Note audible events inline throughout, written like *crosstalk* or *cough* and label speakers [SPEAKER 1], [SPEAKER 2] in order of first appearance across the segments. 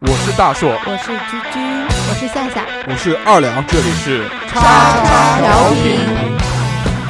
[SPEAKER 1] 我是大硕，
[SPEAKER 2] 我是居居，我是夏夏，
[SPEAKER 1] 我是二两，这里是叉
[SPEAKER 2] 叉调频。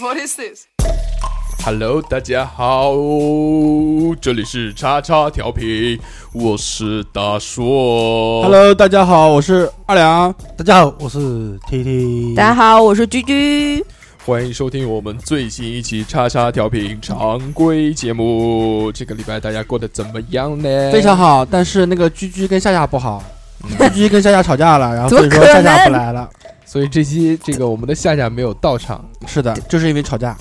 [SPEAKER 3] What is this?
[SPEAKER 1] Hello，大家好，这里是叉叉调频，我是大硕。
[SPEAKER 4] Hello，大家好，我是二良。
[SPEAKER 5] 大家好，我是 T T。
[SPEAKER 2] 大家好，我是居居。
[SPEAKER 1] 欢迎收听我们最新一期叉叉调频常规节目。这个礼拜大家过得怎么样呢？嗯
[SPEAKER 4] 非常好，但是那个居居跟夏夏不好，居居跟夏夏吵架了，然后所以
[SPEAKER 2] 怎
[SPEAKER 4] 说
[SPEAKER 2] 么可
[SPEAKER 4] 夏
[SPEAKER 2] 能
[SPEAKER 4] 夏不来了。
[SPEAKER 1] 所以这期这个我们的夏夏没有到场，
[SPEAKER 4] 是的，就是因为吵架。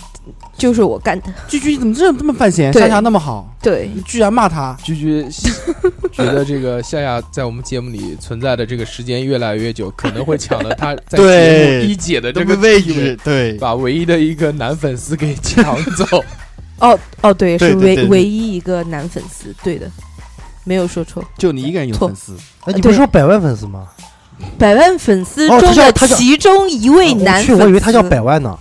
[SPEAKER 2] 就是我干的，
[SPEAKER 4] 居居怎么这这么犯闲？
[SPEAKER 2] 对
[SPEAKER 4] 夏夏那么好，
[SPEAKER 2] 对，
[SPEAKER 4] 你居然骂他，
[SPEAKER 1] 居居 *laughs* 觉得这个夏夏在我们节目里存在的这个时间越来越久，可能会抢了她在节
[SPEAKER 4] 对
[SPEAKER 1] 目一姐的这
[SPEAKER 4] 这
[SPEAKER 1] 个
[SPEAKER 4] 个位
[SPEAKER 1] 地位
[SPEAKER 4] 置，对
[SPEAKER 1] 把唯一的一个男粉丝给抢走。
[SPEAKER 2] 哦哦，对，
[SPEAKER 4] 对
[SPEAKER 2] 是
[SPEAKER 4] 对对
[SPEAKER 2] 唯
[SPEAKER 4] 对
[SPEAKER 2] 唯一一个男粉丝，对的，没有说错，
[SPEAKER 4] 就你一个人有
[SPEAKER 2] 错呃
[SPEAKER 4] 粉丝，
[SPEAKER 5] 哎，你不是说百万粉丝吗？
[SPEAKER 2] 百万粉丝
[SPEAKER 5] 哦
[SPEAKER 2] 中
[SPEAKER 5] 他
[SPEAKER 2] 的
[SPEAKER 5] 叫他叫
[SPEAKER 2] 其中一位
[SPEAKER 5] 我
[SPEAKER 2] 男
[SPEAKER 5] 去，
[SPEAKER 2] 粉丝，
[SPEAKER 5] 我以为他叫百万呢。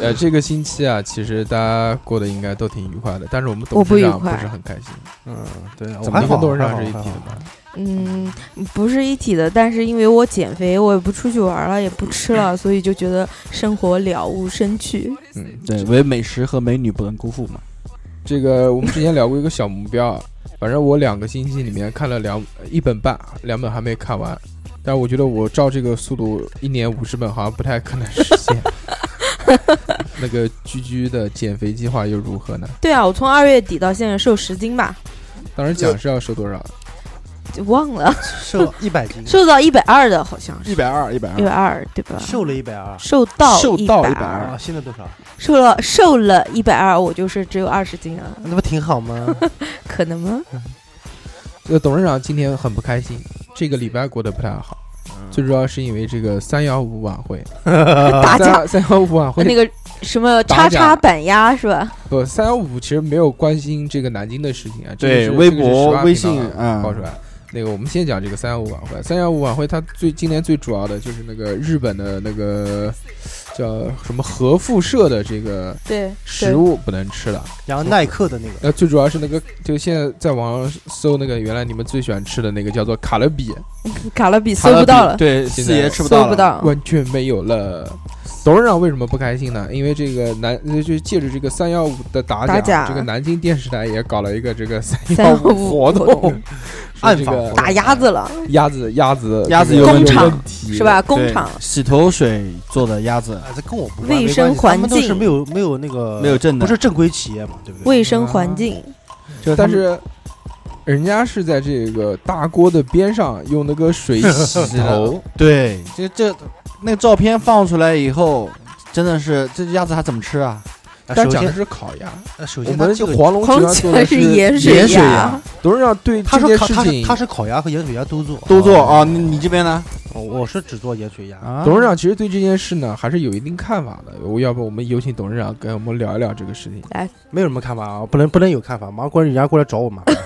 [SPEAKER 1] 呃，这个星期啊，其实大家过得应该都挺愉快的，但是我们
[SPEAKER 2] 我
[SPEAKER 1] 董
[SPEAKER 2] 不
[SPEAKER 1] 事
[SPEAKER 2] 愉
[SPEAKER 1] 长不
[SPEAKER 2] 快
[SPEAKER 1] 是很开心。
[SPEAKER 4] 嗯，对，
[SPEAKER 1] 怎
[SPEAKER 4] 我
[SPEAKER 1] 么
[SPEAKER 4] 还
[SPEAKER 5] 啊还
[SPEAKER 1] 能跟
[SPEAKER 4] 好，
[SPEAKER 5] 好
[SPEAKER 1] 董事
[SPEAKER 5] 还
[SPEAKER 1] 长
[SPEAKER 5] 好
[SPEAKER 1] 是一体
[SPEAKER 5] 还
[SPEAKER 1] 的
[SPEAKER 5] 好
[SPEAKER 1] 呢？
[SPEAKER 2] 嗯，不是一体的，但是因为我减肥，我也不出去玩了，也不吃了，
[SPEAKER 5] *laughs*
[SPEAKER 2] 所以就觉得生活了无生趣。
[SPEAKER 3] What is this?
[SPEAKER 1] 嗯，
[SPEAKER 4] 对，唯美食和美女不能辜负嘛。
[SPEAKER 1] *laughs* 这个我们之前聊过一个小目标，啊，反正我两个星期里面看了两一本半，两本还没看完。但是我觉得我照这个速度，一年五十本好像不太可能实现。 *laughs* 那个居居的减肥计划又如何呢？
[SPEAKER 2] 对啊，我从二月底到现在瘦十斤吧，
[SPEAKER 1] 当时讲是要瘦多少？
[SPEAKER 2] 就忘了
[SPEAKER 5] 瘦一百斤，啊
[SPEAKER 2] 瘦到一百二的，好像是
[SPEAKER 4] 一百二，一百
[SPEAKER 2] 一
[SPEAKER 4] 二，
[SPEAKER 2] 百二对吧？
[SPEAKER 5] 瘦了一百二
[SPEAKER 2] 啊瘦到
[SPEAKER 1] 瘦到120
[SPEAKER 2] 120，
[SPEAKER 5] 啊！现在多少？
[SPEAKER 2] 瘦了瘦了一百二，我就是只有二十斤啊，
[SPEAKER 5] 那不挺好 *laughs* 吗？
[SPEAKER 2] 可能
[SPEAKER 4] *laughs*
[SPEAKER 2] 吗？
[SPEAKER 1] 呃，董事长今天很不开心，这个礼拜过得不太好，
[SPEAKER 5] 嗯
[SPEAKER 1] 最主要是因为这个三幺五晚会，
[SPEAKER 2] 打架
[SPEAKER 1] 啊三幺五啊晚会
[SPEAKER 2] 呃那个什么叉
[SPEAKER 1] 打架
[SPEAKER 2] 叉板鸭是吧？
[SPEAKER 1] 不，三幺五其实没有关心这个南京的事情啊，这个
[SPEAKER 4] 对
[SPEAKER 1] 是
[SPEAKER 4] 微
[SPEAKER 1] 这个是
[SPEAKER 4] 博
[SPEAKER 1] 18
[SPEAKER 4] 微
[SPEAKER 1] 频道啊
[SPEAKER 4] 信嗯
[SPEAKER 1] 爆出来。那个，我们先讲这个三幺五晚会。三幺五晚会，它最今年最主要的就是那个日本的那个叫什么核辐射的这个
[SPEAKER 2] 对，
[SPEAKER 1] 食物不能吃了。
[SPEAKER 5] 然后耐克的那个
[SPEAKER 1] 呃，最主要是那个，就现在在网上搜那个原来你们最喜欢吃的那个叫做卡乐比，
[SPEAKER 2] 对卡乐比搜不到了，
[SPEAKER 4] 对，
[SPEAKER 1] 现
[SPEAKER 4] 四
[SPEAKER 1] 在
[SPEAKER 4] 爷吃不到，
[SPEAKER 2] 搜不。到。
[SPEAKER 1] 完全没有了。董事长为什么不开心呢？因为这个南呃就借着这个三幺五的打
[SPEAKER 2] 打假
[SPEAKER 1] 这个南京电视台也搞了一个这个三
[SPEAKER 2] 315
[SPEAKER 1] 活
[SPEAKER 2] 活
[SPEAKER 1] 动
[SPEAKER 2] 动，
[SPEAKER 1] 说这个
[SPEAKER 5] 暗访
[SPEAKER 2] 打鸭子了
[SPEAKER 1] 鸭子鸭子
[SPEAKER 4] 鸭子
[SPEAKER 1] 这个
[SPEAKER 4] 有
[SPEAKER 1] 问
[SPEAKER 4] 问
[SPEAKER 1] 题
[SPEAKER 4] 题
[SPEAKER 2] 是吧？工厂
[SPEAKER 4] 洗头水做的鸭子，
[SPEAKER 5] 啊，这跟我不关
[SPEAKER 2] 卫生
[SPEAKER 5] 没关系
[SPEAKER 2] 环境
[SPEAKER 5] 他们都是没有没有那个
[SPEAKER 4] 没有证的
[SPEAKER 5] 不是正规企业嘛，对不对？
[SPEAKER 2] 卫生环境，
[SPEAKER 5] 就他
[SPEAKER 1] 但
[SPEAKER 5] 们
[SPEAKER 1] 是人家是在这个大锅的边上用那个水洗
[SPEAKER 5] *laughs*
[SPEAKER 4] 是的
[SPEAKER 1] 头，
[SPEAKER 4] 对，这这那个照片放出来以后，真的是这鸭子还怎么吃啊？
[SPEAKER 5] 啊
[SPEAKER 1] 但
[SPEAKER 5] 首
[SPEAKER 1] 讲的
[SPEAKER 5] 先
[SPEAKER 1] 是烤鸭。
[SPEAKER 5] 呃首
[SPEAKER 1] 我
[SPEAKER 5] 先他
[SPEAKER 1] 们
[SPEAKER 5] 这个
[SPEAKER 1] 黄龙集
[SPEAKER 2] 黄
[SPEAKER 1] 团做的
[SPEAKER 2] 泉
[SPEAKER 1] 是
[SPEAKER 2] 盐
[SPEAKER 4] 水
[SPEAKER 2] 水
[SPEAKER 4] 鸭
[SPEAKER 2] 鸭，
[SPEAKER 1] 董事长对
[SPEAKER 5] 他
[SPEAKER 1] 这
[SPEAKER 5] 说
[SPEAKER 1] 件
[SPEAKER 5] 烤
[SPEAKER 1] 事
[SPEAKER 5] 他是
[SPEAKER 1] 情
[SPEAKER 5] 他，是烤鸭和盐水鸭都做
[SPEAKER 4] 都做啊，你你这边呢？
[SPEAKER 5] 哦我是只做盐水鸭。
[SPEAKER 4] 啊
[SPEAKER 1] 董事长其实对这件事呢还是有一定看法的。我要不我们有请董事长跟我们聊一聊这个事情。
[SPEAKER 5] 没有什么看法啊，不能不能有看法，马上人家过来找我麻烦。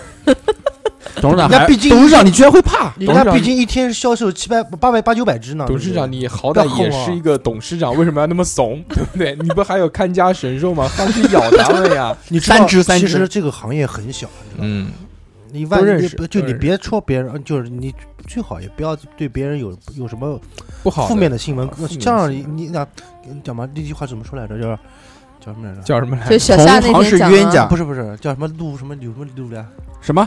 [SPEAKER 4] 董事长
[SPEAKER 5] 人家
[SPEAKER 4] 还
[SPEAKER 5] 毕竟
[SPEAKER 4] 董事长，你居然会怕？
[SPEAKER 5] 人
[SPEAKER 1] 董事
[SPEAKER 5] 家
[SPEAKER 1] 长
[SPEAKER 5] 毕竟一天销售七百八百八九百只呢。
[SPEAKER 1] 董事长，
[SPEAKER 5] 对
[SPEAKER 1] 你好歹也是一个董事长，为什么要那么怂，对不对？你不还有看家神兽吗？上去咬他们呀！
[SPEAKER 5] 不对你知道
[SPEAKER 4] 三只三
[SPEAKER 5] 其
[SPEAKER 4] 只
[SPEAKER 5] 实这个行业很小，
[SPEAKER 1] 嗯，
[SPEAKER 5] 你万
[SPEAKER 1] 都认
[SPEAKER 5] 一
[SPEAKER 1] 识
[SPEAKER 5] 不就
[SPEAKER 1] 都
[SPEAKER 5] 你
[SPEAKER 1] 认识
[SPEAKER 5] 别说别人，嗯就是你最好也不要对别人有有什么
[SPEAKER 1] 不好。
[SPEAKER 5] 负面的新闻
[SPEAKER 1] 啊负面的，
[SPEAKER 5] 这样
[SPEAKER 1] 新闻
[SPEAKER 5] 你讲你讲嘛，那句话怎么说来着？就是叫什么来着？啊
[SPEAKER 1] 叫什么来
[SPEAKER 2] 就
[SPEAKER 1] 着？
[SPEAKER 2] 小
[SPEAKER 4] 嗯同
[SPEAKER 2] 夏那
[SPEAKER 4] 行
[SPEAKER 2] 天
[SPEAKER 4] 是
[SPEAKER 2] 讲
[SPEAKER 4] 冤
[SPEAKER 2] 了
[SPEAKER 4] 家
[SPEAKER 5] 不是不是，叫什么路什么有什么路来？
[SPEAKER 4] 什么？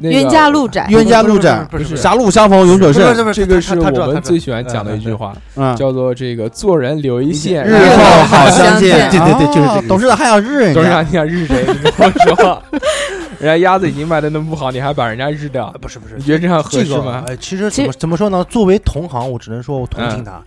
[SPEAKER 1] 那个
[SPEAKER 2] 冤家路窄，
[SPEAKER 4] 冤家路窄，
[SPEAKER 5] 不是不是不是
[SPEAKER 4] 狭路相逢勇者
[SPEAKER 5] 不是不
[SPEAKER 4] 胜。
[SPEAKER 5] 是
[SPEAKER 1] 这
[SPEAKER 5] 不
[SPEAKER 1] 个
[SPEAKER 5] 他
[SPEAKER 1] 是
[SPEAKER 5] 他他知道
[SPEAKER 1] 我
[SPEAKER 5] 他
[SPEAKER 1] 们
[SPEAKER 5] 知道
[SPEAKER 1] 最喜欢讲的一句话，
[SPEAKER 4] 嗯，
[SPEAKER 1] 叫做“这个做人留一线，
[SPEAKER 4] 日
[SPEAKER 2] 日
[SPEAKER 4] 后
[SPEAKER 2] 后
[SPEAKER 4] 好
[SPEAKER 2] 好
[SPEAKER 4] 相
[SPEAKER 2] 嗯相见
[SPEAKER 5] 对对对就是这个
[SPEAKER 4] 哦
[SPEAKER 5] 意思
[SPEAKER 4] 董事长还想 *laughs* 日人
[SPEAKER 1] 董事
[SPEAKER 4] 家
[SPEAKER 1] 长，你想日谁？你跟我
[SPEAKER 4] *laughs*
[SPEAKER 1] 说，人家鸭子已经卖的那么不好，你还把人家日掉
[SPEAKER 5] 啊，，不是不是
[SPEAKER 1] 你，觉得这样合
[SPEAKER 5] 这
[SPEAKER 1] 适
[SPEAKER 5] 个
[SPEAKER 1] 吗？嗯
[SPEAKER 5] 呃，其实
[SPEAKER 2] 其
[SPEAKER 5] 怎么怎么说呢？作为同行，我只能说我同情他。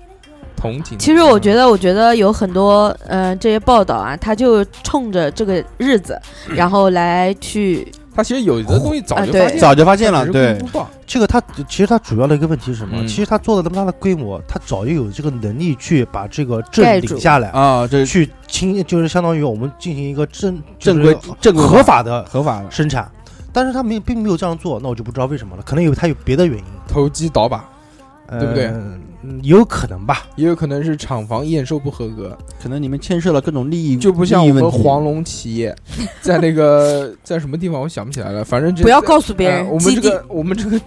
[SPEAKER 1] 同情。
[SPEAKER 2] 其实我觉
[SPEAKER 1] 得，
[SPEAKER 2] 得，我觉得有很多，呃，这些报道啊，他就冲着这个日子，然后来去，
[SPEAKER 1] 他其实有的东西早就
[SPEAKER 2] 啊对
[SPEAKER 1] 发现了，
[SPEAKER 4] 早就发现
[SPEAKER 1] 他
[SPEAKER 4] 了，
[SPEAKER 1] 只是
[SPEAKER 4] 对
[SPEAKER 1] 不，粗暴
[SPEAKER 5] 这个他其实他主要的一个问题是什么？
[SPEAKER 1] 嗯
[SPEAKER 5] 其实他做的那么大的规模，他早就有这个能力去把这个镇
[SPEAKER 2] 盖
[SPEAKER 5] 领
[SPEAKER 2] 住
[SPEAKER 5] 下来，
[SPEAKER 4] 啊，这是
[SPEAKER 5] 去清就是相当于我们进行一个正
[SPEAKER 4] 正规
[SPEAKER 5] 就是
[SPEAKER 4] 正规
[SPEAKER 5] 合法的
[SPEAKER 4] 合法的，
[SPEAKER 5] 生产。但是他没并没有这样做，那我就不知道为什么了，可能有他有别的原因，
[SPEAKER 1] 投机倒把，对不对
[SPEAKER 5] 呃嗯有可能吧。
[SPEAKER 1] 也有可能是厂房验收不合格，
[SPEAKER 4] 可能你们牵涉了各种利益，
[SPEAKER 1] 就不像
[SPEAKER 4] 嗯利益
[SPEAKER 1] 我们
[SPEAKER 4] 问题
[SPEAKER 1] 黄龙企业，在那个在什么地方我想不起来了，反正这
[SPEAKER 2] 不要告诉别
[SPEAKER 1] 哎我
[SPEAKER 2] 人
[SPEAKER 1] 们
[SPEAKER 2] 基
[SPEAKER 1] 这
[SPEAKER 2] 地
[SPEAKER 1] 个我们这个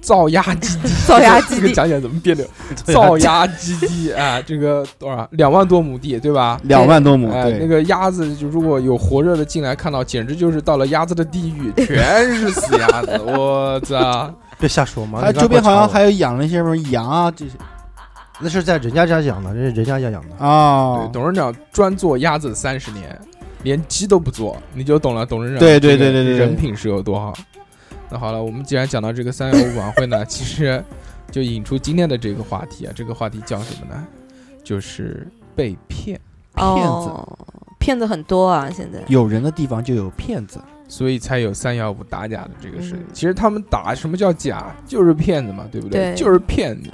[SPEAKER 1] 造鸭基地，
[SPEAKER 2] *laughs* 造
[SPEAKER 1] *laughs*
[SPEAKER 2] 鸭
[SPEAKER 1] 这
[SPEAKER 2] 基
[SPEAKER 1] 个
[SPEAKER 2] 地，
[SPEAKER 1] 讲起来怎么别
[SPEAKER 4] *laughs*
[SPEAKER 1] 扭？造鸭基地啊，这个多少两万多亩地，对吧？
[SPEAKER 4] 两万多亩，
[SPEAKER 1] 哎，那
[SPEAKER 4] 嗯对，
[SPEAKER 1] 个鸭子就如果有活着的进来看到，简直就是到了鸭子的地
[SPEAKER 4] *laughs*
[SPEAKER 1] 狱，全是死鸭子，我操！
[SPEAKER 5] 别瞎说嘛。
[SPEAKER 4] 还
[SPEAKER 5] 你刚
[SPEAKER 4] 周边
[SPEAKER 5] 才
[SPEAKER 4] 好
[SPEAKER 5] 查
[SPEAKER 4] 像
[SPEAKER 5] 我
[SPEAKER 4] 还有养了一些什么羊啊这些
[SPEAKER 5] 那是在人家家养的，那是人家家养的。
[SPEAKER 4] 啊
[SPEAKER 5] 哦
[SPEAKER 1] 对，，董事长专做鸭子三十年，连鸡都不做，你就懂了，董事长
[SPEAKER 4] 对对
[SPEAKER 1] 这个
[SPEAKER 4] 对对对对
[SPEAKER 1] 人品是有多好。那好了，我们既然讲到这个三幺五晚会呢，其实就引出今天的这个话题啊，这个话题叫什么呢？就是被骗。
[SPEAKER 2] 哦，骗子很多啊，现在
[SPEAKER 4] 有人的地方就有骗子，
[SPEAKER 1] 所以才有三幺五打假的这个事情
[SPEAKER 2] 嗯。
[SPEAKER 1] 其实他们打什么叫假，就是骗子嘛，对不
[SPEAKER 2] 对
[SPEAKER 1] 就是骗你。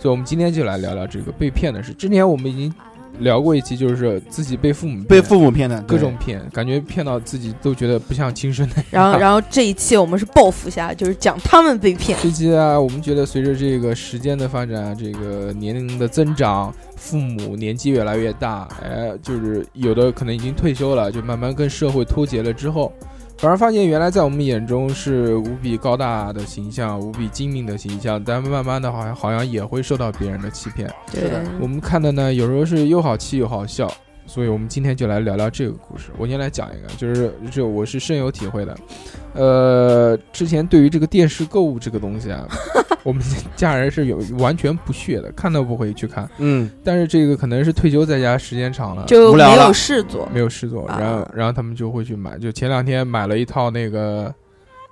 [SPEAKER 1] 所以我们今天就来聊聊这个被骗的事。之前我们已经聊过一期，就是自己被父母骗
[SPEAKER 4] 被父母骗的
[SPEAKER 1] 各种骗，感觉骗到自己都觉得不像亲生的。
[SPEAKER 2] 然后，然后这一期我们是报复下，就是讲他们被骗，
[SPEAKER 1] 这期啊，我们觉得随着这个时间的发展啊，这个年龄的增长，父母年纪越来越大，哎，就是有的可能已经退休了，就慢慢跟社会脱节了之后，反而发现原来在我们眼中是无比高大的形象，无比精明的形象，但慢慢的好像好像也会受到别人的欺骗。
[SPEAKER 2] 对，
[SPEAKER 1] 我们看的呢，有时候是又好气又好笑，所以我们今天就来聊聊这个故事。我先来讲一个，就是这我是深有体会的。呃，之前对于这个电视购物这个东西啊， *laughs* 我们家人是有完全不屑的，看都不会去看。
[SPEAKER 4] 嗯，
[SPEAKER 1] 但是这个可能是退休在家时间长了，
[SPEAKER 2] 就
[SPEAKER 4] 无聊
[SPEAKER 2] 没
[SPEAKER 4] 了
[SPEAKER 2] 有事做，
[SPEAKER 1] 没有事做，
[SPEAKER 2] 啊
[SPEAKER 1] 然后然后他们就会去买。就前两天买了一套那个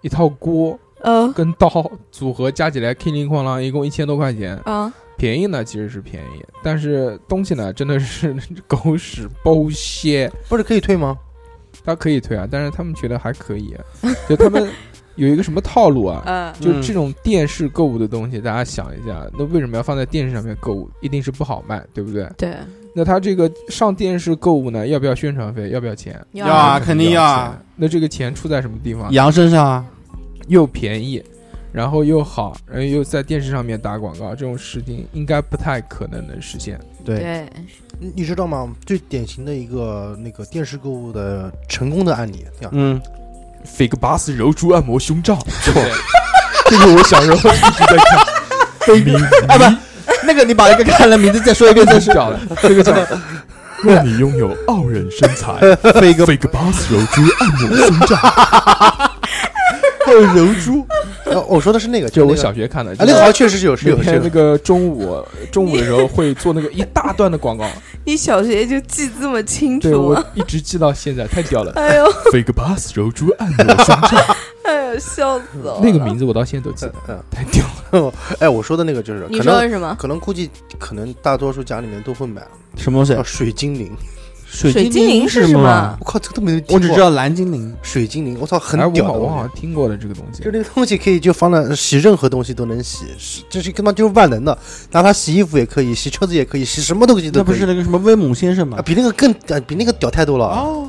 [SPEAKER 1] 一套锅
[SPEAKER 2] 呃，
[SPEAKER 1] 跟刀组合加起来，叮叮哐啷，一共一千多块钱。
[SPEAKER 2] 啊，
[SPEAKER 1] 便宜呢其实是便宜，但是东西呢真的是 *laughs* 狗屎包歇。
[SPEAKER 5] 不是可以退吗？
[SPEAKER 1] 他可以退啊，但是他们觉得还可以，啊就他们有一个什么套路啊？
[SPEAKER 2] 嗯，
[SPEAKER 1] 就这种电视购物的东西，大家想一下，那为什么要放在电视上面购物？一定是不好卖，对不对？
[SPEAKER 2] 对，
[SPEAKER 1] 那他这个上电视购物呢，要不要宣传费？要不要钱？
[SPEAKER 2] 要
[SPEAKER 4] 要啊肯定
[SPEAKER 1] 要
[SPEAKER 4] 要啊
[SPEAKER 1] 钱。那这个钱出在什么地方？
[SPEAKER 4] 羊身上啊，
[SPEAKER 1] 又便宜，然后又好，然后又在电视上面打广告，这种事情应该不太可能能实现。
[SPEAKER 4] 对，
[SPEAKER 2] 对，
[SPEAKER 5] 你你知道吗？最典型的一个那个电视购物的成功的案例，对 *laughs* 吧
[SPEAKER 4] 嗯，
[SPEAKER 1] fake 巴斯柔术按摩胸罩，对 *laughs* 不对这个我小时候一直在看，哎非 *laughs* 名
[SPEAKER 4] 啊不，那个你把那个看了名字再说一遍，再
[SPEAKER 1] 这
[SPEAKER 4] 说
[SPEAKER 1] 是屌的， *laughs* 这个叫让你拥有傲人身材
[SPEAKER 4] 飞
[SPEAKER 1] *laughs*
[SPEAKER 4] 哥，
[SPEAKER 1] ，fake 巴斯柔术按摩胸罩，
[SPEAKER 5] 还有柔珠。呃我说的是那个，
[SPEAKER 1] *laughs* 这是
[SPEAKER 5] 就
[SPEAKER 1] 我
[SPEAKER 5] 是
[SPEAKER 1] 小学看的，
[SPEAKER 5] 那个，哎，那个好像确实是有是
[SPEAKER 1] 每
[SPEAKER 5] 有是
[SPEAKER 1] 天那
[SPEAKER 5] 有。
[SPEAKER 1] 个中午中午的时候会做那个一大段的广 *laughs* 告，
[SPEAKER 2] 你小学就记这么清
[SPEAKER 1] 对
[SPEAKER 2] 楚
[SPEAKER 1] 我
[SPEAKER 2] 吗？
[SPEAKER 1] 一直记到现在，太屌 *laughs* 了
[SPEAKER 2] 哎呦，
[SPEAKER 1] ，fake 巴斯柔术按摩胸罩， *laughs*
[SPEAKER 2] 哎呦，笑死我了！
[SPEAKER 1] 那个名字我到现在都记
[SPEAKER 5] 嗯
[SPEAKER 1] 得，
[SPEAKER 5] 嗯，
[SPEAKER 1] 太屌了。
[SPEAKER 5] 哎，我说的那个就是，
[SPEAKER 2] 你
[SPEAKER 5] 可
[SPEAKER 2] 说
[SPEAKER 5] 能
[SPEAKER 2] 的什么？
[SPEAKER 5] 可能估计可能大多数家里面都会买，
[SPEAKER 4] 什么东西
[SPEAKER 5] 叫？水精灵。
[SPEAKER 4] 水
[SPEAKER 2] 水
[SPEAKER 4] 精
[SPEAKER 2] 精灵是
[SPEAKER 4] 是什
[SPEAKER 2] 什
[SPEAKER 4] 么
[SPEAKER 2] 么？
[SPEAKER 5] 我靠，这个都没人听过。
[SPEAKER 4] 我只知道蓝精灵，
[SPEAKER 5] 水精灵，我操，很
[SPEAKER 1] 哎，我
[SPEAKER 5] 屌
[SPEAKER 1] 好
[SPEAKER 5] 的
[SPEAKER 1] 我
[SPEAKER 5] 东
[SPEAKER 1] 好
[SPEAKER 5] 西。
[SPEAKER 1] 像听过的这个东西
[SPEAKER 5] 就，这个东西可以就放在洗任何东西都能洗，是这是根本就是万能的，拿它洗衣服也可以，洗车子也可以，洗什么东西都
[SPEAKER 4] 那
[SPEAKER 5] 可
[SPEAKER 4] 不
[SPEAKER 5] 以
[SPEAKER 4] 是那个什么威姆先生
[SPEAKER 5] 啊，
[SPEAKER 4] 吗？
[SPEAKER 5] 比那个更呃比那个屌太多了，啊！
[SPEAKER 4] 哦，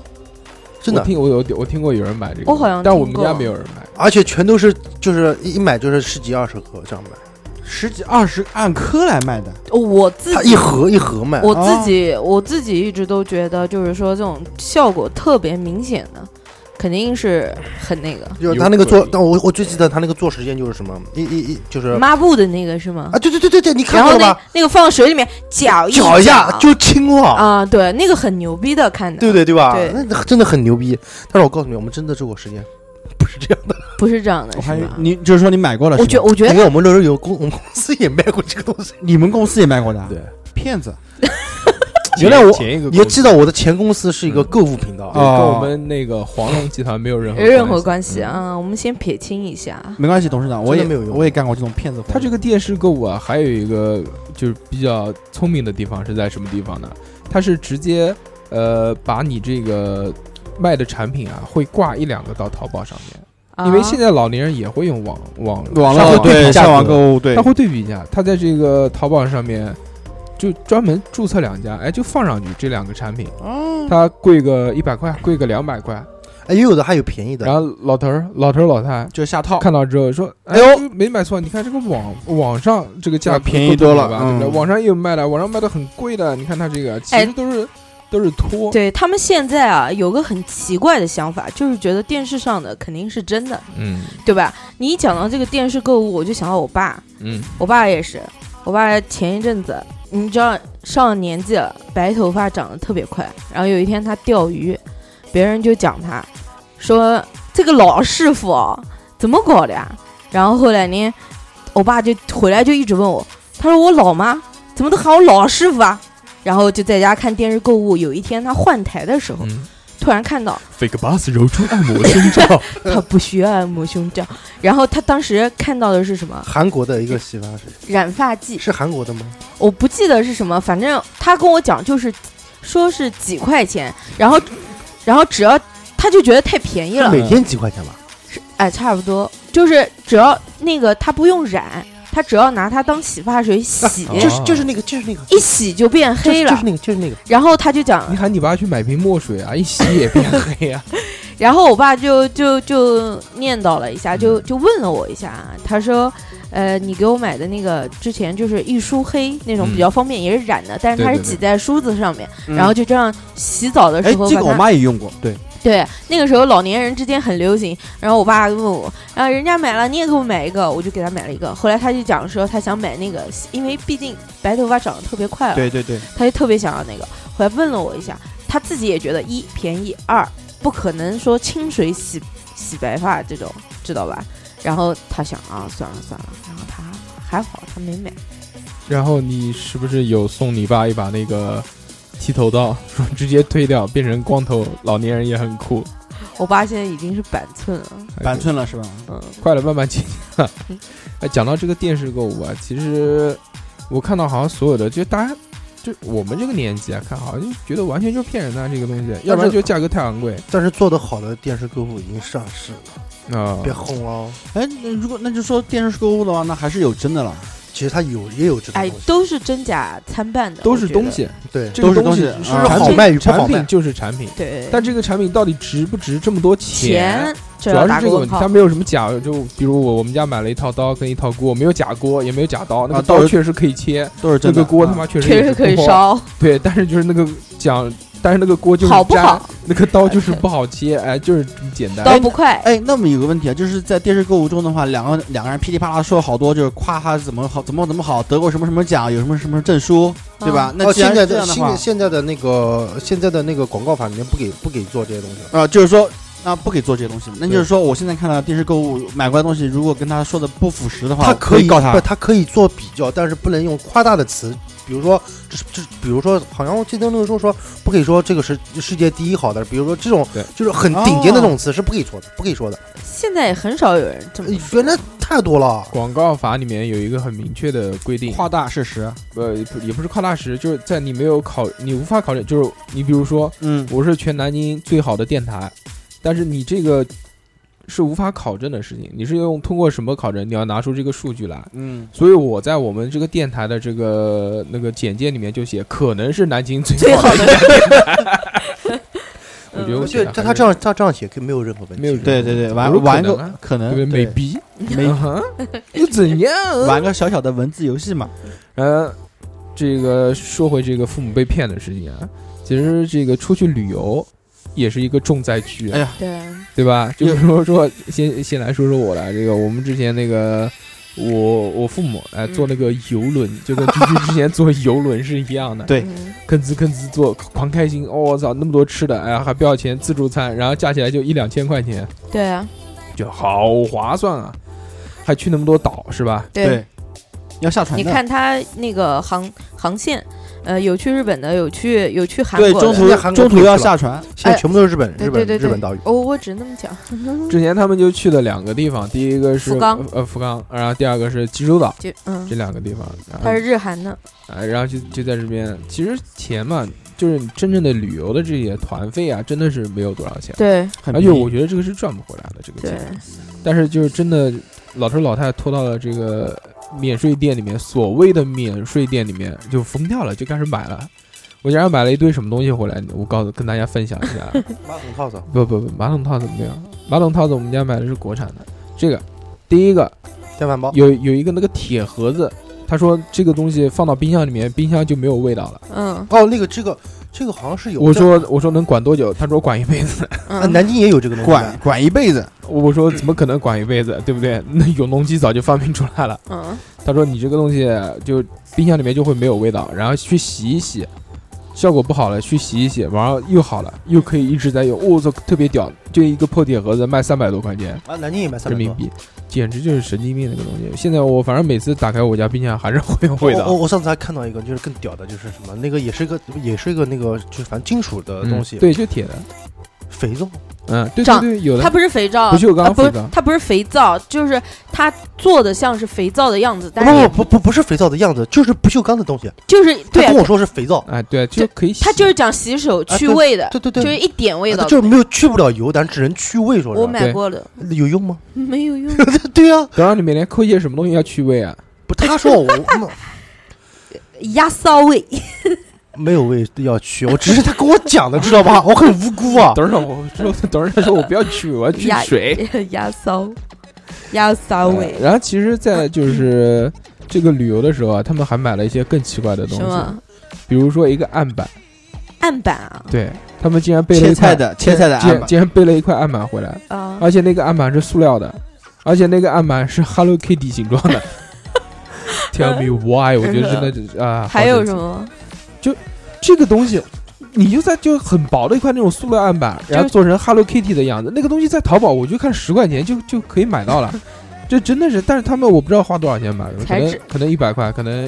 [SPEAKER 5] 真
[SPEAKER 1] 我
[SPEAKER 5] 的。
[SPEAKER 1] 听我有我听过有人买这个东西，
[SPEAKER 2] 我好像
[SPEAKER 1] 但
[SPEAKER 2] 听
[SPEAKER 1] 我们家
[SPEAKER 2] 过
[SPEAKER 1] 没有人买。
[SPEAKER 5] 而且全都是就是一一买就是十几二十盒这样买，
[SPEAKER 4] 十几二十按颗来卖的，
[SPEAKER 2] 哦我自
[SPEAKER 5] 它
[SPEAKER 2] 己
[SPEAKER 5] 一盒一盒卖。
[SPEAKER 2] 我自己、我自己一直都觉得，就是说这种效果特别明显的，肯定是很那个
[SPEAKER 5] 就是他那个
[SPEAKER 1] 有
[SPEAKER 5] 做
[SPEAKER 1] 可，以
[SPEAKER 5] 但我我最记得他那个做实验就是什么，一一一就是啊，
[SPEAKER 2] 抹布的那个是吗？
[SPEAKER 5] 对对对对对，你看
[SPEAKER 2] 然
[SPEAKER 5] 过
[SPEAKER 2] 后
[SPEAKER 5] 了
[SPEAKER 2] 那
[SPEAKER 5] 吧？
[SPEAKER 2] 那个放水里面搅一
[SPEAKER 5] 搅一下就清了，
[SPEAKER 2] 啊、对，那个很牛逼的，看的
[SPEAKER 5] 对不对对吧
[SPEAKER 2] 对？
[SPEAKER 5] 那那真的很牛逼。但是我告诉你，我们真的做过实验，不是这样的。
[SPEAKER 2] 不是这样
[SPEAKER 4] 我
[SPEAKER 2] 的，
[SPEAKER 4] 还
[SPEAKER 2] 是
[SPEAKER 4] 以
[SPEAKER 2] 吧？
[SPEAKER 4] 你就是说你买过了是
[SPEAKER 2] 我
[SPEAKER 4] 吗？
[SPEAKER 2] 觉我觉
[SPEAKER 5] 因
[SPEAKER 2] 得
[SPEAKER 5] 为我们那时候有公，我们公司也卖过这个东西。
[SPEAKER 4] 你们公司也卖过的，
[SPEAKER 5] 对，
[SPEAKER 4] 骗子
[SPEAKER 5] 原来我
[SPEAKER 1] 前一个
[SPEAKER 5] 你要记得我的前公司是一个购物频道，
[SPEAKER 4] 啊
[SPEAKER 1] 对，跟我们那个黄龙集团没有任何
[SPEAKER 2] 没任何关系
[SPEAKER 1] 嗯
[SPEAKER 2] 啊。我们先撇清一下，
[SPEAKER 4] 没关系，董事长，我也
[SPEAKER 5] 真的没有用
[SPEAKER 4] 我也干过这种骗子活。
[SPEAKER 1] 它这个电视购物啊，还有一个就是比较聪明的地方是在什么地方呢？它是直接呃把你这个卖的产品啊，会挂一两个到淘宝上面，
[SPEAKER 2] 啊
[SPEAKER 1] 因为现在老年人也会用网网
[SPEAKER 4] 网
[SPEAKER 1] 它
[SPEAKER 4] 络
[SPEAKER 1] 会对比
[SPEAKER 4] 对
[SPEAKER 1] 价
[SPEAKER 4] 上
[SPEAKER 1] 格
[SPEAKER 4] 网购物对
[SPEAKER 1] 他，会对比一下，他在这个淘宝上面就专门注册两家，哎，就放上去这两个产品，它贵个一百块， *laughs* 贵个两百块，
[SPEAKER 5] 哎，也有的还有便宜的
[SPEAKER 1] 然。后老头儿、老头儿、老太太
[SPEAKER 4] 就下套。
[SPEAKER 1] 看到之后说：“哎
[SPEAKER 4] 哎呦
[SPEAKER 1] 呦，没买错，你看这个网网上这个价格
[SPEAKER 4] 便宜多了
[SPEAKER 1] 吧？对不对
[SPEAKER 4] 嗯
[SPEAKER 1] 网上也有卖的，网上卖的很贵的，你看它这个其
[SPEAKER 2] 哎
[SPEAKER 1] 实都是都是托，
[SPEAKER 2] 对他们现在啊，有个很奇怪的想法，就是觉得电视上的肯定是真的，
[SPEAKER 1] 嗯
[SPEAKER 2] 对吧？你一讲到这个电视购物，我就想到我爸，
[SPEAKER 1] 嗯，
[SPEAKER 2] 我爸也是，我爸前一阵子，你知道上了年纪了，白头发长得特别快。然后有一天他钓鱼，别人就讲他，说这个老师傅啊怎么搞的呀？然后后来呢，我爸就回来就一直问我，他说我老妈怎么都喊我老师傅啊？然后就在家看电视购物。有一天他换台的时候，
[SPEAKER 1] 嗯
[SPEAKER 2] 突然看到
[SPEAKER 1] fake bus 揉出按摩胸罩，
[SPEAKER 2] 他不啊需要按摩胸罩，然后他当时看到的是什么
[SPEAKER 5] 韩国的一个洗发水
[SPEAKER 2] 染发剂，
[SPEAKER 5] 是韩国的吗？
[SPEAKER 2] 我不记得是什么，反正他跟我讲就是说是几块钱，然后然后只要他就觉得太便宜了，
[SPEAKER 5] 每天几块钱吧？
[SPEAKER 2] 哎，差不多就是只要那个他不用染，他只要拿它当洗发水洗，
[SPEAKER 1] 啊
[SPEAKER 5] 就是就是那个就是那个
[SPEAKER 2] 一洗就变黑
[SPEAKER 5] 就是
[SPEAKER 2] 了
[SPEAKER 5] 就。是那个就是那个。
[SPEAKER 2] 然后他就讲
[SPEAKER 1] 哎你，喊你爸去买瓶墨水啊，一洗也变黑啊，
[SPEAKER 2] 然后我爸就就就念叨了一下，就就问了我一下，他说。呃，你给我买的那个之前就是一梳黑那种
[SPEAKER 1] 嗯
[SPEAKER 2] 比较方便，也是染的，但是它
[SPEAKER 1] 对
[SPEAKER 2] 是
[SPEAKER 1] 对对
[SPEAKER 2] 挤在梳子上面，
[SPEAKER 4] 嗯
[SPEAKER 2] 然后就这样洗澡的
[SPEAKER 4] 哎
[SPEAKER 2] 时候，
[SPEAKER 4] 这
[SPEAKER 2] 把
[SPEAKER 4] 个我
[SPEAKER 2] 它
[SPEAKER 4] 妈也用过，对，
[SPEAKER 2] 对，那个时候老年人之间很流行，然后我爸问我，然后人家买了，你也给我买一个，我就给他买了一个。后来他就讲说他想买那个，因为毕竟白头发长得特别快了，
[SPEAKER 4] 对对对，
[SPEAKER 2] 他就特别想要那个。后来问了我一下，他自己也觉得一便宜，二不可能说清水洗洗白发这种，知道吧？然后他想啊，算了算了，然后他还好他没买，
[SPEAKER 1] 然后你是不是有送你爸一把那个剃头刀，说直接推掉变成光头，老年人也很酷，哎
[SPEAKER 2] 我爸现在已经是板寸了，
[SPEAKER 4] 板寸了是吧？
[SPEAKER 2] 嗯，
[SPEAKER 1] 快了，慢慢进去了。 *laughs* 哎，讲到这个电视购物啊，其实我看到好像所有的，就大家，就我们这个年纪啊，看好像就觉得完全就是骗人的、啊这个东西，要不然就价格太昂贵
[SPEAKER 5] 但是做的好的电视购物已经上市了，
[SPEAKER 1] 啊。
[SPEAKER 5] 别哄哦。
[SPEAKER 4] 哎，那如果那就说电视购物的话，那还是有真的了，
[SPEAKER 5] 其实它有也有这种
[SPEAKER 2] 哎
[SPEAKER 5] 东，西，
[SPEAKER 2] 都是真假参半的，
[SPEAKER 1] 都
[SPEAKER 2] 我
[SPEAKER 1] 是
[SPEAKER 2] 觉
[SPEAKER 1] 东
[SPEAKER 2] 得，
[SPEAKER 1] 西，
[SPEAKER 5] 对，
[SPEAKER 1] 这个
[SPEAKER 4] 都是
[SPEAKER 1] 西
[SPEAKER 4] 东西
[SPEAKER 1] 是
[SPEAKER 4] 啊
[SPEAKER 1] 好
[SPEAKER 5] 好卖与不
[SPEAKER 1] 产
[SPEAKER 5] 好卖
[SPEAKER 1] 品就是产品，
[SPEAKER 2] 对，
[SPEAKER 1] 但这个产品到底值不值这么多钱？
[SPEAKER 2] 钱
[SPEAKER 1] 主
[SPEAKER 2] 主
[SPEAKER 1] 要
[SPEAKER 2] 啊打
[SPEAKER 1] 是这个问
[SPEAKER 2] 问
[SPEAKER 1] 题，
[SPEAKER 2] 号
[SPEAKER 1] 它。没有什么假，就比如我我们家买了一套刀跟一套锅，没有假锅，也没有假刀，那
[SPEAKER 4] 啊
[SPEAKER 1] 个
[SPEAKER 4] 都
[SPEAKER 1] 刀
[SPEAKER 4] 是
[SPEAKER 1] 确实可以切，
[SPEAKER 4] 都是
[SPEAKER 1] 那
[SPEAKER 4] 真的。
[SPEAKER 1] 个锅
[SPEAKER 4] 啊
[SPEAKER 1] 他妈确实
[SPEAKER 2] 确
[SPEAKER 1] 也
[SPEAKER 2] 实
[SPEAKER 1] 是
[SPEAKER 2] 可以
[SPEAKER 1] 锅
[SPEAKER 2] 烧，
[SPEAKER 1] 对，但是就是那个讲，但是那个锅就是
[SPEAKER 2] 好不好
[SPEAKER 1] 粘？那个刀就是不好切，哎，就是这么简单。
[SPEAKER 2] 刀不快，
[SPEAKER 4] 哎，那么有个问题啊，就是在电视购物中的话，两个两个人噼里啪啦说好多，就是夸他怎么好，怎么怎么好，得过什么什么奖，有什么什么证书，对
[SPEAKER 2] 嗯
[SPEAKER 4] 吧？那
[SPEAKER 5] 哦，
[SPEAKER 4] 既然
[SPEAKER 5] 现
[SPEAKER 4] 是这
[SPEAKER 5] 在的
[SPEAKER 4] 样的
[SPEAKER 5] 现
[SPEAKER 4] 话
[SPEAKER 5] 在，现在的那个现在的那个广告法里面不给不给做这些东西了。
[SPEAKER 4] 啊，就是说。啊，不给做这些东西嘛，那就
[SPEAKER 5] 对
[SPEAKER 4] 是说，我现在看到电视购物买过来的东西，如果跟他说的不符实的话，
[SPEAKER 1] 啊
[SPEAKER 5] 它
[SPEAKER 4] 我可
[SPEAKER 5] 以
[SPEAKER 4] 告他
[SPEAKER 5] 不，。它可以做比较，但是不能用夸大的词，比如说，这是这是，比如说，好像我记得那个时候说，不可以说这个是世界第一好的，比如说这种
[SPEAKER 1] 对哦
[SPEAKER 5] 就是很顶尖的那种词是不可以说的，不可以说的。
[SPEAKER 2] 现在也很少有人这么
[SPEAKER 5] 呃
[SPEAKER 2] 说
[SPEAKER 5] 原来太多了，
[SPEAKER 1] 广告法里面有一个很明确的规定，
[SPEAKER 4] 夸大事实，
[SPEAKER 1] 呃，不也不是夸大实，就是在你没有考，你无法考虑，就是你比如说
[SPEAKER 4] 嗯，
[SPEAKER 1] 我是全南京最好的电台，但是你这个是无法考证的事情，你是用通过什么考证？你要拿出这个数据来。
[SPEAKER 4] 嗯，
[SPEAKER 1] 所以我在我们这个电台的这个那个简介里面就写，可能是南京最
[SPEAKER 2] 最
[SPEAKER 1] 好
[SPEAKER 2] 好
[SPEAKER 1] 的。
[SPEAKER 2] 的。
[SPEAKER 1] 我觉得我
[SPEAKER 5] 我
[SPEAKER 1] 写
[SPEAKER 5] 觉
[SPEAKER 1] 的
[SPEAKER 5] 得他这样他这样写可以没有任何问题，
[SPEAKER 1] 没有
[SPEAKER 4] 对对对，玩
[SPEAKER 1] 我说可
[SPEAKER 4] 玩
[SPEAKER 1] 能
[SPEAKER 4] 个嗯
[SPEAKER 1] 啊
[SPEAKER 4] 可能
[SPEAKER 1] 对不对？美逼，嗯
[SPEAKER 4] 没 *laughs*
[SPEAKER 1] 又怎样？
[SPEAKER 4] 玩个小小的文字游戏嘛，
[SPEAKER 1] 呃，这个说回这个父母被骗的事情啊，其实这个出去旅游也是一个重灾区，
[SPEAKER 4] 哎呀
[SPEAKER 2] 嗯对，
[SPEAKER 1] 对吧？
[SPEAKER 4] *laughs*
[SPEAKER 1] 就比如说，先先来说说我来这个，我们之前那个。我我父母哎
[SPEAKER 4] 嗯
[SPEAKER 1] 坐那个游轮，就跟居居之前坐游轮是一样的，
[SPEAKER 4] 对
[SPEAKER 2] 嗯
[SPEAKER 1] 吭哧吭哧坐，狂开心。哦，我操，那么多吃的，哎呀还不要钱，自助餐，然后加起来就一两千块钱。
[SPEAKER 2] 对啊，
[SPEAKER 1] 就好划算啊，还去那么多岛是吧？
[SPEAKER 2] 对，
[SPEAKER 4] 要下船
[SPEAKER 2] 你
[SPEAKER 4] 的。
[SPEAKER 2] 看它那个航航线，呃，有去日本的，有去有去韩
[SPEAKER 4] 对，
[SPEAKER 2] 国
[SPEAKER 4] 中
[SPEAKER 2] 的。
[SPEAKER 4] 途
[SPEAKER 5] 那韩国
[SPEAKER 4] 中途
[SPEAKER 5] 退
[SPEAKER 4] 要
[SPEAKER 5] 出了
[SPEAKER 4] 下船，
[SPEAKER 5] 现在全部都是日本、
[SPEAKER 2] 对
[SPEAKER 5] 日本、
[SPEAKER 2] 哎对对对
[SPEAKER 5] 日本岛屿。
[SPEAKER 2] 哦，我只能那么讲，
[SPEAKER 1] 之前他们就去了两个地方，第一个是
[SPEAKER 2] 福冈
[SPEAKER 1] 呃福冈，然后第二个是济州岛，
[SPEAKER 2] 就嗯
[SPEAKER 1] 这，两个地方。然后
[SPEAKER 2] 它是日韩的，
[SPEAKER 1] 啊，然后就就在这边，其实钱嘛，就是你真正的旅游的这些团费啊，真的是没有多少钱，
[SPEAKER 2] 对
[SPEAKER 4] 很
[SPEAKER 1] 而
[SPEAKER 4] 便
[SPEAKER 1] 且
[SPEAKER 4] 宜
[SPEAKER 1] 我觉得这个是赚不回来的这个
[SPEAKER 2] 对
[SPEAKER 1] 钱，，但是就是真的老头老太太拖到了这个免税店里面，所谓的免税店里面就疯掉了，就开始买了。我竟然买了一堆什么东西回来，我告诉跟大家分享一下。
[SPEAKER 4] *laughs*
[SPEAKER 5] 马桶套子，
[SPEAKER 1] 不不不，马桶套怎么样？马桶套子我们家买的是国产的，这个第一个
[SPEAKER 5] 电饭煲，
[SPEAKER 1] 有有一个那个铁盒子，他说这个东西放到冰箱里面，冰箱就没有味道了。
[SPEAKER 2] 嗯
[SPEAKER 5] 哦，那个这个这个好像是有。
[SPEAKER 1] 我说我说能管多久？他说管一辈子。
[SPEAKER 5] 啊，
[SPEAKER 2] 嗯，
[SPEAKER 5] 南京也有这个东西吧。
[SPEAKER 4] *laughs* 管管一辈子，
[SPEAKER 1] 我说怎么可能管一辈子，对不对？那永动机早就发明出来了。
[SPEAKER 2] 嗯
[SPEAKER 1] 他说你这个东西就冰箱里面就会没有味道，然后去洗一洗，效果不好了去洗一洗，然后又好了，又可以一直在用。我、操，特别屌！就一个破铁盒子卖三百多块钱
[SPEAKER 5] 啊，南京也卖三
[SPEAKER 1] 人
[SPEAKER 5] 百
[SPEAKER 1] 民
[SPEAKER 5] 多。
[SPEAKER 1] 币，简直就是神经病那个东西。现在我反正每次打开我家冰箱还是会有味 *laughs*
[SPEAKER 5] 我
[SPEAKER 1] 道。
[SPEAKER 5] 我我上次还看到一个，就是更屌的，就是什么那个也是一个也是一个那个就是反正金属的
[SPEAKER 1] 嗯
[SPEAKER 5] 东西，
[SPEAKER 1] 对，就铁的，
[SPEAKER 5] 肥皂，
[SPEAKER 1] 嗯，对对
[SPEAKER 2] 长
[SPEAKER 1] 对，有的
[SPEAKER 2] 它不是肥皂，
[SPEAKER 1] 不锈钢
[SPEAKER 2] 啊不是
[SPEAKER 1] 肥皂
[SPEAKER 2] 它不是肥皂，就是它做的像是肥皂的样子，但是也
[SPEAKER 5] 哦不不不不不是肥皂的样子，就是不锈钢的东西。
[SPEAKER 2] 就是
[SPEAKER 5] 他
[SPEAKER 2] 对
[SPEAKER 5] 跟，我说是肥皂，
[SPEAKER 1] 哎，对，就
[SPEAKER 2] 就
[SPEAKER 1] 可以洗。
[SPEAKER 2] 它就是讲洗手
[SPEAKER 5] 啊
[SPEAKER 2] 去
[SPEAKER 5] 对
[SPEAKER 2] 味的，
[SPEAKER 5] 对对
[SPEAKER 2] 就是
[SPEAKER 5] 对，
[SPEAKER 2] 一点味
[SPEAKER 5] 它
[SPEAKER 2] 道
[SPEAKER 5] 就。是没有去不了油，但只能去味，说
[SPEAKER 2] 我
[SPEAKER 5] 是吧
[SPEAKER 2] 买
[SPEAKER 1] 对
[SPEAKER 2] 过的，
[SPEAKER 5] 有用吗？
[SPEAKER 2] *laughs*
[SPEAKER 5] *laughs*
[SPEAKER 2] 没有用。
[SPEAKER 5] 对呀，
[SPEAKER 1] 然后里面连抠一些什么东西要去味 *laughs* 啊？
[SPEAKER 5] 不，他说我嗯
[SPEAKER 2] 压骚味，
[SPEAKER 5] 没有味要去，我只是他跟我讲的，知道吧？我很无辜啊。
[SPEAKER 1] 等会儿我说，等会儿他说我不要去味，我要去
[SPEAKER 2] 压
[SPEAKER 1] 水。
[SPEAKER 2] *laughs* 压骚，压骚味
[SPEAKER 1] 呃。然后其实，在
[SPEAKER 2] *laughs*
[SPEAKER 1] 就是这个旅游的时候啊，他们还买了一些更奇怪的东
[SPEAKER 2] 什
[SPEAKER 1] 西，
[SPEAKER 2] 么
[SPEAKER 1] 比如说一个案板，
[SPEAKER 2] 案板啊？
[SPEAKER 1] 对他们竟然背了
[SPEAKER 4] 切
[SPEAKER 1] 一块
[SPEAKER 4] 菜，的切菜的啊案
[SPEAKER 1] 竟
[SPEAKER 4] 板，
[SPEAKER 1] 竟然背了一块案板回来，
[SPEAKER 2] 啊，
[SPEAKER 1] 而且那个案板是塑料的，而且那个案板是 Hello Kitty 形状
[SPEAKER 2] *laughs*
[SPEAKER 1] 的。Tell me why？我觉得真的啊，好
[SPEAKER 2] 还有
[SPEAKER 1] 神奇
[SPEAKER 2] 什么？
[SPEAKER 1] 这个东西，你就在就很薄的一块那种塑料案板，然后做成 Hello Kitty 的样子，那个东西在淘宝我就看十块钱就就可以买
[SPEAKER 2] *laughs*
[SPEAKER 1] 到了。这真的是，但是他们我不知道花多少钱买的，可
[SPEAKER 2] 材
[SPEAKER 1] 能
[SPEAKER 2] 质
[SPEAKER 1] 可能一百块，可能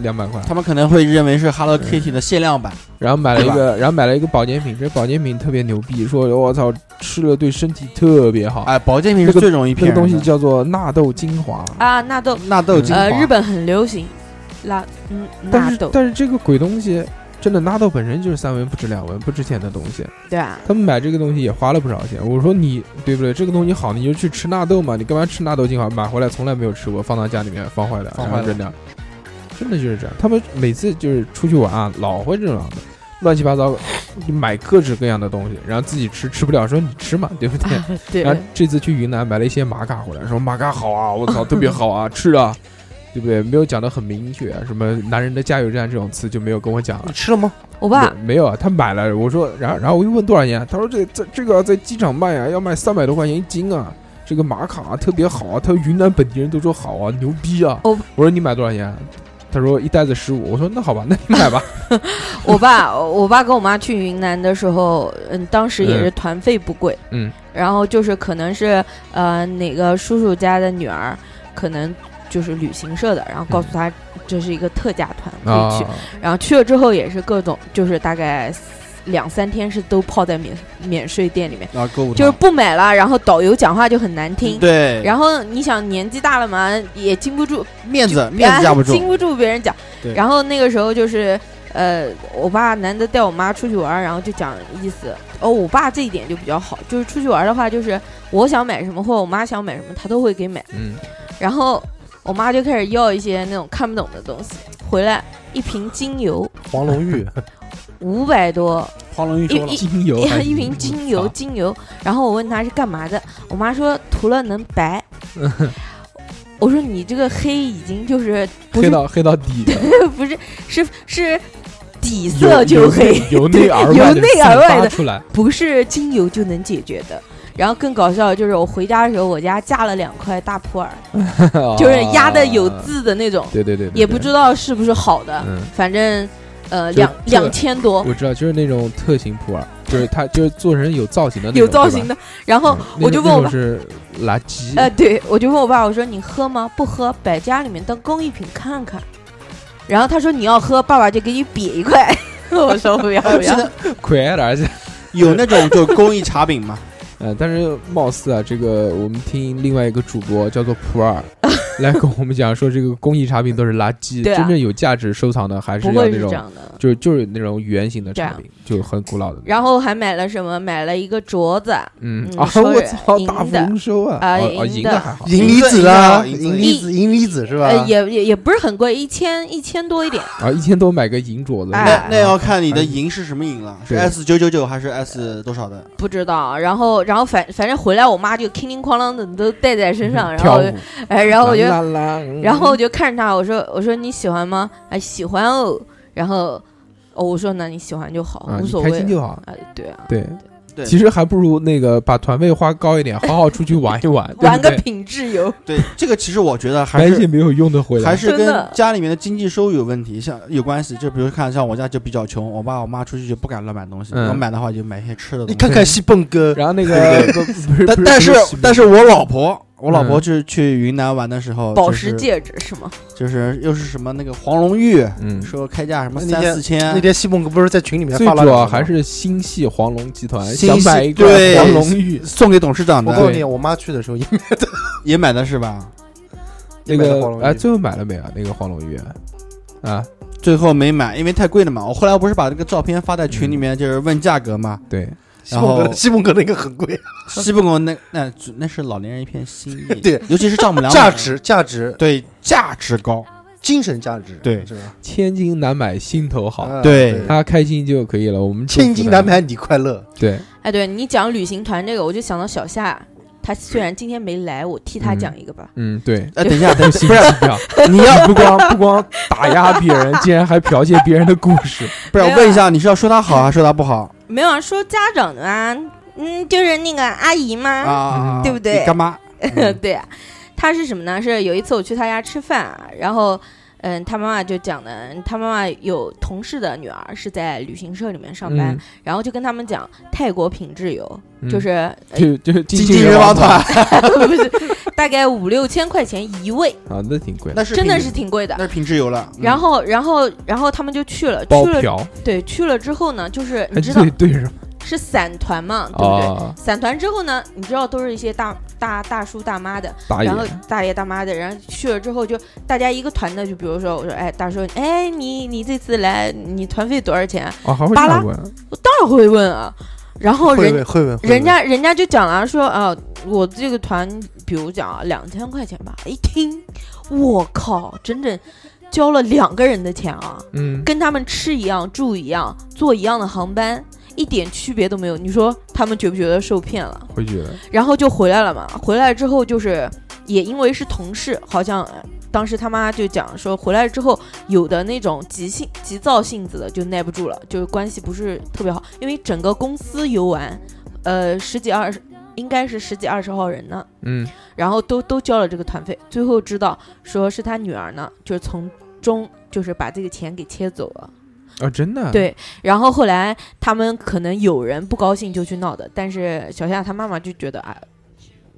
[SPEAKER 1] 两百块，
[SPEAKER 4] 他们可能会认为是 Hello Kitty 的限量版，
[SPEAKER 1] 然后买了一
[SPEAKER 4] 对
[SPEAKER 1] 个，然后买了一个保健品，这保健品特别牛逼，说我操，吃了对身体特别好。
[SPEAKER 4] 哎，保健品
[SPEAKER 1] 那
[SPEAKER 4] 是
[SPEAKER 1] 个
[SPEAKER 4] 最容易
[SPEAKER 1] 那
[SPEAKER 4] 骗
[SPEAKER 1] 个
[SPEAKER 4] 人的
[SPEAKER 1] 东西叫做纳豆精华，
[SPEAKER 2] 啊，纳豆，
[SPEAKER 4] 纳豆精华
[SPEAKER 2] 呃，，日本很流行，纳嗯
[SPEAKER 1] 但
[SPEAKER 2] 纳
[SPEAKER 1] 是
[SPEAKER 2] 豆，
[SPEAKER 1] 但是这个鬼东西，真的纳豆本身就是三文不值两文不值钱的东西，
[SPEAKER 2] 对啊，
[SPEAKER 1] 他们买这个东西也花了不少钱。我说你对不对？这个东西好，你就去吃纳豆嘛，你干嘛吃纳豆精华？买回来从来没有吃过，放到家里面放坏了，
[SPEAKER 4] 放
[SPEAKER 1] 然后
[SPEAKER 4] 坏了
[SPEAKER 1] 扔掉。真的就是这样，他们每次就是出去玩啊，老会这样的，乱七八糟买各式各样的东西，然后自己吃吃不了，说你吃嘛，对不对？
[SPEAKER 2] 对
[SPEAKER 1] 然后这次去云南买了一些玛卡回来，说玛卡好啊，我操，特别好啊，吃啊，对不对？没有讲的很明确，啊什么男人的加油站这种词就没有跟我讲了
[SPEAKER 5] 你。吃了吗？
[SPEAKER 2] 我爸
[SPEAKER 1] 没没有啊，他买了。我说，然后然后我又问多少啊钱，他说这这这个在机场卖啊，要卖三百多块钱一斤啊。这个玛卡、啊、特别好啊，他说云南本地人都说好啊，牛逼啊。
[SPEAKER 2] 哦
[SPEAKER 1] 我说你买多少钱啊？他说一袋子十五。我说那好吧，那你
[SPEAKER 2] *laughs*
[SPEAKER 1] 买吧。
[SPEAKER 2] 我爸，我爸跟我妈去云南的时候，嗯，当时也是团费不贵，
[SPEAKER 1] 嗯，
[SPEAKER 2] 然后就是可能是呃哪个叔叔家的女儿，可能就是旅行社的，然后告诉他这是一个特价团可
[SPEAKER 1] 哦啊
[SPEAKER 2] 以去，然后去了之后也是各种就是大概两三天是都泡在免免税店里面，
[SPEAKER 4] 啊，购物
[SPEAKER 2] 就是
[SPEAKER 4] 团
[SPEAKER 2] 不买了，然后导游讲话就很难听。
[SPEAKER 4] 对，
[SPEAKER 2] 然后你想年纪大了嘛，也经不住哎
[SPEAKER 4] 面子面子架不
[SPEAKER 2] 经
[SPEAKER 4] 住，
[SPEAKER 2] 不住别人讲
[SPEAKER 4] 对。
[SPEAKER 2] 然后那个时候就是，呃，我爸难得带我妈出去玩儿，然后就讲意思。哦，我爸这一点就比较好，就是出去玩儿的话，就是我想买什么或者我妈想买什么，他都会给买。
[SPEAKER 1] 嗯，
[SPEAKER 2] 然后我妈就开始要一些那种看不懂的东西，回来一瓶精油
[SPEAKER 5] 黄龙玉，
[SPEAKER 2] 五百多，
[SPEAKER 4] 黄龙玉
[SPEAKER 2] 说了一
[SPEAKER 1] 精油啊还
[SPEAKER 2] *laughs* 一
[SPEAKER 1] 是
[SPEAKER 2] 一瓶精油，精油。然后我问她是干嘛的，我妈说涂了能 *laughs* 白。我说你这个黑已经就是不
[SPEAKER 1] 黑
[SPEAKER 2] 是
[SPEAKER 1] 到黑到底，
[SPEAKER 2] *laughs* 不是，是是底
[SPEAKER 1] 由
[SPEAKER 2] 色就黑，， *laughs*
[SPEAKER 1] 由由内而外
[SPEAKER 2] 由内而外
[SPEAKER 1] 散发
[SPEAKER 2] 的
[SPEAKER 1] 出来。
[SPEAKER 2] 不是精油就能解决的。然后更搞笑的就是我回家的时候，我家架了两块大普洱， *laughs* 就是压的有
[SPEAKER 1] 啊。
[SPEAKER 2] 字的那种，
[SPEAKER 1] 对对对，对
[SPEAKER 2] 也不知道是不是好的，
[SPEAKER 1] 嗯
[SPEAKER 2] 反正呃
[SPEAKER 1] 就这
[SPEAKER 2] 两
[SPEAKER 1] 个
[SPEAKER 2] 两千多，
[SPEAKER 1] 我知道，就是那种特型普洱，就是它就是做成有造型的那种，
[SPEAKER 2] 有造型的。然
[SPEAKER 1] 对吧。
[SPEAKER 2] 后
[SPEAKER 1] 嗯
[SPEAKER 2] 哦我就问我
[SPEAKER 1] 那种那种
[SPEAKER 2] 爸，
[SPEAKER 1] 是垃圾， *laughs*
[SPEAKER 2] 呃，对我就问我爸，我说你喝吗？不喝，摆家里面当工艺品看看。然后他说你要喝，爸爸就给你瘪一块。 *laughs* 我说不要不要
[SPEAKER 4] 现，在
[SPEAKER 1] 快点儿去。
[SPEAKER 4] 有那种就是工艺茶饼
[SPEAKER 2] *laughs*
[SPEAKER 4] 嘛，
[SPEAKER 1] 呃，但是貌似啊，这个我们听另外一个主播叫做普
[SPEAKER 2] *laughs*
[SPEAKER 1] 洱，来跟我们讲说，这个工艺产品都是垃圾，
[SPEAKER 2] 对啊
[SPEAKER 1] 真正有价值收藏的还是
[SPEAKER 2] 不
[SPEAKER 1] 要
[SPEAKER 2] 会
[SPEAKER 1] 那
[SPEAKER 2] 是这
[SPEAKER 1] 种，
[SPEAKER 2] 样的。
[SPEAKER 1] 就是就是那种圆形的
[SPEAKER 2] 对啊
[SPEAKER 1] 产品，就很古老的那种。
[SPEAKER 2] 然后还买了什么？买了一个镯子，
[SPEAKER 1] 嗯
[SPEAKER 2] 嗯
[SPEAKER 1] 啊，
[SPEAKER 2] 说
[SPEAKER 1] 我
[SPEAKER 2] 是
[SPEAKER 1] 操，
[SPEAKER 2] 银
[SPEAKER 1] 大
[SPEAKER 2] 的
[SPEAKER 1] 丰收啊！
[SPEAKER 2] 啊
[SPEAKER 1] 哦哦，
[SPEAKER 2] 银
[SPEAKER 1] 银
[SPEAKER 2] 的
[SPEAKER 1] 还好，
[SPEAKER 5] 银离子啊，
[SPEAKER 4] 银子
[SPEAKER 5] 银离子，银离子是吧？
[SPEAKER 2] 呃，也也也不是很贵，一千一千多一点。
[SPEAKER 1] 啊，一千多买个银镯子。
[SPEAKER 2] 哎
[SPEAKER 4] 那那要
[SPEAKER 1] 啊
[SPEAKER 4] 看你的银是什么银了，是
[SPEAKER 1] 对
[SPEAKER 4] S 九九九还是 S 多少的？
[SPEAKER 2] 不知道，然后然后反反正回来，我妈就叮叮哐啷的都带在身上，然
[SPEAKER 1] 跳
[SPEAKER 2] 后
[SPEAKER 1] 舞，
[SPEAKER 2] 哎，然后我就
[SPEAKER 1] 啦啦啦嗯
[SPEAKER 2] 然后我就看着他，我说我说你喜欢吗？哎，喜欢哦。然后哦，我说那你喜欢就好，
[SPEAKER 1] 啊
[SPEAKER 2] 无
[SPEAKER 1] 你
[SPEAKER 2] 所
[SPEAKER 1] 开
[SPEAKER 2] 谓
[SPEAKER 1] 心。就好。
[SPEAKER 2] 哎，对啊，
[SPEAKER 1] 对
[SPEAKER 4] 对
[SPEAKER 1] 其实还不如那个把团费花高一点，好好出去玩一玩，对不
[SPEAKER 2] *laughs* 玩个
[SPEAKER 1] 对
[SPEAKER 2] 品质游，
[SPEAKER 4] 对，这个其实我觉得还
[SPEAKER 1] 买一些
[SPEAKER 4] 是
[SPEAKER 1] 没有用的回来。
[SPEAKER 4] 还是
[SPEAKER 2] 真
[SPEAKER 4] 跟
[SPEAKER 2] 的
[SPEAKER 4] 家里面的经济收入有问题，像有关系。就比如看像我家就比较穷，我爸我妈出去就不敢乱买东西，
[SPEAKER 1] 嗯
[SPEAKER 4] 我买的话就买一些吃的东
[SPEAKER 5] 你
[SPEAKER 4] 西。
[SPEAKER 5] 看看西蹦哥，
[SPEAKER 1] 然后那个不不是，
[SPEAKER 4] 但
[SPEAKER 1] 不
[SPEAKER 4] 但是
[SPEAKER 1] 不
[SPEAKER 4] 但是我老婆，我老婆
[SPEAKER 1] 嗯
[SPEAKER 4] 就是去云南玩的时候，
[SPEAKER 2] 宝
[SPEAKER 4] 就
[SPEAKER 2] 石
[SPEAKER 4] 是
[SPEAKER 2] 戒指是吗？
[SPEAKER 4] 就是又是什么那个黄龙玉，
[SPEAKER 1] 嗯，
[SPEAKER 4] 说开价什么
[SPEAKER 5] 那
[SPEAKER 4] 三
[SPEAKER 5] 天
[SPEAKER 4] 四千，
[SPEAKER 5] 那天西蹦哥不是在群里面
[SPEAKER 1] 最
[SPEAKER 5] 发了
[SPEAKER 1] 主
[SPEAKER 5] 两
[SPEAKER 1] 要
[SPEAKER 5] 个
[SPEAKER 1] 还
[SPEAKER 5] 吗
[SPEAKER 1] 是心系黄龙集团，
[SPEAKER 4] 心
[SPEAKER 1] 想
[SPEAKER 4] 系
[SPEAKER 1] 买一个
[SPEAKER 4] 对
[SPEAKER 1] 黄龙玉，
[SPEAKER 4] 送给董事长
[SPEAKER 5] 我告诉
[SPEAKER 4] 的
[SPEAKER 1] 对
[SPEAKER 5] 你，我妈去的时候也
[SPEAKER 4] 也买的是吧？
[SPEAKER 1] 那
[SPEAKER 5] 买了
[SPEAKER 1] 个
[SPEAKER 5] 黄龙玉
[SPEAKER 1] 哎，最后买了没有？那个黄龙玉啊，
[SPEAKER 4] 最后没买，因为太贵了嘛。我后来不是把这个照片发在群里面，就是问价格嘛。
[SPEAKER 1] 对，
[SPEAKER 5] 西
[SPEAKER 4] 然
[SPEAKER 5] 蒙哥
[SPEAKER 4] 后
[SPEAKER 5] 的西蒙哥那个很贵，
[SPEAKER 4] 西部公那那那是老年人一片心 *laughs* 意，
[SPEAKER 5] 对，
[SPEAKER 4] 尤其是丈母娘
[SPEAKER 5] 价，值价值，
[SPEAKER 4] 对价值高，
[SPEAKER 5] 精神价值，
[SPEAKER 4] 对
[SPEAKER 5] 是吧？
[SPEAKER 1] 千金难买心头好，
[SPEAKER 5] 啊
[SPEAKER 4] 对
[SPEAKER 1] 他开心就可以了。我们祝福
[SPEAKER 5] 千金
[SPEAKER 1] 他
[SPEAKER 5] 难，买你快乐，
[SPEAKER 1] 对，
[SPEAKER 2] 哎，对你讲旅行团这个，我就想到小夏，他虽然今天没来，我替他
[SPEAKER 1] 嗯
[SPEAKER 2] 讲一个吧。
[SPEAKER 1] 嗯，
[SPEAKER 4] *laughs*
[SPEAKER 1] 对。
[SPEAKER 4] 哎，等一下，等
[SPEAKER 1] 不
[SPEAKER 4] 一下
[SPEAKER 1] 行，不是你 *laughs* 要不光不光打压别人， *laughs* 竟然还剽窃别人的故
[SPEAKER 2] *laughs*
[SPEAKER 1] 事，
[SPEAKER 4] 不
[SPEAKER 2] 没
[SPEAKER 4] 是
[SPEAKER 2] 有啊
[SPEAKER 4] 我问一下，你是要说他好还是说他不好
[SPEAKER 2] 没有啊，说家长的啊，嗯，就是那个阿姨嘛，
[SPEAKER 4] 啊？
[SPEAKER 2] 对不对 *laughs*
[SPEAKER 4] 你干妈，
[SPEAKER 2] 对啊，他是什么呢？是有一次我去他家吃饭啊，然后，嗯，他妈妈就讲的，他妈妈有同事的女儿是在旅行社里面上班，然后就跟他们讲泰国品质游，
[SPEAKER 1] 嗯，
[SPEAKER 2] 就是、 *laughs* 呃
[SPEAKER 1] 就就经
[SPEAKER 4] 经
[SPEAKER 1] 济
[SPEAKER 4] 济人
[SPEAKER 1] 王
[SPEAKER 4] 王团，
[SPEAKER 2] 不是大概五六千块钱一 *laughs* 位，
[SPEAKER 1] 啊，那挺贵的，
[SPEAKER 4] 那是
[SPEAKER 2] 真的
[SPEAKER 4] 品
[SPEAKER 2] 是挺贵的。
[SPEAKER 4] 那是品质油了。嗯
[SPEAKER 2] 然后，然后，然后他们就去了，去
[SPEAKER 1] 包
[SPEAKER 2] 了，
[SPEAKER 1] 嫖，
[SPEAKER 2] 对，去了之后呢，就是
[SPEAKER 1] 还
[SPEAKER 2] 你知道
[SPEAKER 1] *laughs* 对对什么
[SPEAKER 2] 是散团嘛，对不对？
[SPEAKER 1] 啊？
[SPEAKER 2] 散团之后呢，你知道都是一些大大大叔大妈的，
[SPEAKER 1] 打野
[SPEAKER 2] 然后大爷大妈的，然后去了之后就大家一个团的，就比如说我说，哎，大叔，哎，你你这次来，你团费多少钱啊？
[SPEAKER 1] 啊，还会这
[SPEAKER 2] 巴
[SPEAKER 1] 样
[SPEAKER 2] 拉
[SPEAKER 1] 问？
[SPEAKER 2] 我当然会问啊，然后
[SPEAKER 5] 会
[SPEAKER 2] 人
[SPEAKER 5] 问嗯会问，会
[SPEAKER 2] 人
[SPEAKER 5] 问
[SPEAKER 2] 家人家就讲了说啊，我这个团，比如讲啊，两千块钱吧，一听，我靠，整整交了两个人的钱啊，
[SPEAKER 1] 嗯，
[SPEAKER 2] 跟他们吃一样，住一样，坐一样的航班。一点区别都没有，你说他们觉不觉得受骗了？
[SPEAKER 1] 会觉得
[SPEAKER 2] 然后就回来了嘛。回来之后就是也因为是同事，好像呃当时他妈就讲说，回来之后有的那种急性急躁性子的就耐不住了，就是关系不是特别好，因为整个公司游玩，呃，十几二十。应该是十几二十号人呢，
[SPEAKER 1] 嗯，
[SPEAKER 2] 然后都都交了这个团费，最后知道说是他女儿呢，就是从中就是把这个钱给切走了，
[SPEAKER 1] 啊，真的，
[SPEAKER 2] 对，然后后来他们可能有人不高兴就去闹的，但是小夏她妈妈就觉得啊，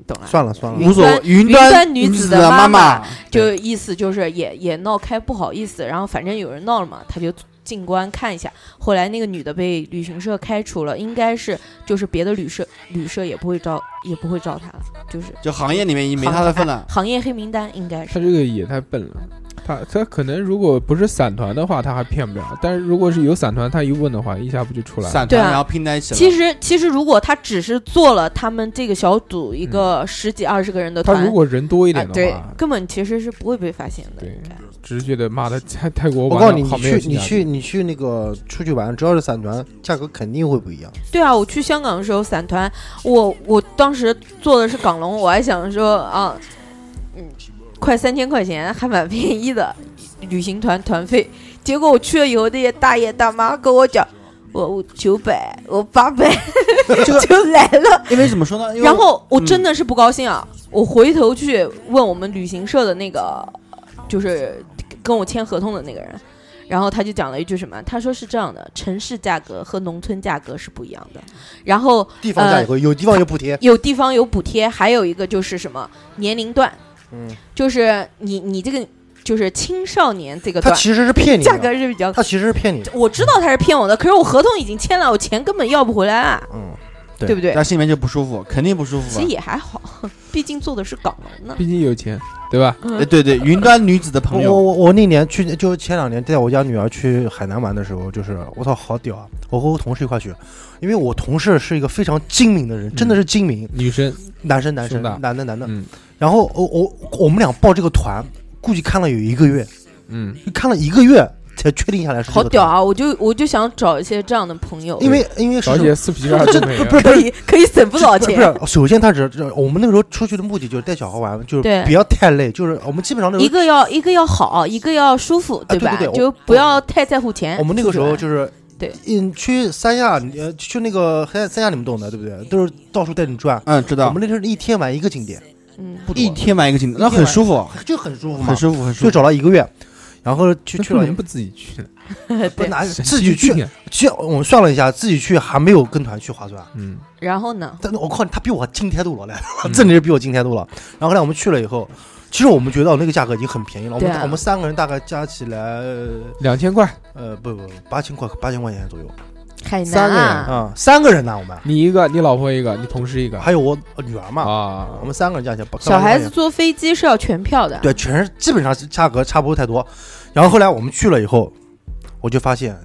[SPEAKER 2] 懂了，
[SPEAKER 5] 算了算了，
[SPEAKER 4] 无所谓
[SPEAKER 2] 云
[SPEAKER 4] 云
[SPEAKER 2] 端
[SPEAKER 4] 女
[SPEAKER 2] 女
[SPEAKER 4] 子
[SPEAKER 2] 子
[SPEAKER 4] 的
[SPEAKER 2] 的
[SPEAKER 4] 妈
[SPEAKER 2] 妈
[SPEAKER 4] 妈
[SPEAKER 2] 妈，就意思就是也也闹开不好意思，然后反正有人闹了嘛，他就进关看一下。后来那个女的被旅行社开除了，应该是就是别的旅社旅社也不会招也不会招她了，就是
[SPEAKER 4] 就行业里面已经没他的份了。
[SPEAKER 2] 行业黑名单应该
[SPEAKER 1] 他
[SPEAKER 2] 是。
[SPEAKER 1] 这个也太笨了。他他可能如果不是散团的话，他还骗不了；但是如果是有散团，他一问的话，一下不就出来了？
[SPEAKER 4] 散
[SPEAKER 2] 对
[SPEAKER 4] 团
[SPEAKER 2] 啊
[SPEAKER 4] 然后拼在一起了。
[SPEAKER 2] 其实其实如果他只是做了他们这个小组一个十几二十个人的团，
[SPEAKER 1] 他如果人多一
[SPEAKER 2] 啊
[SPEAKER 1] 点的
[SPEAKER 2] 对
[SPEAKER 1] 话，，
[SPEAKER 2] 根本其实是不会被发现的。
[SPEAKER 1] 对
[SPEAKER 2] 应该
[SPEAKER 1] 只是觉得妈的，在泰国
[SPEAKER 5] 我
[SPEAKER 1] 玩
[SPEAKER 5] 告诉
[SPEAKER 1] 得
[SPEAKER 5] 你，
[SPEAKER 1] 好啊
[SPEAKER 5] 你
[SPEAKER 1] 没有
[SPEAKER 5] 去
[SPEAKER 1] 性
[SPEAKER 5] 你
[SPEAKER 1] 价比
[SPEAKER 5] 去你去那个出去玩，只要是散团，价格肯定会不一样。
[SPEAKER 2] 对啊，我去香港的时候散团，我我当时坐的是港龙，我还想说啊，嗯，快三千块钱还蛮便宜的，旅行团团费。结果我去了以后，那些大爷大妈跟我讲，我我九百，我八百
[SPEAKER 4] 这个
[SPEAKER 2] 就来了。
[SPEAKER 4] 因为哎怎么说呢？因为
[SPEAKER 2] 然后我
[SPEAKER 4] 嗯
[SPEAKER 2] 真的是不高兴啊！我回头去问我们旅行社的那个，就是跟我签合同的那个人，然后他就讲了一句什么？他说是这样的，城市价格和农村价格是不一样的。然后
[SPEAKER 5] 地方
[SPEAKER 2] 呃
[SPEAKER 5] 价也会有地方有补贴，
[SPEAKER 2] 有地方有补贴，还有一个就是什么年龄段，
[SPEAKER 5] 嗯，
[SPEAKER 2] 就是你你这个就是青少年这个
[SPEAKER 5] 他
[SPEAKER 2] 段，
[SPEAKER 5] 其实是骗你
[SPEAKER 2] 价格
[SPEAKER 5] 的，
[SPEAKER 2] 是比较。
[SPEAKER 5] 他其实是骗你的，
[SPEAKER 2] 我知道他是骗我的，可是我合同已经签了，我钱根本要不回来啊，
[SPEAKER 5] 嗯，
[SPEAKER 2] 对
[SPEAKER 5] 对
[SPEAKER 2] 不对？
[SPEAKER 4] 但心里面就不舒服，肯定不舒服
[SPEAKER 2] 其
[SPEAKER 4] 啊
[SPEAKER 2] 实。也还好，毕竟做的是港人呢。
[SPEAKER 1] 毕竟有钱，对吧？
[SPEAKER 4] 哎，对对，云端女子的
[SPEAKER 5] 我
[SPEAKER 4] 朋友，
[SPEAKER 5] 我我那年去，就前两年带我家女儿去海南玩的时候，就是我操，好屌啊！我和我同事一块去，因为我同事是一个非常精明的人，真的是精明，
[SPEAKER 1] 女生，
[SPEAKER 5] 男生男
[SPEAKER 1] 嗯是
[SPEAKER 5] 生
[SPEAKER 1] 的
[SPEAKER 5] 男的男的。
[SPEAKER 1] 嗯
[SPEAKER 5] 然后我我我们俩报这个团，估计看了有一个月，
[SPEAKER 1] 嗯，
[SPEAKER 5] 看了一个月才确定下来是这
[SPEAKER 2] 好
[SPEAKER 5] 个
[SPEAKER 2] 屌
[SPEAKER 5] 团！
[SPEAKER 2] 啊！我就我就想找一些这样的朋友，
[SPEAKER 5] 因为因为是
[SPEAKER 1] 小姐四皮
[SPEAKER 5] *laughs*
[SPEAKER 1] 二都没有，
[SPEAKER 5] 不是
[SPEAKER 2] 可以 *laughs* 可以省不少
[SPEAKER 5] 不是
[SPEAKER 2] 钱
[SPEAKER 5] 不。是，首先他只是我们那个时候出去的目的就是带小孩玩，就是
[SPEAKER 2] 对
[SPEAKER 5] 不要太累，就是我们基本上那
[SPEAKER 2] 一
[SPEAKER 5] 时候
[SPEAKER 2] 个要一个要好，一个要舒服，
[SPEAKER 5] 对
[SPEAKER 2] 吧？
[SPEAKER 5] 对对
[SPEAKER 2] 就
[SPEAKER 5] 我
[SPEAKER 2] 不要太在乎钱。
[SPEAKER 5] 我们那个时候就是
[SPEAKER 2] 对，
[SPEAKER 5] 嗯，去三亚，呃，去那个三三亚你们懂的对不对？都是到处带你转。
[SPEAKER 4] 嗯，知
[SPEAKER 5] 我
[SPEAKER 4] 道
[SPEAKER 5] 们，那时候一天玩一个景点，
[SPEAKER 2] 嗯，
[SPEAKER 5] 不多
[SPEAKER 4] 一天玩一个景点，那
[SPEAKER 5] 一天
[SPEAKER 4] 很
[SPEAKER 5] 玩
[SPEAKER 4] 舒服，
[SPEAKER 5] 就很舒服嘛
[SPEAKER 4] 很，舒服，很舒服。
[SPEAKER 5] 就找了一个月，然后去
[SPEAKER 1] 那
[SPEAKER 5] 去
[SPEAKER 1] 不
[SPEAKER 5] 了
[SPEAKER 1] 能不自己去呢，
[SPEAKER 5] 不
[SPEAKER 2] *laughs*
[SPEAKER 4] 哎
[SPEAKER 2] 对。
[SPEAKER 5] 拿
[SPEAKER 1] 神 *laughs*
[SPEAKER 5] 自己
[SPEAKER 1] 经
[SPEAKER 5] 去，
[SPEAKER 1] 病啊
[SPEAKER 5] 去我们算了一下，自己去还没有跟团去划算。
[SPEAKER 1] 嗯，
[SPEAKER 2] 然后呢？
[SPEAKER 5] 但是我靠，他比我精态度了嘞，
[SPEAKER 1] 嗯
[SPEAKER 5] *laughs* 真的是比我精态度了。然后后来我们去了以后，其实我们觉得那个价格已经很便宜了，我
[SPEAKER 2] 对
[SPEAKER 5] 们
[SPEAKER 2] 啊
[SPEAKER 5] 我们三个人大概加起来，
[SPEAKER 1] 两千块，
[SPEAKER 5] 呃，不不，八千块八千块钱左右，
[SPEAKER 2] 海
[SPEAKER 5] 三
[SPEAKER 2] 南
[SPEAKER 5] 个人
[SPEAKER 2] 啊，
[SPEAKER 5] 啊，三个人呢，我们
[SPEAKER 1] 你一个，你老婆一个，你同事一个，
[SPEAKER 5] 还有我呃女儿嘛，
[SPEAKER 1] 啊
[SPEAKER 5] 我，们三个人加起来，八
[SPEAKER 2] 小孩子坐飞机是要全票的。
[SPEAKER 5] 对，全是基本上是价格差不多太多。然后后来我们去了以后，我就发现，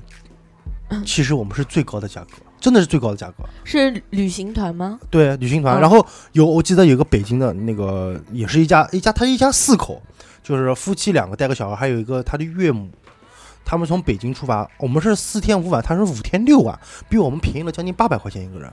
[SPEAKER 5] 其实我们是最高的价格，真的是最高的价格。
[SPEAKER 2] 是旅行团吗？
[SPEAKER 5] 对，旅行团。
[SPEAKER 2] 嗯
[SPEAKER 5] 然后有我记得有个北京的那个，也是一家一家，他一家四口，就是夫妻两个带个小孩，还有一个他的岳母。他们从北京出发，我们是四天五晚，他是五天六晚，比我们便宜了将近八百块钱一个人。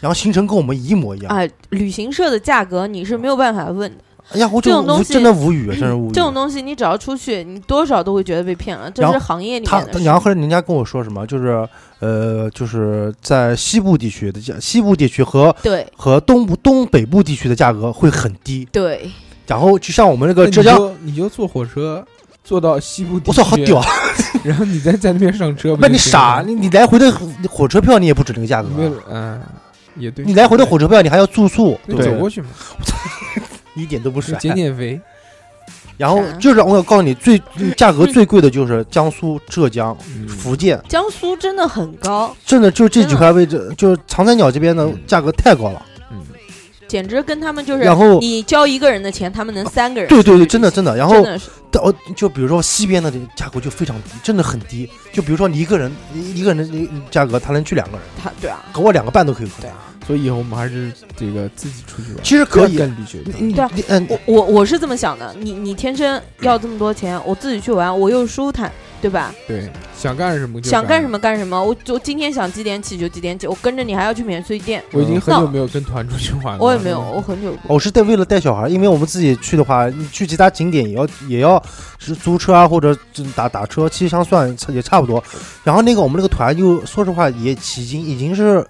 [SPEAKER 5] 然后行程跟我们一模一样。
[SPEAKER 2] 啊，旅行社的价格你是没有办法问的。
[SPEAKER 5] 哎呀，我
[SPEAKER 2] 这
[SPEAKER 5] 就
[SPEAKER 2] 种东
[SPEAKER 5] 无
[SPEAKER 2] 西
[SPEAKER 5] 真的无
[SPEAKER 2] *laughs*
[SPEAKER 5] 语，真是无语。
[SPEAKER 2] 这种东西你只要出去，你多少都会觉得被骗了，这
[SPEAKER 5] 然后
[SPEAKER 2] 是行业里
[SPEAKER 5] 他
[SPEAKER 2] 面的，
[SPEAKER 5] 然后
[SPEAKER 2] 事。
[SPEAKER 5] 后来人家跟我说什么，就是呃，就是在西部地区的价，西部地区和
[SPEAKER 2] 对
[SPEAKER 5] 和东部东北部地区的价格会很低。
[SPEAKER 2] 对，
[SPEAKER 5] 然后就像我们
[SPEAKER 1] 那
[SPEAKER 5] 那个
[SPEAKER 1] 你
[SPEAKER 5] 浙江，
[SPEAKER 1] 就你就坐火车坐到西部地
[SPEAKER 5] 我
[SPEAKER 1] 区，
[SPEAKER 5] 操，好屌！啊！
[SPEAKER 1] *laughs* 然后你再在那边上车，
[SPEAKER 5] 不，
[SPEAKER 1] 就
[SPEAKER 5] 你
[SPEAKER 1] 行
[SPEAKER 5] 傻，
[SPEAKER 1] 了
[SPEAKER 5] 你你来回的火车票你也不止那个价格
[SPEAKER 1] 吗，
[SPEAKER 5] 啊，
[SPEAKER 1] 没有，嗯，也对，
[SPEAKER 5] 你来回的火车票你还要住宿，
[SPEAKER 1] 那
[SPEAKER 5] 对
[SPEAKER 1] 你走
[SPEAKER 5] 不对
[SPEAKER 1] 过，去嘛，
[SPEAKER 5] 一点都不
[SPEAKER 1] 就
[SPEAKER 5] 甩。
[SPEAKER 1] 减减肥，
[SPEAKER 5] 然后
[SPEAKER 2] 啥
[SPEAKER 5] 就是我告诉
[SPEAKER 2] *laughs*
[SPEAKER 5] 你，最价格最贵的就是江苏、浙江、
[SPEAKER 1] 嗯
[SPEAKER 5] 福建，
[SPEAKER 2] 江苏真的很高，
[SPEAKER 5] 真的就这
[SPEAKER 2] 真
[SPEAKER 5] 几
[SPEAKER 2] 的
[SPEAKER 5] 块位置，就是长三角这边的
[SPEAKER 1] 嗯
[SPEAKER 5] 价格太高了。
[SPEAKER 1] 嗯，
[SPEAKER 2] 简直跟他们就是
[SPEAKER 5] 然后，
[SPEAKER 2] 你交一个人的钱，他们能三个人出去
[SPEAKER 5] 哦对对
[SPEAKER 2] 旅行。
[SPEAKER 5] 对，真的真的。然后
[SPEAKER 2] 真的是
[SPEAKER 5] 但哦，就比如说西边的这个价格就非常低，真的很低。就比如说你一个人一一个人的价格，他能去两个人，
[SPEAKER 2] 他对啊，
[SPEAKER 5] 搞我两个半都可以。
[SPEAKER 2] 对
[SPEAKER 1] 所以以后我们还是这个自己出去玩，
[SPEAKER 5] 其实可以
[SPEAKER 1] 不要。跟旅行团
[SPEAKER 5] 你
[SPEAKER 2] 对啊
[SPEAKER 5] 你嗯，
[SPEAKER 2] 我我我是这么想的，你你天生要这么多钱，我自己去玩，我又舒坦，对吧？
[SPEAKER 1] 对，想干什么就
[SPEAKER 2] 想干什
[SPEAKER 1] 么。
[SPEAKER 2] 么干什么，我就今天想几点起就几点起，我跟着你还要去免税店，
[SPEAKER 1] 我已经很
[SPEAKER 2] 那
[SPEAKER 1] 久没有跟团出去玩了，嗯
[SPEAKER 2] 我也没有，我很久不
[SPEAKER 5] 哦我是带为了带小孩，因为我们自己去的话，你去其他景点也要也要是租车啊，或者是打打车，其实相算也差不多。然后那个我们那个团又说实话也已经已经是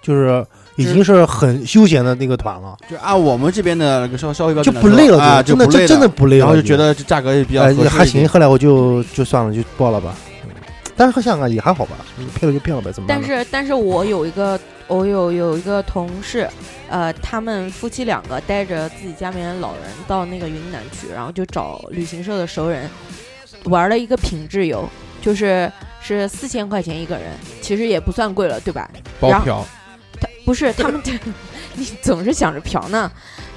[SPEAKER 5] 就是已经是很休闲的那个团了，
[SPEAKER 4] 就按我们这边的那个消消费标
[SPEAKER 5] 就
[SPEAKER 4] 准来
[SPEAKER 5] 不
[SPEAKER 4] 说，
[SPEAKER 5] 累了，
[SPEAKER 4] 啊，
[SPEAKER 5] 真
[SPEAKER 4] 就
[SPEAKER 5] 的
[SPEAKER 4] 不
[SPEAKER 5] 真
[SPEAKER 4] 累
[SPEAKER 5] 真的
[SPEAKER 4] 了，
[SPEAKER 5] 不累了，
[SPEAKER 4] 然后就觉得这价格也比较合
[SPEAKER 5] 呃
[SPEAKER 4] 适
[SPEAKER 5] 也还
[SPEAKER 4] 一点
[SPEAKER 5] 行，，后来我就就算了，就报了吧。嗯但是想想也还好吧，骗了就骗了呗，怎么办
[SPEAKER 2] 但
[SPEAKER 5] 呢？
[SPEAKER 2] 是但是我有一个我有有一个同事，呃，他们夫妻两个带着自己家里面的老人到那个云南去，然后就找旅行社的熟人玩了一个品质游，就是是四千块钱一个人，其实也不算贵了，对吧？然
[SPEAKER 1] 包
[SPEAKER 2] 后
[SPEAKER 1] 嫖，
[SPEAKER 2] 他不是他们， *laughs* 你总是想着嫖呢。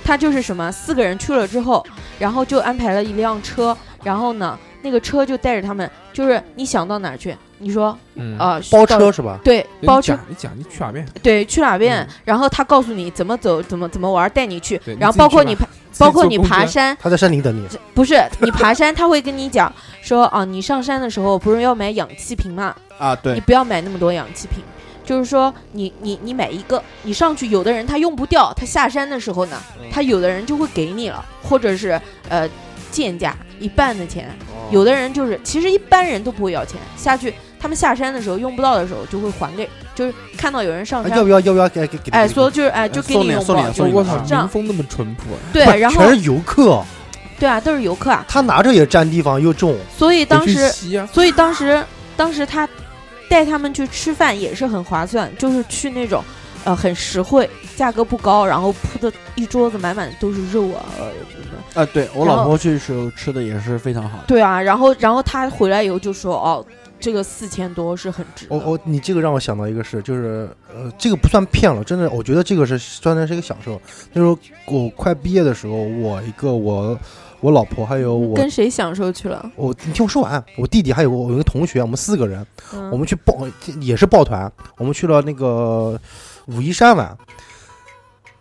[SPEAKER 2] 他就是什么，四个人去了之后，然后就安排了一辆车，然后呢，那个车就带着他们，就是你想到哪儿去，你说
[SPEAKER 1] 嗯，
[SPEAKER 2] 啊、
[SPEAKER 5] 包
[SPEAKER 2] 到
[SPEAKER 5] 车是吧？
[SPEAKER 2] 对
[SPEAKER 1] 你
[SPEAKER 2] 包车
[SPEAKER 1] 讲，你讲，你去哪边？
[SPEAKER 2] 对，去哪边，
[SPEAKER 1] 嗯
[SPEAKER 2] 然后他告诉你怎么走，怎么怎么玩，带你去
[SPEAKER 1] 对，你
[SPEAKER 2] 然后
[SPEAKER 1] 自己
[SPEAKER 2] 包括
[SPEAKER 1] 去
[SPEAKER 2] 你
[SPEAKER 1] 吧
[SPEAKER 2] 爬，包括
[SPEAKER 1] 自己
[SPEAKER 2] 你
[SPEAKER 1] 坐公
[SPEAKER 2] 爬
[SPEAKER 1] 车，
[SPEAKER 2] 山， *laughs*
[SPEAKER 5] 他在山顶等你，
[SPEAKER 2] 不是你爬山，他会跟你讲说啊，你上山的时候不是要买氧气瓶嘛，
[SPEAKER 4] 啊，
[SPEAKER 2] 你
[SPEAKER 4] 对，
[SPEAKER 2] 不要买那么多氧气瓶。就是说你，你你买一个，你上去，有的人他用不掉，他下山的时候呢，
[SPEAKER 1] 嗯
[SPEAKER 2] 他有的人就会给你了，或者是呃贱价一半的钱，
[SPEAKER 1] 哦
[SPEAKER 2] 有的人就是其实一般人都不会要钱，下去他们下山的时候用不到的时候就会还给，就是看到有人上
[SPEAKER 5] 啊
[SPEAKER 2] 山
[SPEAKER 5] 要不要要不要给给给？呃
[SPEAKER 2] 哎，说就是哎，就给
[SPEAKER 5] 啊
[SPEAKER 4] 送
[SPEAKER 2] 你
[SPEAKER 4] 点
[SPEAKER 2] 拥
[SPEAKER 4] 送
[SPEAKER 2] 抱
[SPEAKER 4] 点
[SPEAKER 2] 就
[SPEAKER 4] 送
[SPEAKER 1] 我
[SPEAKER 4] 点
[SPEAKER 1] 操，
[SPEAKER 2] 这样
[SPEAKER 1] 民风那么淳朴啊，
[SPEAKER 2] 对，然后
[SPEAKER 5] 全是游客，
[SPEAKER 2] 对啊，都是游客啊，
[SPEAKER 5] 他拿着也占地方又重，
[SPEAKER 2] 所以当时
[SPEAKER 1] 西啊，
[SPEAKER 2] 所以当时，当时他带他们去吃饭也是很划算，就是去那种，呃，很实惠，价格不高，然后铺的一桌子满满都是肉啊，呃
[SPEAKER 4] 啊，对我
[SPEAKER 2] 然
[SPEAKER 4] 老
[SPEAKER 2] 后
[SPEAKER 4] 婆去的时候吃的也是非常好的。
[SPEAKER 2] 对啊，然后然后他回来以后就说，哦，这个四千多是很值的。
[SPEAKER 5] 我我你这个让我想到一个事，就是呃，这个不算骗了，真的，我觉得这个是算是一个享受。那时候我快毕业的时候，我一个我我老婆还有我
[SPEAKER 2] 跟谁享受去了？
[SPEAKER 5] 我，你听我说完，我弟弟还有我我一个同学，我们四个人，
[SPEAKER 2] 嗯、
[SPEAKER 5] 我们去报也是抱团，我们去了那个武夷山玩。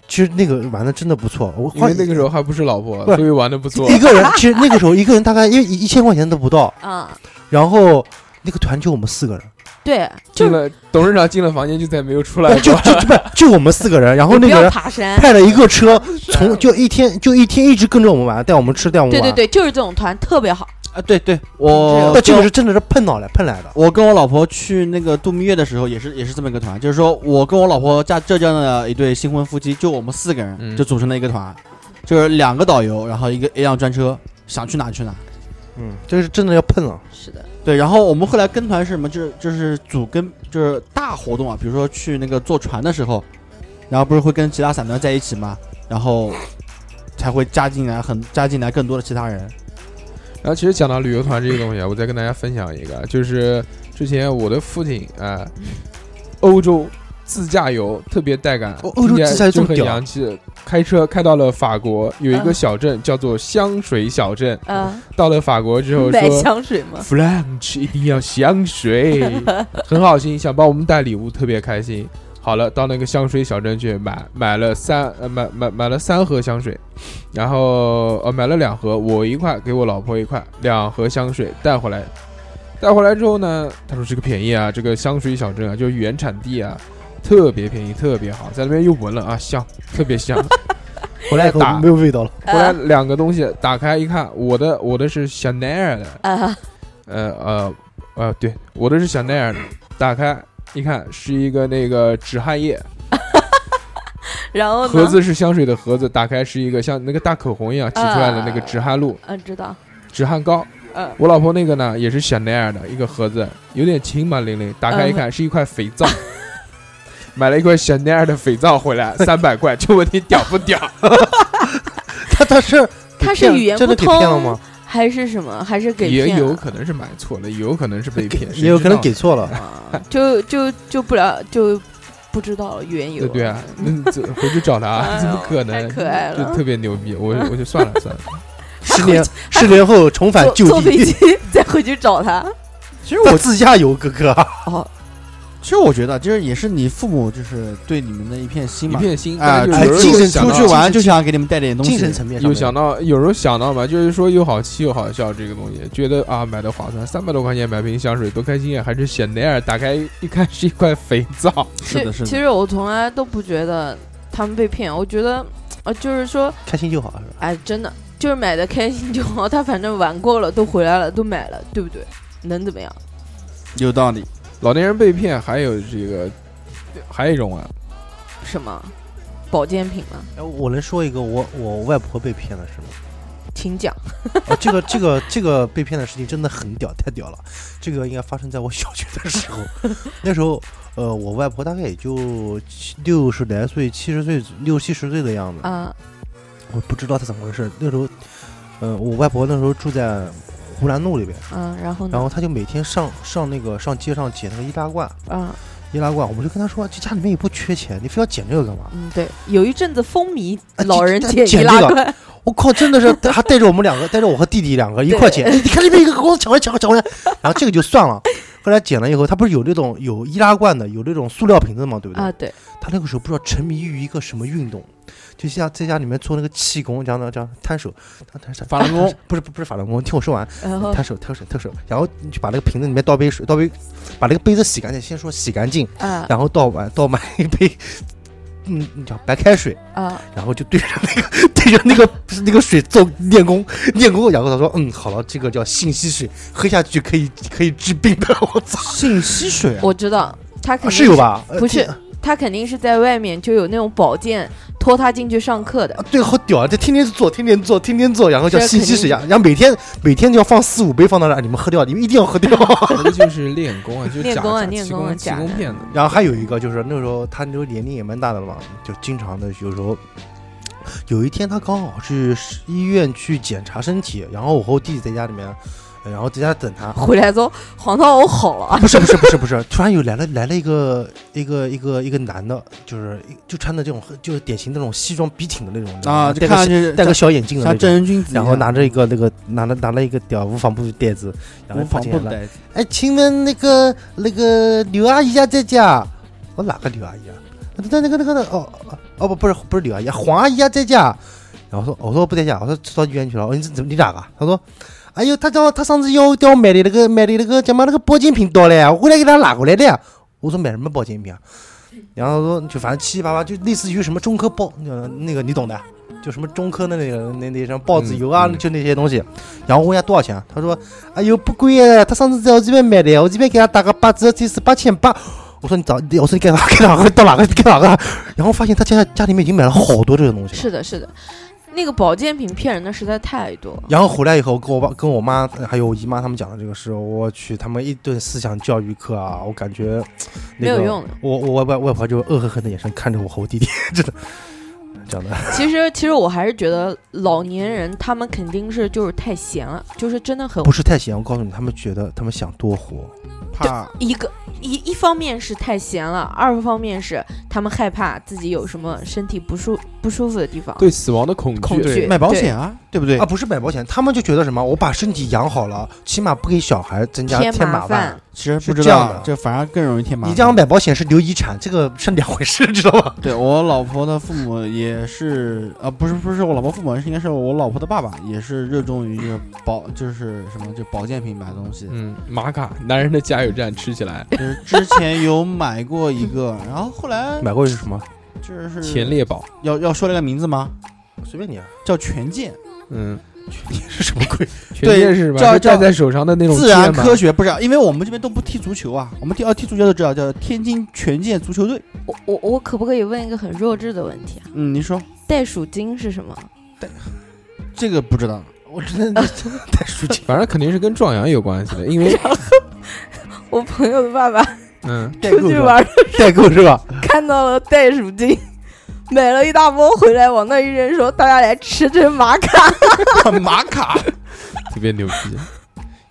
[SPEAKER 5] 其实那个玩的真的不错，我
[SPEAKER 1] 因为那个时候还不是老婆
[SPEAKER 5] 不，是
[SPEAKER 1] 所以玩的不错。
[SPEAKER 5] 一个人，其实那个时候一个人大概一一千块钱都不到，
[SPEAKER 2] 啊、
[SPEAKER 5] 然后那个团就我们四个人，
[SPEAKER 2] 对，
[SPEAKER 1] 进
[SPEAKER 2] 就是
[SPEAKER 1] 了董事长进了房间就再没有出来
[SPEAKER 5] *laughs* 就
[SPEAKER 1] 过。
[SPEAKER 5] 就就不是就我们四个人，然后
[SPEAKER 2] 你
[SPEAKER 5] 那
[SPEAKER 2] 不
[SPEAKER 5] 个
[SPEAKER 2] 要
[SPEAKER 5] 人
[SPEAKER 2] 爬山。
[SPEAKER 5] 派了一个车，从就一天就一天一直跟着我们玩，带我们吃带我们
[SPEAKER 2] 对
[SPEAKER 5] 玩。
[SPEAKER 2] 对对，就是这种团特别好。
[SPEAKER 4] 啊，对对，
[SPEAKER 2] 这
[SPEAKER 4] 我
[SPEAKER 5] 那这个
[SPEAKER 4] 跟
[SPEAKER 5] 是真的是碰到来碰来的，
[SPEAKER 4] 我跟我老婆去那个度蜜月的时候，也是也是这么一个团，就是说我跟我老婆加浙江的一对新婚夫妻，就我们四个人
[SPEAKER 1] 嗯
[SPEAKER 4] 就组成了一个团，就是两个导游，然后一个一辆专车，想去哪去哪。
[SPEAKER 5] 嗯，这是真的要碰了。
[SPEAKER 2] 是的，
[SPEAKER 4] 对，然后我们后来跟团是什么？就是就是组跟就是大活动啊，比如说去那个坐船的时候，然后不是会跟其他散团在一起嘛，然后才会加进来很加进来更多的其他人。
[SPEAKER 1] *laughs* 然后其实讲到旅游团这个东西啊，我再跟大家分享一个，就是之前我的父亲啊、呃欧洲自驾游特别带感，
[SPEAKER 5] 欧欧洲自驾游这
[SPEAKER 1] 就
[SPEAKER 5] 么
[SPEAKER 1] 很
[SPEAKER 5] 屌
[SPEAKER 1] 洋气。开车开到了法国，有一个
[SPEAKER 2] 嗯
[SPEAKER 1] 小镇叫做香水小镇。
[SPEAKER 2] 嗯、
[SPEAKER 1] 到了法国之后
[SPEAKER 2] 买
[SPEAKER 1] 说
[SPEAKER 2] 香水 *laughs* 吗？
[SPEAKER 1] French 一定要香水，很好心，想帮我们带礼物，特别开心。好了，到那个香水小镇去买，买了三呃买买买了三盒香水，然后呃买了两盒，我一块给我老婆一块，两盒香水带回来。带回来之后呢，他说这个便宜啊，这个香水小镇啊，就原产地啊，特别便宜，特别好，在那边又闻了啊，香，特别香。
[SPEAKER 5] 回来以后
[SPEAKER 1] 打
[SPEAKER 5] 没有味道了，
[SPEAKER 1] 回来两个东西打开一看，我的我的是香奈儿的，
[SPEAKER 2] 啊，
[SPEAKER 1] 呃呃呃，对，我的是香奈儿的，打开一看是一个那个止汗液，
[SPEAKER 2] *laughs* 然后呢？
[SPEAKER 1] 盒子是香水的盒子，打开是一个像那个大口红一样挤出来的那个止汗露、
[SPEAKER 2] 嗯，知道。
[SPEAKER 1] 止汗膏。
[SPEAKER 2] 嗯
[SPEAKER 1] 我老婆那个呢也是香奈儿的一个盒子，有点轻嘛玲玲，打开一
[SPEAKER 2] 嗯
[SPEAKER 1] 看是一块肥皂。 *laughs* 买了一块香奈儿的肥皂回来，三百块，这问题屌不屌？
[SPEAKER 5] *laughs* 他他是
[SPEAKER 2] 他
[SPEAKER 5] 给
[SPEAKER 2] 是
[SPEAKER 5] 骗
[SPEAKER 2] 语言
[SPEAKER 5] 真的
[SPEAKER 2] 不
[SPEAKER 5] 给骗了
[SPEAKER 2] 通
[SPEAKER 5] 吗？
[SPEAKER 2] 还是什么？还是 *laughs* 给
[SPEAKER 1] 也
[SPEAKER 2] 骗了？
[SPEAKER 1] 有可能是买错了，也有可能是被骗，
[SPEAKER 5] 也有可能给
[SPEAKER 1] 谁知
[SPEAKER 5] 错了。
[SPEAKER 2] 啊，就就就不了就不知道了缘
[SPEAKER 1] 道。
[SPEAKER 2] 由了。
[SPEAKER 1] 对对啊，
[SPEAKER 2] *laughs*
[SPEAKER 1] 那这回去找
[SPEAKER 2] 哎
[SPEAKER 1] 他，
[SPEAKER 2] 呦
[SPEAKER 1] 怎么可能？
[SPEAKER 2] 太可爱了
[SPEAKER 1] 就特别牛逼，我我就算了算了。
[SPEAKER 5] 十年十年后重返
[SPEAKER 2] 坐
[SPEAKER 5] 旧
[SPEAKER 2] 坐飞
[SPEAKER 5] *laughs* 地，
[SPEAKER 2] 机 *laughs* 再回去找他。
[SPEAKER 4] 其实
[SPEAKER 5] 我自驾游哥哥啊，
[SPEAKER 2] 哦，
[SPEAKER 4] 其实我觉得，就是也是你父母就是对你们的一片心
[SPEAKER 1] 一
[SPEAKER 4] 嘛，
[SPEAKER 1] 片心
[SPEAKER 4] 啊，
[SPEAKER 1] 但
[SPEAKER 5] 哎
[SPEAKER 1] 是有时候又想
[SPEAKER 4] 出去出
[SPEAKER 1] 到
[SPEAKER 4] 去玩就想给你们带点东西，
[SPEAKER 5] 精神层面上
[SPEAKER 1] 有
[SPEAKER 5] 面
[SPEAKER 1] 想到，有时候想到嘛，就是说又好气又好笑这个东西，觉得啊买的划算，三百多块钱买瓶香水多开心啊！还是香奈儿，打开一看是一块肥皂，
[SPEAKER 4] 是的，
[SPEAKER 2] 其
[SPEAKER 4] 是的。
[SPEAKER 2] 其实我从来都不觉得他们被骗，我觉得呃，就是说，
[SPEAKER 5] 开心就好，是吧？
[SPEAKER 2] 哎，真的就是买的开心就好。他反正玩过了，都回来了，都买了，对不对？能怎么样？
[SPEAKER 4] 有道理。
[SPEAKER 1] 老年人被骗，还有这个，还有一种啊，
[SPEAKER 2] 什么保健品吗？
[SPEAKER 5] 哎我能说一个我我外婆被骗了是吗？
[SPEAKER 2] 请讲。
[SPEAKER 5] 啊，这个这个这个被骗的事情真的很屌，太屌了！这个应该发生在我小学的时候，那时候呃，我外婆大概也就七六十来岁、七十岁、六七十岁的样子，
[SPEAKER 2] 啊
[SPEAKER 5] 我不知道她怎么回事。那时候，呃，我外婆那时候住在湖南路里边，
[SPEAKER 2] 啊，然后呢？
[SPEAKER 5] 然后她就每天上上那个上街上捡那个易拉罐，
[SPEAKER 2] 啊，
[SPEAKER 5] 易拉罐，我们就跟她说，这家里面也不缺钱，你非要捡这个干嘛？
[SPEAKER 2] 嗯，对，有一阵子风靡
[SPEAKER 5] 啊
[SPEAKER 2] 老人
[SPEAKER 5] 这
[SPEAKER 2] 捡
[SPEAKER 5] 捡
[SPEAKER 2] 易
[SPEAKER 5] 这
[SPEAKER 2] 拉
[SPEAKER 5] 个
[SPEAKER 2] 罐，
[SPEAKER 5] 我靠，真的是还带着我们两个，带着我和弟弟两个一块捡。哎你看那边一个给我抢过来，抢过来，抢过来。然后这个就算了。后来捡了以后，他不是有那种有易拉罐的，有那种塑料瓶子嘛，对不对？
[SPEAKER 2] 啊，对，
[SPEAKER 5] 他那个时候不知道沉迷于一个什么运动，就像在家里面做那个气功，这样的这样摊手，他摊手
[SPEAKER 1] 法轮功，
[SPEAKER 5] 不是不是法轮功，听我说完，
[SPEAKER 2] 然后
[SPEAKER 5] 摊手摊手摊手，然后你就把那个瓶子里面倒杯水，倒杯，把那个杯子洗干净，先说洗干净，
[SPEAKER 2] 啊
[SPEAKER 5] 然后倒满倒满一杯，嗯，叫白开水，
[SPEAKER 2] 啊，
[SPEAKER 5] 然后就对着那个 *laughs* 对着那个那个水做练功，练功，然后他说，嗯，好了，这个叫信息水，喝下去可以可以治病的，我操，
[SPEAKER 4] 信息水啊，
[SPEAKER 2] 我知道他肯定
[SPEAKER 5] 是有吧？呃
[SPEAKER 2] 不是
[SPEAKER 5] 这
[SPEAKER 2] 他肯定是在外面就有那种保健拖他进去上课的
[SPEAKER 5] 啊，对，好屌啊！这天天做，天天做，天天做，然后叫
[SPEAKER 2] 这
[SPEAKER 5] 信息
[SPEAKER 2] 肯定
[SPEAKER 5] 水呀，然后每天每天就要放四五杯放到那儿，你们喝掉，你们一定要喝掉。
[SPEAKER 1] 这就是练功啊，就是
[SPEAKER 2] 练
[SPEAKER 1] 假
[SPEAKER 2] 功啊
[SPEAKER 1] 假
[SPEAKER 2] 练
[SPEAKER 1] 气
[SPEAKER 2] 功啊
[SPEAKER 1] 功气
[SPEAKER 2] 假
[SPEAKER 1] 功
[SPEAKER 2] 的。
[SPEAKER 1] 骗的。
[SPEAKER 5] 然后还有一个就是那时候他那时候年龄也蛮大的了嘛，就经常的有时候，有一天他刚好去医院去检查身体，然后我和我弟弟在家里面，呃然后在家等他
[SPEAKER 2] 回来之后，黄涛我好了，啊
[SPEAKER 5] 不是不是不是不是，突然有来了来了一个一个一个一个男的，就是就穿的这种就是典型那种西装笔挺的那种你知道吗
[SPEAKER 4] 啊，
[SPEAKER 5] 戴
[SPEAKER 4] 就
[SPEAKER 5] 个
[SPEAKER 4] 看上
[SPEAKER 5] 小
[SPEAKER 4] 去
[SPEAKER 5] 戴个小眼镜的那
[SPEAKER 4] 像
[SPEAKER 5] 种
[SPEAKER 4] 正，人君子一样，
[SPEAKER 5] 然后拿着一个那个拿了拿了一个屌无纺布袋子，然后
[SPEAKER 4] 无
[SPEAKER 5] 跑
[SPEAKER 4] 纺
[SPEAKER 5] 进
[SPEAKER 4] 布
[SPEAKER 5] 来了。
[SPEAKER 4] 袋子，
[SPEAKER 5] 哎，请问那个那个刘阿姨家在家？我哪个刘阿姨啊？那那个那个那个哦哦哦不不是不是刘阿姨，黄阿姨家在家。然后说哦我说不在家，我说到医院去了。我说你怎么你哪个？他说，哎呦，他叫他上次要叫我买的那个买的那个叫嘛那个保健品到了，我来给他拿过来的。我说买什么保健品啊？然后说就反正七七八八，就类似于什么中科报呃那个你懂的，就什么中科的那个那那什么报纸油啊，
[SPEAKER 1] 嗯嗯
[SPEAKER 5] 就那些东西。然后我问他多少钱啊，他说哎呦不贵耶，他上次在我这边买的，我这边给他打个八折，这次八千八。我说你找，我说你给哪给哪个到哪个给哪个，然后发现他家家里面已经买了好多这个东西了。
[SPEAKER 2] 是的，是的，那个保健品骗人的实在太多了。
[SPEAKER 5] 然后回来以后，跟我爸、跟我妈呃还有我姨妈他们讲的这个事，我去，他们一顿思想教育课啊，我感觉、那
[SPEAKER 2] 没
[SPEAKER 5] 个、
[SPEAKER 2] 有用的。
[SPEAKER 5] 我我外外外婆就恶狠狠的眼神看着我和我弟弟，真的讲的
[SPEAKER 2] 其实，其实我还是觉得老年人他们肯定是就是太闲了，就是真的很
[SPEAKER 5] 不是太行。我告诉你，他们觉得他们想多活，
[SPEAKER 4] 怕
[SPEAKER 2] 一个一一方面是太闲了，二方面是他们害怕自己有什么身体不舒不舒服的地方。
[SPEAKER 1] 对死亡的恐
[SPEAKER 2] 恐
[SPEAKER 1] 惧，
[SPEAKER 2] 惧
[SPEAKER 4] 买保险啊，对不对
[SPEAKER 5] 啊，？不是买保险，他们就觉得什么，我把身体养好了，起码不给小孩增加
[SPEAKER 2] 添
[SPEAKER 5] 添
[SPEAKER 2] 麻
[SPEAKER 5] 麻烦
[SPEAKER 2] 烦。
[SPEAKER 4] 其实
[SPEAKER 5] 是
[SPEAKER 4] 不知
[SPEAKER 5] 这样
[SPEAKER 4] 道
[SPEAKER 5] 的，
[SPEAKER 4] 这反而更容易添麻烦。
[SPEAKER 5] 你这样买保险是留遗产，这个是两回事，知道吧？
[SPEAKER 4] 对我老婆的父母也是，呃，不是不是我老婆父母，是应该是我老婆的爸爸，也是热衷于就是保就是什么就保健品买东西。
[SPEAKER 1] 嗯，玛卡，男人的加油站吃起来，
[SPEAKER 4] 就是之前有买过一个，然后后来
[SPEAKER 5] *laughs* 买过是什么？
[SPEAKER 4] 就是
[SPEAKER 1] 前列宝，
[SPEAKER 4] 要要说那个名字吗？
[SPEAKER 5] 随便你啊，
[SPEAKER 4] 叫权健，
[SPEAKER 1] 嗯，
[SPEAKER 5] 你是什么鬼？
[SPEAKER 1] 全
[SPEAKER 4] 对
[SPEAKER 1] 健是吧？就
[SPEAKER 4] 叫
[SPEAKER 1] 戴
[SPEAKER 4] 叫
[SPEAKER 1] 在手上的那种
[SPEAKER 4] 自然
[SPEAKER 1] 剑嘛
[SPEAKER 4] 科学不是，啊因为我们这边都不踢足球啊，我们踢哦踢足球都知道叫天津权健足球队。
[SPEAKER 2] 我我我可不可以问一个很弱智的问题啊？
[SPEAKER 4] 嗯，您说
[SPEAKER 2] 袋鼠精是什么？
[SPEAKER 4] 这个不知道，
[SPEAKER 5] 我真的太熟悉。
[SPEAKER 1] 反正肯定是跟壮阳有关系的，因为
[SPEAKER 2] 我朋友的爸爸
[SPEAKER 1] 嗯，
[SPEAKER 5] 代
[SPEAKER 2] 出去玩儿
[SPEAKER 5] 代购是吧？
[SPEAKER 2] *laughs* 看到了袋鼠精，买了一大包回来，往那一扔，说大家来吃这玛卡。
[SPEAKER 4] *laughs* 玛卡
[SPEAKER 1] 特别牛逼。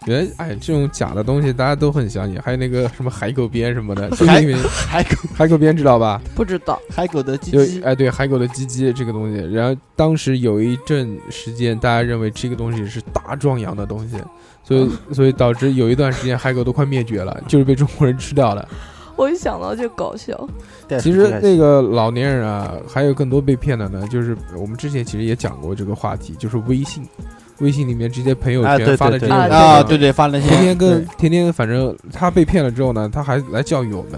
[SPEAKER 1] 原来哎，这种假的东西大家都很想你，还有那个什么海狗鞭什么
[SPEAKER 4] *laughs*
[SPEAKER 1] 的，就是因为
[SPEAKER 4] 海狗
[SPEAKER 1] 海狗鞭知道吧？
[SPEAKER 2] *laughs* 不知道，
[SPEAKER 4] 海狗的鸡
[SPEAKER 1] 有
[SPEAKER 4] 鸡，
[SPEAKER 1] 哎，对，海狗的鸡鸡这个东西，然后当时有一阵时间，大家认为这个东西是大壮阳的东西，所以
[SPEAKER 4] 嗯
[SPEAKER 1] 所以导致有一段时间海狗都快灭绝了，就是
[SPEAKER 4] 哎
[SPEAKER 1] 被中国人吃掉了。
[SPEAKER 2] 我一想到就搞笑。
[SPEAKER 1] 其实那个老年人啊，还有更多被骗的呢，就是我们之前其实也讲过这个话题，就是微信，微信里面直接朋友
[SPEAKER 5] 啊
[SPEAKER 1] 圈
[SPEAKER 5] 对
[SPEAKER 1] 发的这
[SPEAKER 5] 对
[SPEAKER 1] 种
[SPEAKER 2] 对
[SPEAKER 1] 人
[SPEAKER 4] 啊，对对，发那些
[SPEAKER 1] 哎天天跟
[SPEAKER 4] 对
[SPEAKER 1] 天天，反正他被骗了之后呢，他还来教育我们，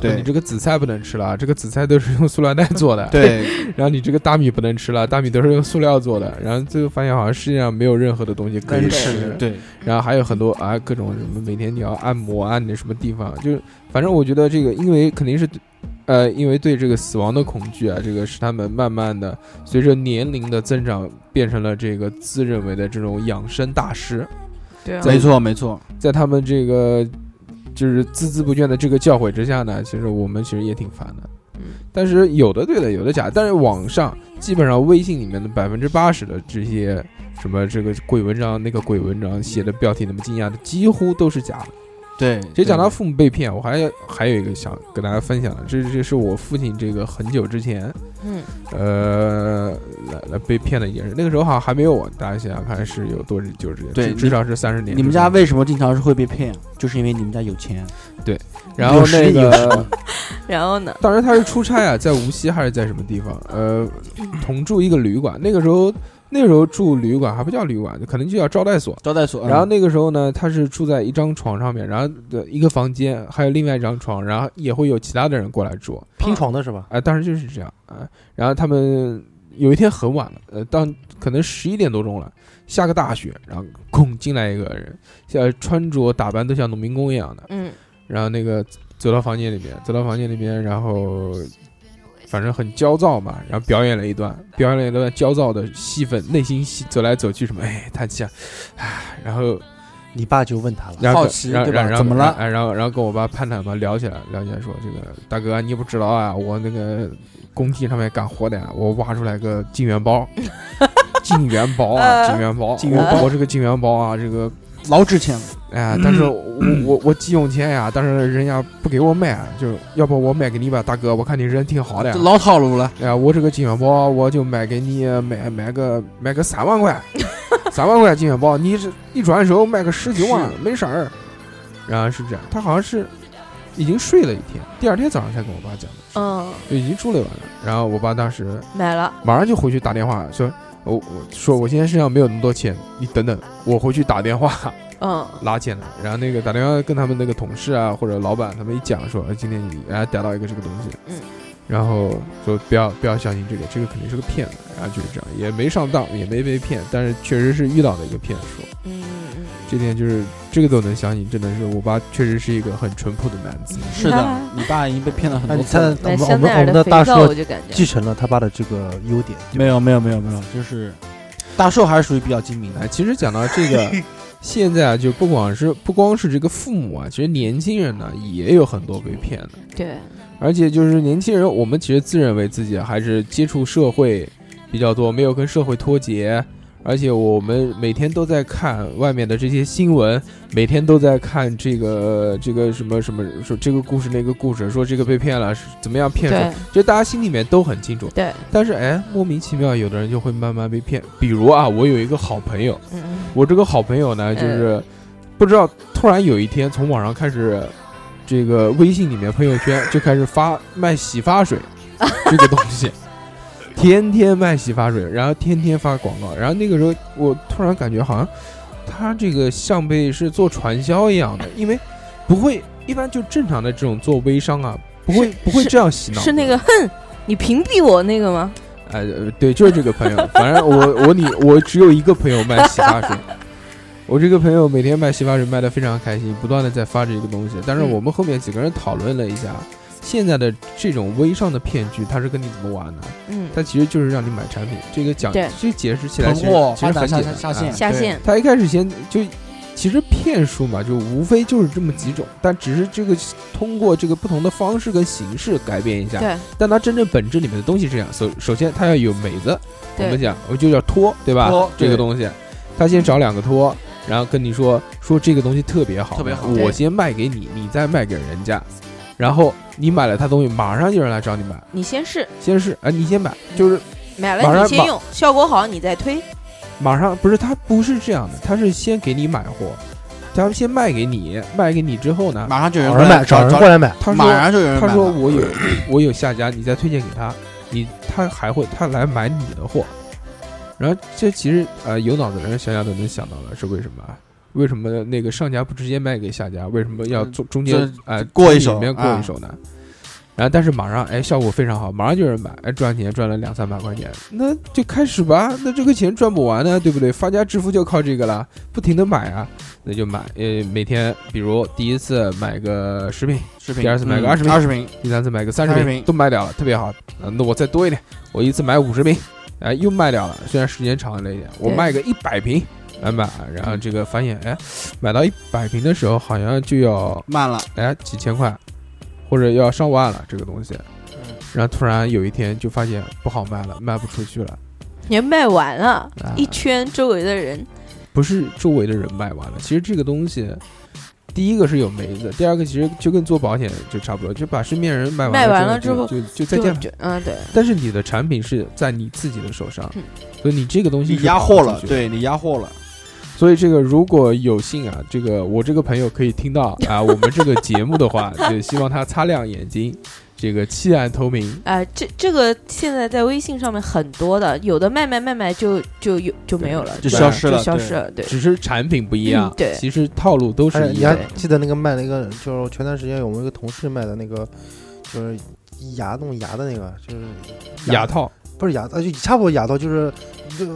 [SPEAKER 1] 说你
[SPEAKER 4] 对
[SPEAKER 1] 这个紫菜不能吃了，啊这个紫菜都是用塑料袋做的，
[SPEAKER 4] 对，
[SPEAKER 1] *laughs* 然后你这个大米不能吃了，大米都是用塑料做的，然后最后发现好像世界上没有任何的东西可以
[SPEAKER 4] 跟
[SPEAKER 1] 吃
[SPEAKER 4] 吃，，对，
[SPEAKER 1] 然后还有很多啊各种什么每天你要按摩按你什么地方，就是反正我觉得这个因为肯定是对。呃，因为对这个死亡的恐惧啊，这个是他们慢慢的随着年龄的增长，变成了这个自认为的这种养生大师。
[SPEAKER 2] 对啊
[SPEAKER 1] 在
[SPEAKER 4] 没错没错，
[SPEAKER 1] 在他们这个就是孜孜不倦的这个教诲之下呢，其实我们其实也挺烦的。
[SPEAKER 2] 嗯
[SPEAKER 1] 但是有的对的，有的假的。但是网上基本上微信里面的百分之八十的这些什么这个鬼文章、那个鬼文章写的标题那么惊讶的，几乎都是假的。
[SPEAKER 4] 对，
[SPEAKER 1] 其实讲到
[SPEAKER 4] 对
[SPEAKER 1] 父母被骗，我还还有一个想跟大家分享的，这这是我父亲这个很久之前
[SPEAKER 2] 嗯，
[SPEAKER 1] 呃来来被骗的一件事。那个时候好像还没有我，大家想想看是有多久之前？
[SPEAKER 4] 对
[SPEAKER 1] 至至少是三十年之前。
[SPEAKER 4] 你们家为什么经常是会被骗？就是因为你们家有钱，
[SPEAKER 1] 然后
[SPEAKER 5] 有实
[SPEAKER 1] 那
[SPEAKER 5] 力有实
[SPEAKER 1] 个
[SPEAKER 5] 力
[SPEAKER 2] 然后呢？
[SPEAKER 1] 当时他是出差啊，在无锡还是在什么地方？呃，同住一个旅馆。那个时候，那个时候住旅馆还不叫旅馆，可能就叫招待所。
[SPEAKER 4] 招待所，
[SPEAKER 1] 然后那个时候呢，他是住在一张床上面，然后的一个房间，还有另外一张床，然后也会有其他的人过来住。
[SPEAKER 5] 拼床的是吧？
[SPEAKER 1] 哎、当时就是这样啊、哎然后他们有一天很晚了，呃，当可能十一点多钟了，下个大雪，然后空进来一个人，呃，穿着打扮都像农民工一样的，
[SPEAKER 2] 嗯，
[SPEAKER 1] 然后那个走到房间里面，走到房间里面，然后反正很焦躁嘛，然后表演了一段，表演了一段焦躁的戏份，内心戏走来走去什么，哎，叹气啊，唉，然后
[SPEAKER 5] 你爸就问他了，
[SPEAKER 1] 然后
[SPEAKER 4] 好
[SPEAKER 1] 跟
[SPEAKER 4] 奇
[SPEAKER 1] 然后
[SPEAKER 4] 对吧
[SPEAKER 1] 然后
[SPEAKER 4] 怎么了
[SPEAKER 1] 哎，然后然后跟我爸攀谈嘛，聊起来，聊起来说这个大哥，你也不知道啊，我那个工地上面干活的啊，我挖出来个金元
[SPEAKER 4] *laughs*
[SPEAKER 1] 包，金元包啊，
[SPEAKER 2] 呃
[SPEAKER 1] 金元包，
[SPEAKER 4] 金元包
[SPEAKER 1] 我我这个金元包啊，这个
[SPEAKER 4] 老值钱了，
[SPEAKER 1] 哎，但是我我我急用钱呀，但是人家不给我卖，就要不我卖给你吧，大哥，我看你人挺好的
[SPEAKER 4] 这。老套路了。
[SPEAKER 1] 哎呀，我这个金元包我就卖给你，买买个买个三万块，三万块金元包，你这一转手卖个十几万没事儿。然后是这样，他好像是已经睡了一天，第二天早上才跟我爸讲的，
[SPEAKER 2] 嗯，
[SPEAKER 1] 就已经住了一晚了。然后我爸当时
[SPEAKER 2] 买了，
[SPEAKER 1] 马上就回去打电话说，我我说我现在身上没有那么多钱，你等等，我回去打电话。
[SPEAKER 2] 嗯，
[SPEAKER 1] 拉进来，然后那个打电话跟他们那个同事啊或者老板他们一讲说，哎，今天你哎逮到一个这个东西，
[SPEAKER 2] 嗯，
[SPEAKER 1] 然后说不要不要相信这个，这个肯定是个骗子，然后就是这样，也没上当，也没被骗，但是确实是遇到了一个骗术，
[SPEAKER 2] 嗯嗯
[SPEAKER 1] 这点就是这个都能相信，真的是我爸确实是一个很淳朴的男子，
[SPEAKER 4] 是的，你爸已经被骗了很
[SPEAKER 5] 那
[SPEAKER 4] 多
[SPEAKER 5] 你
[SPEAKER 4] 次
[SPEAKER 5] 猜
[SPEAKER 4] 了。
[SPEAKER 5] 我
[SPEAKER 2] 啊买
[SPEAKER 5] 们
[SPEAKER 2] 香
[SPEAKER 5] 我们
[SPEAKER 2] 奈
[SPEAKER 5] 我
[SPEAKER 2] 儿的
[SPEAKER 5] 们的
[SPEAKER 2] 肥
[SPEAKER 5] 大
[SPEAKER 2] 皂，我
[SPEAKER 5] 硕
[SPEAKER 2] 就感觉
[SPEAKER 5] 继承了他爸的这个优点，
[SPEAKER 4] 没有没有没有没有，就是大寿还是属于比较精明的
[SPEAKER 1] 哎，。其实讲到这个。现在啊，就不光是不光是这个父母啊，其实年轻人呢也有很多被骗的。
[SPEAKER 2] 对，
[SPEAKER 1] 而且就是年轻人，我们其实自认为自己还是接触社会比较多，没有跟社会脱节。而且我们每天都在看外面的这些新闻，每天都在看这个这个什么什么，说这个故事那个故事，说这个被骗了，是怎么样骗
[SPEAKER 2] 对
[SPEAKER 1] 术，就大家心里面都很清楚。
[SPEAKER 2] 对，
[SPEAKER 1] 但是哎，莫名其妙，有的人就会慢慢被骗。比如啊，我有一个好朋友，
[SPEAKER 2] 嗯嗯
[SPEAKER 1] 我这个好朋友呢，就是不知道突然有一天从网上开始，这个微信里面朋友圈就开始发卖洗发水 *laughs* 这个东西，天天卖洗发水，然后天天发广告，然后那个时候我突然感觉好像他这个像被是做传销一样的，因为不会一般就正常的这种做微商啊，不会
[SPEAKER 2] 是
[SPEAKER 1] 不会这样洗脑，
[SPEAKER 2] 是那个哼，你屏蔽我那个吗？
[SPEAKER 1] 哎，呃对，就是这个朋友。反正我我你我只有一个朋友卖洗发水，我这个朋友每天卖洗发水卖的非常开心，不断的在发这个东西。但
[SPEAKER 2] 嗯
[SPEAKER 1] 是我们后面几个人讨论了一下，现在的这种微商的骗局，它是跟你怎么玩呢？
[SPEAKER 2] 嗯，
[SPEAKER 1] 它其实就是让你买产品，这个讲
[SPEAKER 2] 对
[SPEAKER 1] 这解释起来其实
[SPEAKER 4] 囤货
[SPEAKER 1] 其实
[SPEAKER 4] 发
[SPEAKER 1] 很
[SPEAKER 4] 展
[SPEAKER 1] 简
[SPEAKER 4] 下
[SPEAKER 1] 单。
[SPEAKER 4] 下下线
[SPEAKER 1] 啊
[SPEAKER 2] 下线，
[SPEAKER 1] 他一开始先就。其实骗术嘛，就无非就是这么几种，但只是这个通过这个不同的方式跟形式改变一下，
[SPEAKER 2] 对
[SPEAKER 1] 但它真正本质里面的东西是这样，首首先它要有美子，我们
[SPEAKER 2] 对，
[SPEAKER 1] 讲我就叫托，对吧？
[SPEAKER 4] 托
[SPEAKER 1] 这个
[SPEAKER 4] 对
[SPEAKER 1] 东西，他先找两个托，然后跟你说说这个东西特别好，
[SPEAKER 4] 特别好
[SPEAKER 1] 我
[SPEAKER 2] 对
[SPEAKER 1] 先卖给你，你再卖给人家，然后你买了他东西，马上有人来找你买，
[SPEAKER 2] 你先试，
[SPEAKER 1] 先是啊、你先买，就是
[SPEAKER 2] 买
[SPEAKER 1] 马
[SPEAKER 2] 了
[SPEAKER 1] 上
[SPEAKER 2] 你先
[SPEAKER 1] 马
[SPEAKER 2] 用，效果好你再推，
[SPEAKER 1] 马上不是他不是这样的，他是先给你买货，他先卖给你，卖给你之后呢，
[SPEAKER 4] 马上就有
[SPEAKER 5] 找
[SPEAKER 4] 人过
[SPEAKER 5] 人买
[SPEAKER 4] 来
[SPEAKER 5] 找人
[SPEAKER 4] 找
[SPEAKER 5] 过，来买，
[SPEAKER 1] 他说
[SPEAKER 4] 马上就有人
[SPEAKER 1] 他
[SPEAKER 4] 买
[SPEAKER 1] 说
[SPEAKER 4] 了。
[SPEAKER 1] 我有我有下家，你再推荐给他，你他还会他来买你的货。然后这其实呃有脑子的人想想都能想到了是为什么啊？为什么那个上家不直接卖给下家？为什么要中中间
[SPEAKER 4] 这
[SPEAKER 1] 呃
[SPEAKER 4] 嗯过一手
[SPEAKER 1] 里面过一
[SPEAKER 4] 啊
[SPEAKER 1] 手呢？然后但是马上哎效果非常好，马上就有人买，哎赚钱赚了两三百块钱，那就开始吧。那这个钱赚不完啊呢，对不对？发家致富就靠这个了，不停的买啊，那就买呃每天比如第一次买个十瓶，
[SPEAKER 4] 视频
[SPEAKER 1] 第二次买个
[SPEAKER 4] 嗯
[SPEAKER 1] 20瓶
[SPEAKER 4] 二十瓶，
[SPEAKER 1] 第三次买个三十
[SPEAKER 4] 30
[SPEAKER 1] 瓶
[SPEAKER 4] 瓶
[SPEAKER 1] 都卖掉了，特别好。啊，那我再多一点，我一次买五十瓶，哎，又卖掉了。虽然时间长了一点，我
[SPEAKER 2] 对
[SPEAKER 1] 卖个一百瓶来买，然后这个发现，哎，买到一百瓶的时候好像就要
[SPEAKER 4] 慢了，
[SPEAKER 1] 哎几千块，或者要上万了这个东西。然后突然有一天就发现不好卖了，卖不出去了。
[SPEAKER 2] 也卖完了，
[SPEAKER 1] 啊、
[SPEAKER 2] 一圈周围的人，
[SPEAKER 1] 不是周围的人卖完了，其实这个东西。第一个是有梅子，第二个其实就跟做保险就差不多，就把身边人卖完
[SPEAKER 2] 卖完了
[SPEAKER 1] 之
[SPEAKER 2] 之后
[SPEAKER 1] 就就就再
[SPEAKER 2] 就
[SPEAKER 1] 见了。
[SPEAKER 2] 就嗯对，
[SPEAKER 1] 但是你的产品是在你自己的手上
[SPEAKER 2] 嗯，
[SPEAKER 1] 所以你这个东西
[SPEAKER 4] 你
[SPEAKER 1] 是
[SPEAKER 4] 压
[SPEAKER 1] 跑不
[SPEAKER 4] 货
[SPEAKER 1] 出
[SPEAKER 4] 了，
[SPEAKER 1] 去的。
[SPEAKER 4] 对你压货了，
[SPEAKER 1] 所以这个如果有幸啊，这个我这个朋友可以听到
[SPEAKER 2] *laughs*
[SPEAKER 1] 啊，我们这个节目的话，就希望他擦亮眼睛，这个弃暗投明。
[SPEAKER 2] 哎，这这个现在在微信上面很多的，有的卖卖卖卖就就有就没有了，
[SPEAKER 4] 就
[SPEAKER 2] 对
[SPEAKER 4] 消失了
[SPEAKER 2] 就消
[SPEAKER 4] 对
[SPEAKER 2] 失了，对，
[SPEAKER 1] 只是产品不一样
[SPEAKER 2] 嗯，对
[SPEAKER 1] 其实套路都
[SPEAKER 5] 哎
[SPEAKER 1] 是一
[SPEAKER 5] 你
[SPEAKER 1] 样
[SPEAKER 5] 还
[SPEAKER 1] 的。
[SPEAKER 5] 记得那个卖那个，就是前段时间我们一个同事卖的那个，就是牙弄牙的那个，就是
[SPEAKER 1] 牙套
[SPEAKER 5] 哎不是牙，呃，就差不多牙套，就是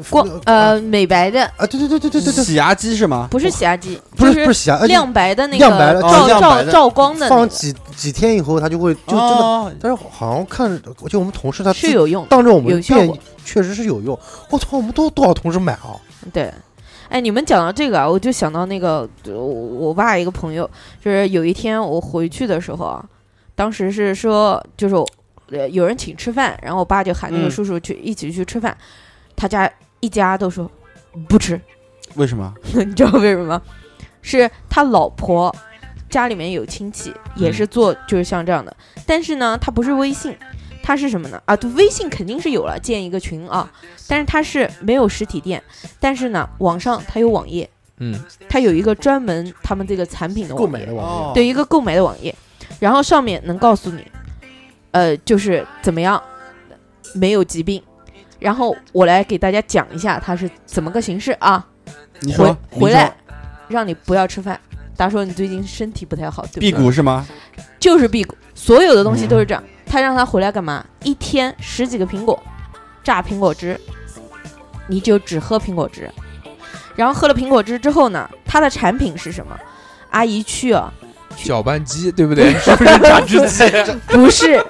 [SPEAKER 2] 光呃美白的，
[SPEAKER 5] 啊，对对对对对对对，
[SPEAKER 4] 洗牙机是吗？
[SPEAKER 2] 不是洗牙剂，
[SPEAKER 5] 不
[SPEAKER 2] 就是
[SPEAKER 5] 不是洗牙，呃
[SPEAKER 2] 亮白的那
[SPEAKER 5] 亮白
[SPEAKER 2] 个
[SPEAKER 5] 的
[SPEAKER 4] 哦
[SPEAKER 2] 照
[SPEAKER 4] 亮白
[SPEAKER 2] 照
[SPEAKER 4] 的
[SPEAKER 2] 照光的那
[SPEAKER 5] 放
[SPEAKER 2] 个
[SPEAKER 5] 几几天以后，它就会就真的。
[SPEAKER 4] 哦
[SPEAKER 5] 但是好像看，就我们同事他
[SPEAKER 2] 是
[SPEAKER 5] 自
[SPEAKER 2] 有用的。
[SPEAKER 5] 当着我们
[SPEAKER 2] 有
[SPEAKER 5] 的
[SPEAKER 2] 效
[SPEAKER 5] 面
[SPEAKER 2] 果
[SPEAKER 5] 确实是有用。我操，我们都多少同事买啊？
[SPEAKER 2] 对，哎，你们讲到这个啊，我就想到那个呃我我爸一个朋友，就是有一天我回去的时候啊，当时是说就是我呃有人请吃饭，然后我爸就喊那个
[SPEAKER 4] 嗯
[SPEAKER 2] 叔叔去、一起去吃饭，他家一家都说不吃， *laughs*
[SPEAKER 4] 为什么？
[SPEAKER 2] 你知道为什么吗？是他老婆家里面有亲戚，也是做就是像这样的，但是呢，他不是微信，他是什么呢？啊，对，微信肯定是有了，建一个群啊，但是他是没有实体店，但是呢，网上他有网页，
[SPEAKER 1] 嗯，
[SPEAKER 2] 他有一个专门他们这个产品的
[SPEAKER 5] 购
[SPEAKER 2] 网
[SPEAKER 5] 买
[SPEAKER 2] 页
[SPEAKER 5] 的，
[SPEAKER 4] 哦
[SPEAKER 5] 网
[SPEAKER 2] 对一个购买的网页，然后上面能告诉你，呃，就是怎么样没有疾病，然后我来给大家讲一下它是怎么个形式啊。
[SPEAKER 4] 你
[SPEAKER 2] 回
[SPEAKER 4] 说
[SPEAKER 2] 回来，让你不要吃饭。他说你最近身体不太好，对不对？
[SPEAKER 4] 辟谷是吗？
[SPEAKER 2] 就是辟谷，所有的
[SPEAKER 5] 嗯
[SPEAKER 2] 东西都是这样。他让他回来干嘛？一天十几个苹果，榨苹果汁，你就只喝苹果汁。然后喝了苹果汁之后呢，它的产品是什么？阿姨去啊，
[SPEAKER 1] 搅拌机对不
[SPEAKER 2] *laughs*
[SPEAKER 1] 对？嗯是不是榨汁机？
[SPEAKER 2] 不
[SPEAKER 5] *laughs*
[SPEAKER 2] 是，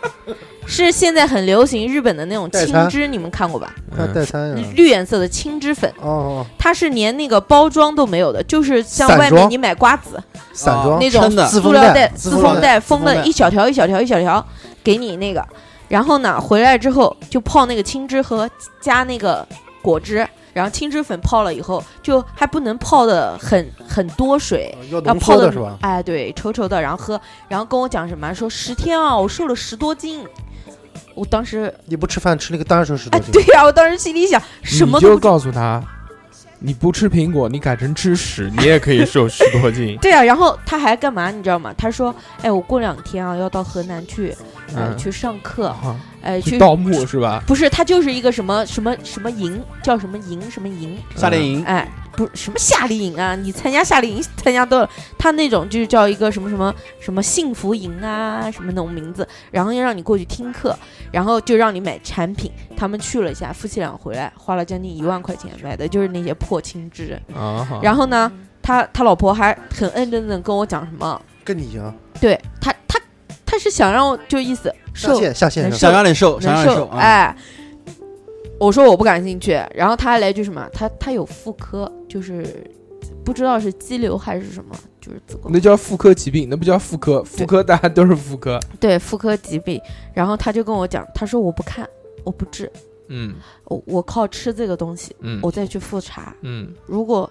[SPEAKER 2] 是现在很流行日本的那种
[SPEAKER 5] 代
[SPEAKER 2] 青
[SPEAKER 5] 餐
[SPEAKER 2] 汁，你们看过吧？
[SPEAKER 5] 它
[SPEAKER 1] 嗯
[SPEAKER 5] 代餐呀。
[SPEAKER 2] 绿颜色的青汁粉，
[SPEAKER 5] 啊哦哦，
[SPEAKER 2] 它是连那个包装都没有的，就是像
[SPEAKER 5] 散
[SPEAKER 2] 外面
[SPEAKER 5] 装
[SPEAKER 2] 你买瓜子，
[SPEAKER 5] 散
[SPEAKER 4] 啊
[SPEAKER 5] 装
[SPEAKER 2] 那种
[SPEAKER 4] 真的
[SPEAKER 5] 自
[SPEAKER 2] 塑
[SPEAKER 5] 封
[SPEAKER 2] 料
[SPEAKER 5] 袋，
[SPEAKER 2] 自
[SPEAKER 5] 封
[SPEAKER 2] 封
[SPEAKER 5] 袋，
[SPEAKER 2] 袋封
[SPEAKER 4] 封
[SPEAKER 2] 的
[SPEAKER 4] 袋
[SPEAKER 2] 一小条一小条一小条给你那个，然后呢回来之后就泡那个青汁和加那个果汁，然后青汁粉泡了以后就还不能泡的很很多水。
[SPEAKER 5] 哦要
[SPEAKER 2] 要
[SPEAKER 5] 浓
[SPEAKER 2] 泡
[SPEAKER 5] 缩
[SPEAKER 2] 得
[SPEAKER 5] 的是吧？
[SPEAKER 2] 哎，对，稠稠的，然后喝，然后跟我讲什么？说十天啊，我瘦了十多斤。我当时，
[SPEAKER 5] 你不吃饭吃那个当然是十
[SPEAKER 2] 哎
[SPEAKER 5] 多，斤。嗯
[SPEAKER 2] 对呀、我当时心里想，什么
[SPEAKER 1] 你
[SPEAKER 2] 都
[SPEAKER 1] 就
[SPEAKER 2] 不知。
[SPEAKER 1] 告诉他，你不吃苹果，你改成吃屎，你也可以瘦十多斤
[SPEAKER 2] *laughs* 对啊，然后他还干嘛？你知道吗？他说，哎，我过两天啊要到河南去，呃，
[SPEAKER 1] 嗯，
[SPEAKER 2] 去上课，
[SPEAKER 1] 啊
[SPEAKER 2] 哎，
[SPEAKER 1] 去
[SPEAKER 2] 去
[SPEAKER 1] 盗墓是吧？
[SPEAKER 2] 不是，它就是一个什么什么什么营，叫什么营什么营，
[SPEAKER 4] 夏令营
[SPEAKER 2] 哎，不什么夏令营啊，你参加夏令营参加多了，他那种就是叫一个什么什么什么幸福营啊，什么那种名字，然后要让你过去听课，然后就让你买产品，他们去了一下，夫妻俩回来花了将近一万块钱买的就是那些破青汁，
[SPEAKER 1] 啊，
[SPEAKER 4] 哦
[SPEAKER 1] 好
[SPEAKER 2] 然后呢，他他老婆还很认真的跟我讲什么，
[SPEAKER 5] 跟你一样，
[SPEAKER 2] 对他他他是想让我就意思
[SPEAKER 5] 下
[SPEAKER 2] 瘦
[SPEAKER 5] 线下线
[SPEAKER 2] 能
[SPEAKER 5] 上
[SPEAKER 4] 想让你瘦，想
[SPEAKER 2] 难
[SPEAKER 4] 让你瘦，啊，
[SPEAKER 2] 哎，我说我不感兴趣，然后他还来一句什么？他他有妇科，就是不知道是肌瘤还是什么，就是子宫
[SPEAKER 1] 那叫妇科疾病，那不叫妇科，妇科大家都是妇科。
[SPEAKER 2] 对妇科疾病。然后他就跟我讲，他说我不看，我不治，
[SPEAKER 1] 嗯
[SPEAKER 2] 我我靠吃这个东西，
[SPEAKER 1] 嗯
[SPEAKER 2] 我再去复查。
[SPEAKER 1] 嗯，
[SPEAKER 2] 如果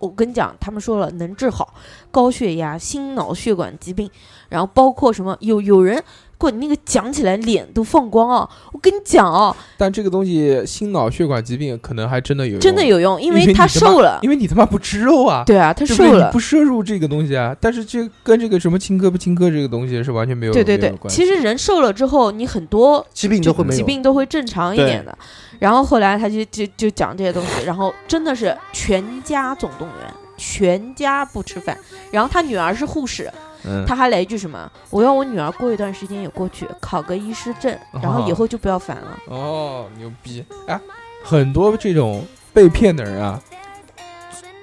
[SPEAKER 2] 我跟你讲，他们说了能治好高血压、心脑血管疾病，然后包括什么有有人。过你那个讲起来脸都放光啊！我跟你讲啊，
[SPEAKER 1] 但这个东西心脑血管疾病可能还真的有用，
[SPEAKER 2] 真的，有用，因
[SPEAKER 1] 因为
[SPEAKER 2] 他
[SPEAKER 1] 你他妈
[SPEAKER 2] 瘦了，
[SPEAKER 1] 因为你他妈不吃肉啊。
[SPEAKER 2] 对啊，他
[SPEAKER 1] 对不
[SPEAKER 2] 瘦
[SPEAKER 1] 对
[SPEAKER 2] 了
[SPEAKER 1] 你，不摄入这个东西啊，但是这跟这个什么青稞不青稞这个东西是完全没有
[SPEAKER 2] 对对
[SPEAKER 1] 没
[SPEAKER 2] 对
[SPEAKER 1] 有，关系
[SPEAKER 2] 其实人瘦了之后，你很多
[SPEAKER 5] 疾病
[SPEAKER 2] 就
[SPEAKER 5] 都会没
[SPEAKER 2] 疾
[SPEAKER 5] 有。
[SPEAKER 2] 病都会正常一点的。然后后来他就就就讲这些东西，然后真的是全家总动员，全家不吃饭。然后他女儿是护士，
[SPEAKER 1] 嗯，
[SPEAKER 2] 他还来一句什么：“我要我女儿过一段时间也过去考个医师证，然后以后就不要烦了。
[SPEAKER 1] 哦，牛逼！哎，很多这种被骗的人啊，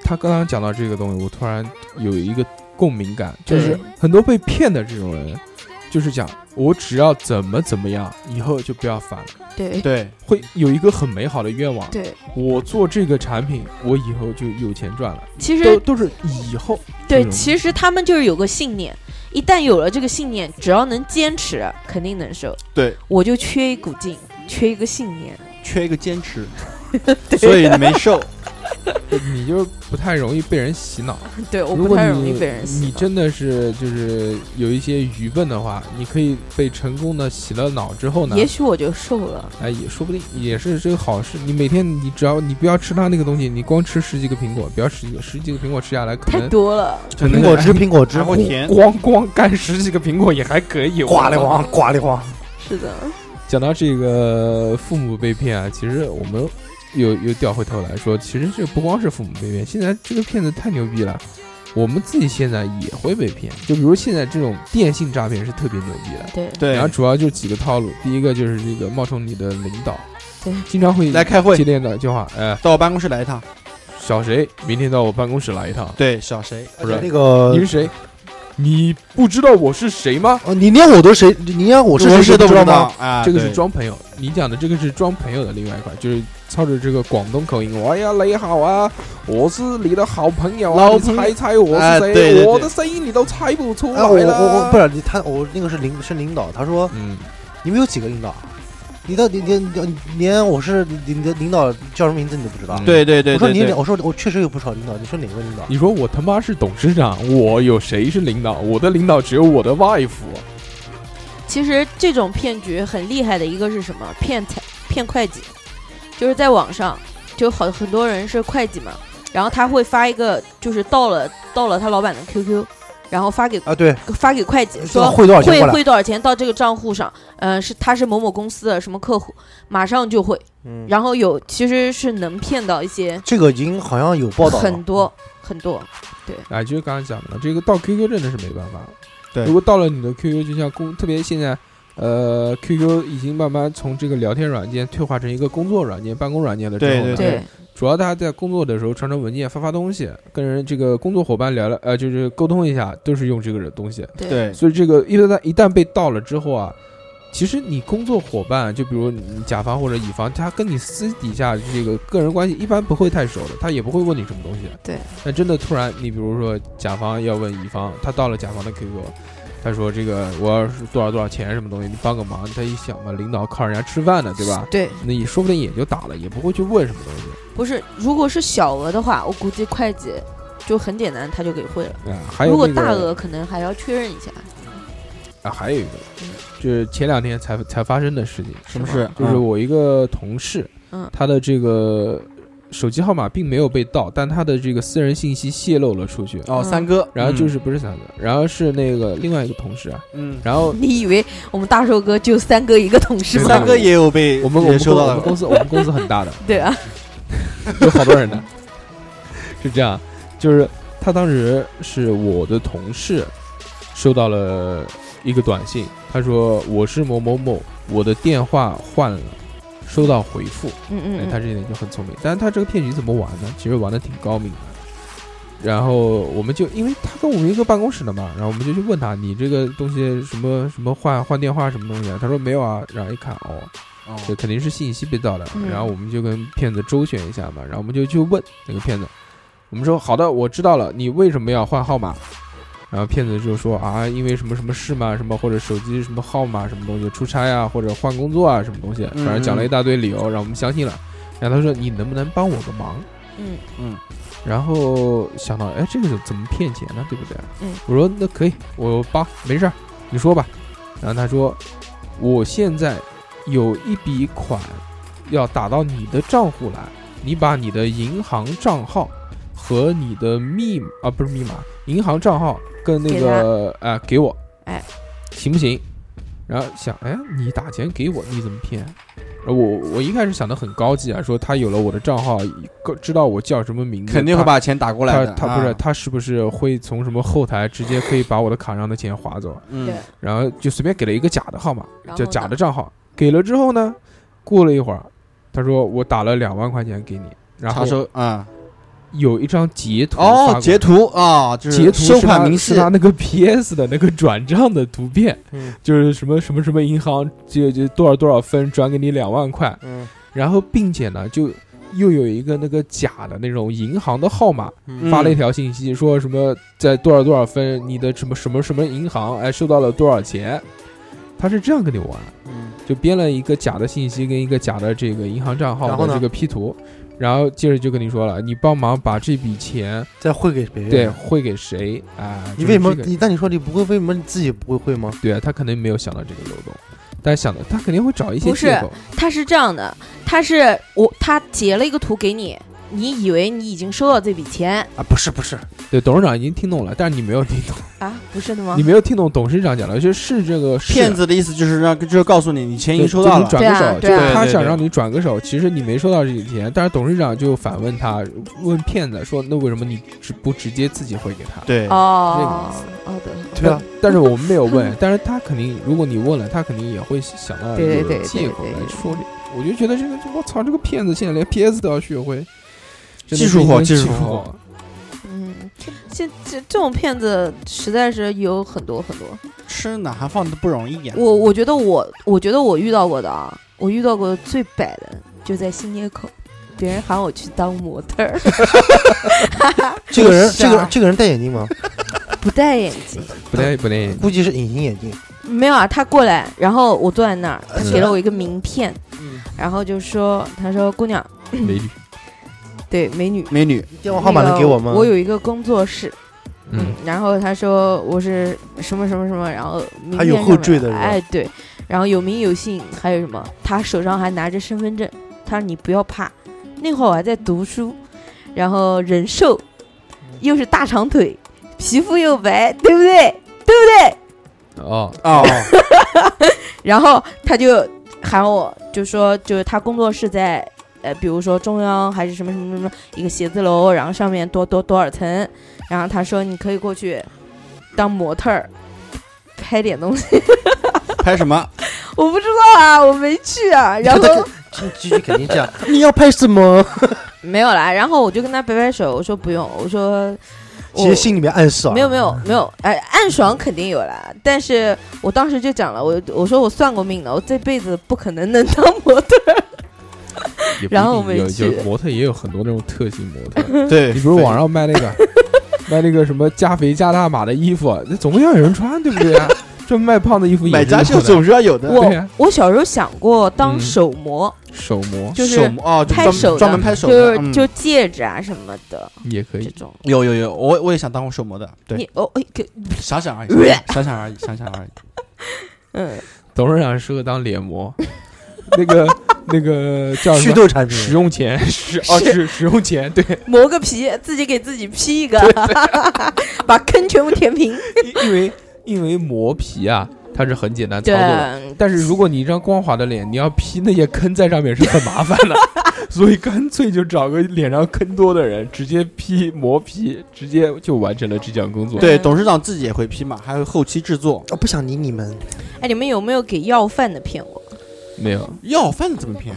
[SPEAKER 1] 他刚刚讲到这个东西，我突然有一个共鸣感，就是
[SPEAKER 2] 对
[SPEAKER 1] 很多被骗的这种人，就是讲我只要怎么怎么样，以后就不要烦了。
[SPEAKER 2] 对
[SPEAKER 4] 对，
[SPEAKER 1] 会有一个很美好的愿望，
[SPEAKER 2] 对，
[SPEAKER 1] 我做这个产品，我以后就有钱赚了，
[SPEAKER 2] 其
[SPEAKER 1] 都
[SPEAKER 2] 实
[SPEAKER 1] 都是以后。这
[SPEAKER 2] 对，
[SPEAKER 1] 种
[SPEAKER 2] 其实他们就是有个信念，一旦有了这个信念，只要能坚持，肯定能瘦。
[SPEAKER 4] 对，
[SPEAKER 2] 我就缺一股劲，缺一个信念。
[SPEAKER 4] 缺一个坚持，所以你没瘦。
[SPEAKER 1] 你就不太容易被人洗脑。
[SPEAKER 2] 对，我
[SPEAKER 1] 如
[SPEAKER 2] 不
[SPEAKER 1] 果
[SPEAKER 2] 太
[SPEAKER 1] 你
[SPEAKER 2] 容易被人洗
[SPEAKER 1] 你
[SPEAKER 2] 脑
[SPEAKER 1] 真的是就是有一些愚笨的话，你可以被成功的洗了脑之后呢，
[SPEAKER 2] 也许我就瘦了。
[SPEAKER 1] 哎也说不定也是这个好事。你每天你只要你不要吃它那个东西，你光吃十几个苹果，不要十几个十几个苹果吃下来，可
[SPEAKER 2] 太
[SPEAKER 1] 能
[SPEAKER 2] 多了，
[SPEAKER 1] 可能
[SPEAKER 5] 苹果汁，苹果汁
[SPEAKER 4] 然，
[SPEAKER 1] 哎
[SPEAKER 4] 后甜
[SPEAKER 1] 光光干十几个苹果也还可以。
[SPEAKER 5] 呱里咣，呱里咣。
[SPEAKER 2] 是的，
[SPEAKER 1] 讲到这个父母被骗啊，其实我们又又掉回头来说，其实这不光是父母被骗，现在这个骗子太牛逼了。我们自己现在也会被骗。就比如现在这种电信诈骗是特别牛逼的，
[SPEAKER 2] 对
[SPEAKER 4] 对
[SPEAKER 1] 然后主要就几个套路，第一个就是这个冒充你的领导，
[SPEAKER 2] 对
[SPEAKER 1] 经常会
[SPEAKER 4] 来开会
[SPEAKER 1] 接，电脑电话，哎，
[SPEAKER 4] 到我办公室来一趟。
[SPEAKER 1] 小谁，明天到我办公室来一趟。
[SPEAKER 4] 对，小谁？
[SPEAKER 5] 而
[SPEAKER 1] 不
[SPEAKER 5] 且
[SPEAKER 1] 是
[SPEAKER 5] 那个
[SPEAKER 4] 呃
[SPEAKER 1] 你是谁？你不知道我是谁吗？
[SPEAKER 5] 哦，你连我都谁，你连我
[SPEAKER 4] 我
[SPEAKER 5] 是谁
[SPEAKER 4] 都
[SPEAKER 5] 都
[SPEAKER 4] 不
[SPEAKER 5] 知道
[SPEAKER 4] 道
[SPEAKER 5] 吗？
[SPEAKER 4] 啊，
[SPEAKER 1] 这个是
[SPEAKER 4] 对
[SPEAKER 1] 装朋友，你讲的这个是装朋友的另外一块，就是操着这个广东口音，哎呀，你好啊，我是你的好朋友啊，
[SPEAKER 4] 老
[SPEAKER 1] 你
[SPEAKER 4] 朋友
[SPEAKER 1] 猜猜我是
[SPEAKER 4] 哎
[SPEAKER 1] 谁？
[SPEAKER 4] 对啊对对
[SPEAKER 1] 我的声音你都猜不出来啊
[SPEAKER 5] 哎，我
[SPEAKER 1] 了。
[SPEAKER 5] 我我不是你他我那个是领是领导，他说
[SPEAKER 1] 嗯，
[SPEAKER 5] 你们有几个领导？你到底你你连我是你你的领导叫什么名字你都不知道？
[SPEAKER 1] 嗯
[SPEAKER 4] 对对对
[SPEAKER 5] 我说
[SPEAKER 4] 对
[SPEAKER 5] 你
[SPEAKER 4] 对
[SPEAKER 5] 我说我确实有不少领导，你说哪个领导？
[SPEAKER 1] 你说我他妈是董事长，我有谁是领导？我的领导只有我的外父。
[SPEAKER 2] 其实这种骗局很厉害的一个是什么？骗财骗会计，就是在网上就好很多人是会计嘛，然后他会发一个就是到了到了他老板的 QQ，然后发给
[SPEAKER 5] 啊，对，
[SPEAKER 2] 发给会计
[SPEAKER 5] 这个
[SPEAKER 2] 说。
[SPEAKER 5] 汇多少钱
[SPEAKER 2] 汇
[SPEAKER 5] 过来？
[SPEAKER 2] 汇多少钱到这个账户上？嗯、是他是某某公司的什么客户，马上就会。
[SPEAKER 5] 嗯，
[SPEAKER 2] 然后有其实是能骗到一些
[SPEAKER 5] 这个已经好像有报道了
[SPEAKER 2] 很多很多，
[SPEAKER 1] 哎，就是刚才讲的，这个到 QQ 真的是没办法。
[SPEAKER 4] 对
[SPEAKER 1] 如果到了你的 QQ，就像工，特别现在，呃，QQ 已经慢慢从这个聊天软件退化成一个工作软件、办公软件了之后呢，
[SPEAKER 4] 对
[SPEAKER 2] 对
[SPEAKER 1] 主要大家在工作的时候传传文件、发发东西，跟人这个工作伙伴聊聊，呃，就是沟通一下，都是用这个东西。
[SPEAKER 2] 对
[SPEAKER 4] 对
[SPEAKER 1] 所以这个一旦一旦被盗了之后啊，其实你工作伙伴，就比如你甲方或者乙方，他跟你私底下这个个人关系一般不会太熟的，他也不会问你什么东西。
[SPEAKER 2] 对。
[SPEAKER 1] 但真的突然，你比如说甲方要问乙方，他盗了甲方的 QQ。他说：“这个我要是多少多少钱什么东西，你帮个忙。”他一想嘛，领导靠人家吃饭的，对吧？
[SPEAKER 2] 对，
[SPEAKER 1] 那你说不定也就打了，也不会去问什么东西。
[SPEAKER 2] 不是，如果是小额的话，我估计会计就很简单，他就给汇了。
[SPEAKER 1] 啊，还有、
[SPEAKER 2] 如
[SPEAKER 1] 那个、
[SPEAKER 2] 果大额，可能还要确认一下。
[SPEAKER 1] 啊，还有一个，
[SPEAKER 2] 嗯
[SPEAKER 1] 就是前两天才才发生的事情，
[SPEAKER 4] 什么事？
[SPEAKER 1] 就是
[SPEAKER 4] 嗯
[SPEAKER 1] 我一个同事，
[SPEAKER 2] 嗯
[SPEAKER 1] 他的这个手机号码并没有被盗，但他的这个私人信息泄露了出去，
[SPEAKER 2] 嗯
[SPEAKER 4] 哦，三哥，
[SPEAKER 1] 然后就是不是三个，然后是那个另外一个同事啊，
[SPEAKER 4] 嗯，
[SPEAKER 1] 然后
[SPEAKER 2] *laughs* 你以为我们大寿哥就三哥一个同
[SPEAKER 1] 是
[SPEAKER 2] 事吗
[SPEAKER 1] 吗？
[SPEAKER 4] 三哥也有被
[SPEAKER 1] 我们我
[SPEAKER 4] 也
[SPEAKER 1] 们
[SPEAKER 4] 收
[SPEAKER 1] 公
[SPEAKER 4] 到
[SPEAKER 1] 我们
[SPEAKER 4] 了，
[SPEAKER 1] 公司我们公司很大的，
[SPEAKER 2] 对啊，
[SPEAKER 1] 有好多人的，是这样，就是他当时是我的同事收到了一个短信，他说我是某某某，我的电话换了，收到回复，
[SPEAKER 2] 嗯
[SPEAKER 1] 哎
[SPEAKER 2] 嗯，
[SPEAKER 1] 他
[SPEAKER 2] 嗯，
[SPEAKER 1] 这一点就很聪明，但是他这个骗局怎么玩呢？其实玩的挺高明的。然后我们就因为他跟我们一个办公室的嘛，然后我们就去问他，你这个东西什么什么换换电话什么东西啊？他说没有啊，然后一看哦，
[SPEAKER 4] 哦
[SPEAKER 1] 这肯定是信息被盗的。
[SPEAKER 2] 嗯
[SPEAKER 1] 然后我们就跟骗子周旋一下嘛，然后我们就去问那个骗子，我们说好的，我知道了，你为什么要换号码？然后骗子就说啊，因为什么什么事嘛，什么或者手机什么号码什么东西，出差啊或者换工作啊什么东西，
[SPEAKER 4] 嗯
[SPEAKER 1] 反正讲了一大堆理由，让我们相信了。然后他说你能不能帮我个忙？
[SPEAKER 2] 嗯
[SPEAKER 4] 嗯，
[SPEAKER 1] 然后想到哎，这个怎么骗钱呢？对不对？
[SPEAKER 2] 嗯，
[SPEAKER 1] 我说那可以，我帮，没事儿，你说吧。然后他说我现在有一笔款要打到你的账户来，你把你的银行账号和你的密码啊，不是密码，银行账号跟那个啊、给我，
[SPEAKER 2] 哎，
[SPEAKER 1] 行不行？然后想，哎，你打钱给我，你怎么骗？然后我我一开始想的很高级啊，说他有了我的账号，一个知道我叫什么名字，
[SPEAKER 4] 肯定会
[SPEAKER 1] 他
[SPEAKER 4] 把钱打过来
[SPEAKER 1] 他
[SPEAKER 4] 的。
[SPEAKER 1] 他不是
[SPEAKER 4] 啊，
[SPEAKER 1] 他是不是会从什么后台直接可以把我的卡上的钱划走？
[SPEAKER 2] 对
[SPEAKER 4] 嗯，，
[SPEAKER 1] 然后就随便给了一个假的号码，
[SPEAKER 2] 然后
[SPEAKER 1] 就
[SPEAKER 2] 呢
[SPEAKER 1] 假的账号。给了之后呢，过了一会儿，他说我打了两万块钱给你，然
[SPEAKER 4] 他
[SPEAKER 1] 后
[SPEAKER 4] 说啊，
[SPEAKER 1] 有一张截图发
[SPEAKER 4] 哦，
[SPEAKER 1] 过
[SPEAKER 4] 截图啊，就
[SPEAKER 1] 截
[SPEAKER 4] 是
[SPEAKER 1] 图
[SPEAKER 4] 收
[SPEAKER 1] 是他
[SPEAKER 4] 款明细
[SPEAKER 1] 是他那个 *laughs* PS 的那个转账的图片，
[SPEAKER 5] 嗯
[SPEAKER 1] *laughs* 就是什么什么什么银行就就多少多少分转给你两万块，
[SPEAKER 5] 嗯
[SPEAKER 1] 然后并且呢就又有一个那个假的那种银行的号码，
[SPEAKER 5] 嗯
[SPEAKER 1] 发了一条信息说什么在多少多少分，你的什么什么什么银行哎收到了多少钱，他是这样跟你玩，
[SPEAKER 5] 嗯，
[SPEAKER 1] 就编了一个假的信息跟一个假的这个银行账号
[SPEAKER 5] 然后
[SPEAKER 1] 的
[SPEAKER 5] 呢
[SPEAKER 1] 这个 P 图，然后接着就跟你说了，你帮忙把这笔钱
[SPEAKER 5] 再汇给别人。
[SPEAKER 1] 对，汇给谁啊？
[SPEAKER 5] 哎你为什么
[SPEAKER 1] 就是这个
[SPEAKER 5] 你那你说你不会，为什么你自己不会汇吗？
[SPEAKER 1] 对啊，他肯定没有想到这个漏洞，但想的他肯定会找一些
[SPEAKER 2] 嗯不是
[SPEAKER 1] 借口。
[SPEAKER 2] 他是这样的，他是我他截了一个图给你，你以为你已经收到这笔钱
[SPEAKER 5] 啊，不是不是，
[SPEAKER 1] 对，董事长已经听懂了，但是你没有听懂，
[SPEAKER 2] 啊？不是的吗
[SPEAKER 1] 你？没有听懂董事长讲的，就是这个是
[SPEAKER 4] 骗子的意思就是让，就是告诉你你钱已
[SPEAKER 1] 就
[SPEAKER 4] 经收
[SPEAKER 1] 就
[SPEAKER 4] 到了
[SPEAKER 1] 你，转
[SPEAKER 2] 对
[SPEAKER 1] 个
[SPEAKER 2] 啊
[SPEAKER 1] 手，就
[SPEAKER 2] 对啊
[SPEAKER 1] 是他
[SPEAKER 6] 对对
[SPEAKER 1] 想
[SPEAKER 6] 对
[SPEAKER 1] 让你转个手，其实你没收到这笔钱，但是董事长就反问他，问骗子说，那为什么你只不直接自己汇给他？
[SPEAKER 4] 对，
[SPEAKER 2] 哦哦对，
[SPEAKER 5] 对啊，
[SPEAKER 1] 但是我们没有问，但是他肯定，如果你问了，他肯定也会想到
[SPEAKER 2] 嗯对对
[SPEAKER 1] 有
[SPEAKER 2] 对对
[SPEAKER 1] 借口
[SPEAKER 2] 对
[SPEAKER 1] 来
[SPEAKER 2] 对
[SPEAKER 1] 说这。我就觉得这个，我操，这个骗子现在连 PS 都要学会，真的
[SPEAKER 4] 技
[SPEAKER 1] 是
[SPEAKER 4] 术
[SPEAKER 1] 一
[SPEAKER 4] 活
[SPEAKER 1] 门
[SPEAKER 4] 技术
[SPEAKER 1] 活
[SPEAKER 4] 活
[SPEAKER 2] 嗯，这这这种骗子实在是有很多很多。
[SPEAKER 4] 吃哪行饭都不容易呀。
[SPEAKER 2] 我我觉得我我觉得我遇到过的啊，我遇到过的最摆的就在新街口，别人喊我去当模特儿， *laughs*
[SPEAKER 5] 这个人
[SPEAKER 2] 是
[SPEAKER 5] 这
[SPEAKER 2] 啊
[SPEAKER 5] 个这个人戴眼镜吗？
[SPEAKER 2] 不戴眼镜，
[SPEAKER 1] 不对不对，
[SPEAKER 5] 估计是隐形眼镜。
[SPEAKER 2] 没有啊，他过来，然后我坐在那儿，他给了我一个名片，
[SPEAKER 4] 嗯
[SPEAKER 2] 然后就说，他说姑娘，
[SPEAKER 1] 美女，
[SPEAKER 2] 对美女，
[SPEAKER 4] 美女，
[SPEAKER 5] 电话号码能给我吗？
[SPEAKER 2] 那个我有一个工作室，
[SPEAKER 1] 嗯，
[SPEAKER 2] 然后他说我是什么什么什么，然后名片
[SPEAKER 5] 还有
[SPEAKER 2] 上
[SPEAKER 5] 后缀的
[SPEAKER 2] 面
[SPEAKER 5] 人
[SPEAKER 2] 哎对，然后有名有姓，还有什么？他手上还拿着身份证，他说你不要怕，那会儿我还在读书，然后人瘦，又是大长腿，皮肤又白，对不对？嗯
[SPEAKER 1] 哦，
[SPEAKER 4] 哦，
[SPEAKER 2] 然后他就喊我，就说就是他工作室在呃，比如说中央还是什么什么什么一个写字楼，然后上面多多多少层，然后他说你可以过去当模特儿，拍点东西， *laughs*
[SPEAKER 4] 拍什么？
[SPEAKER 2] 我不知道啊，我没去啊，然后
[SPEAKER 5] 这这句肯定这样。你要拍什么？
[SPEAKER 2] *laughs* 没有啦，然后我就跟他摆摆手，我说不用，我说
[SPEAKER 5] 其
[SPEAKER 2] 我
[SPEAKER 5] 实心里面暗示啊，
[SPEAKER 2] 没有没有没有，哎，暗爽肯定有啦，但是我当时就讲了，我我说我算过命了，我这辈子不可能能当模特儿，
[SPEAKER 1] 也不
[SPEAKER 2] 然后
[SPEAKER 1] 一定
[SPEAKER 2] 我们
[SPEAKER 1] 有
[SPEAKER 2] 去
[SPEAKER 1] 就是模特也有很多那种特型模特，
[SPEAKER 4] 对，
[SPEAKER 1] 你比如网上卖那
[SPEAKER 4] *laughs*
[SPEAKER 1] 个卖那个什么加肥加大码的衣服，那总归要有人穿，对不对啊？这卖胖的衣服也
[SPEAKER 4] 买
[SPEAKER 1] 是
[SPEAKER 4] 家
[SPEAKER 1] 有
[SPEAKER 4] 秀
[SPEAKER 1] 的
[SPEAKER 4] 总是要有的。
[SPEAKER 1] 对
[SPEAKER 2] 我
[SPEAKER 1] 啊
[SPEAKER 2] 我小时候想过当
[SPEAKER 1] 嗯
[SPEAKER 2] 手模，
[SPEAKER 1] 手模
[SPEAKER 2] 就是
[SPEAKER 4] 手哦，就
[SPEAKER 2] 拍
[SPEAKER 4] 专
[SPEAKER 2] 手的
[SPEAKER 4] 专门拍手
[SPEAKER 2] 就
[SPEAKER 4] 的，
[SPEAKER 2] 是
[SPEAKER 4] 嗯
[SPEAKER 2] 就戒指啊什么的
[SPEAKER 1] 也可
[SPEAKER 2] 这
[SPEAKER 1] 以，
[SPEAKER 2] 种。
[SPEAKER 4] 有有有，我我也想当过手模的，对，
[SPEAKER 2] 你哦哎给呃
[SPEAKER 4] 想
[SPEAKER 2] *laughs*
[SPEAKER 4] 想而已，想想而已，想想而已。
[SPEAKER 2] 嗯，
[SPEAKER 1] 董事长适合当脸模，那个那个叫什
[SPEAKER 5] 祛
[SPEAKER 1] 么？
[SPEAKER 5] 痘产
[SPEAKER 1] 使
[SPEAKER 5] 品。
[SPEAKER 1] 用前是哦
[SPEAKER 2] 是
[SPEAKER 1] 是使用前
[SPEAKER 4] *laughs*
[SPEAKER 1] 对，
[SPEAKER 2] 磨个皮，自己给自己 P 一个， *laughs* 把坑全部填
[SPEAKER 4] *laughs*
[SPEAKER 2] 平。
[SPEAKER 1] 因因为因为磨皮啊，它是很简单操
[SPEAKER 2] 对
[SPEAKER 1] 作的。但是如果你一张光滑的脸，你要 P 那些坑在上面是很麻烦
[SPEAKER 4] *laughs*
[SPEAKER 1] 的，所以干脆就找个脸上坑多的人，直接 P 磨皮，直接就完成了这项工作。
[SPEAKER 4] 对，董事长自己也会批嘛，还有后期制作。
[SPEAKER 5] 哦我不想理你们，
[SPEAKER 2] 哎，你们有没有给要饭的骗我？
[SPEAKER 4] 啊
[SPEAKER 1] 没有
[SPEAKER 4] 要饭怎么骗？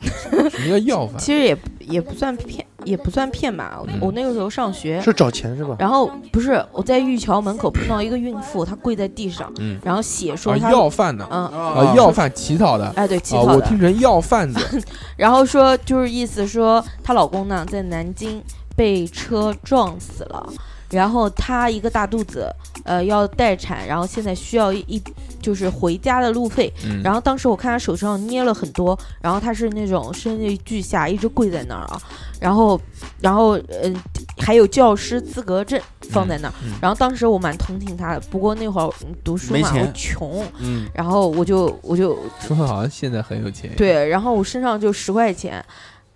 [SPEAKER 1] 什么叫要饭，
[SPEAKER 2] 其实也也不算骗，也不算骗吧。我
[SPEAKER 1] 嗯
[SPEAKER 2] 我那个时候上学，
[SPEAKER 5] 是找钱是吧？
[SPEAKER 2] 然后不是我在玉桥门口碰到一个孕妇，她跪在地上，
[SPEAKER 1] 嗯
[SPEAKER 2] 然后写说
[SPEAKER 1] 啊
[SPEAKER 2] 她
[SPEAKER 1] 要饭呢
[SPEAKER 2] 嗯
[SPEAKER 1] 啊
[SPEAKER 4] 哦
[SPEAKER 1] 要饭乞讨的啊，
[SPEAKER 2] 哎对乞讨
[SPEAKER 1] 我
[SPEAKER 2] 的
[SPEAKER 1] 听，成要饭子
[SPEAKER 2] 然后说就是意思说她老公呢在南京被车撞死了，然后她一个大肚子，呃要待产，然后现在需要一一就是回家的路费。
[SPEAKER 1] 嗯
[SPEAKER 2] 然后当时我看她手上捏了很多，然后她是那种身历巨下，一直跪在那儿啊，然后然后嗯、还有教师资格证放在那儿，
[SPEAKER 1] 嗯嗯
[SPEAKER 2] 然后当时我蛮同情她的，不过那会儿嗯读书
[SPEAKER 4] 没
[SPEAKER 2] 嘛，我
[SPEAKER 4] 钱
[SPEAKER 2] 穷，
[SPEAKER 4] 嗯，
[SPEAKER 2] 然后我就我就
[SPEAKER 1] 说的好像现在很有钱一样，
[SPEAKER 2] 对，然后我身上就十块钱，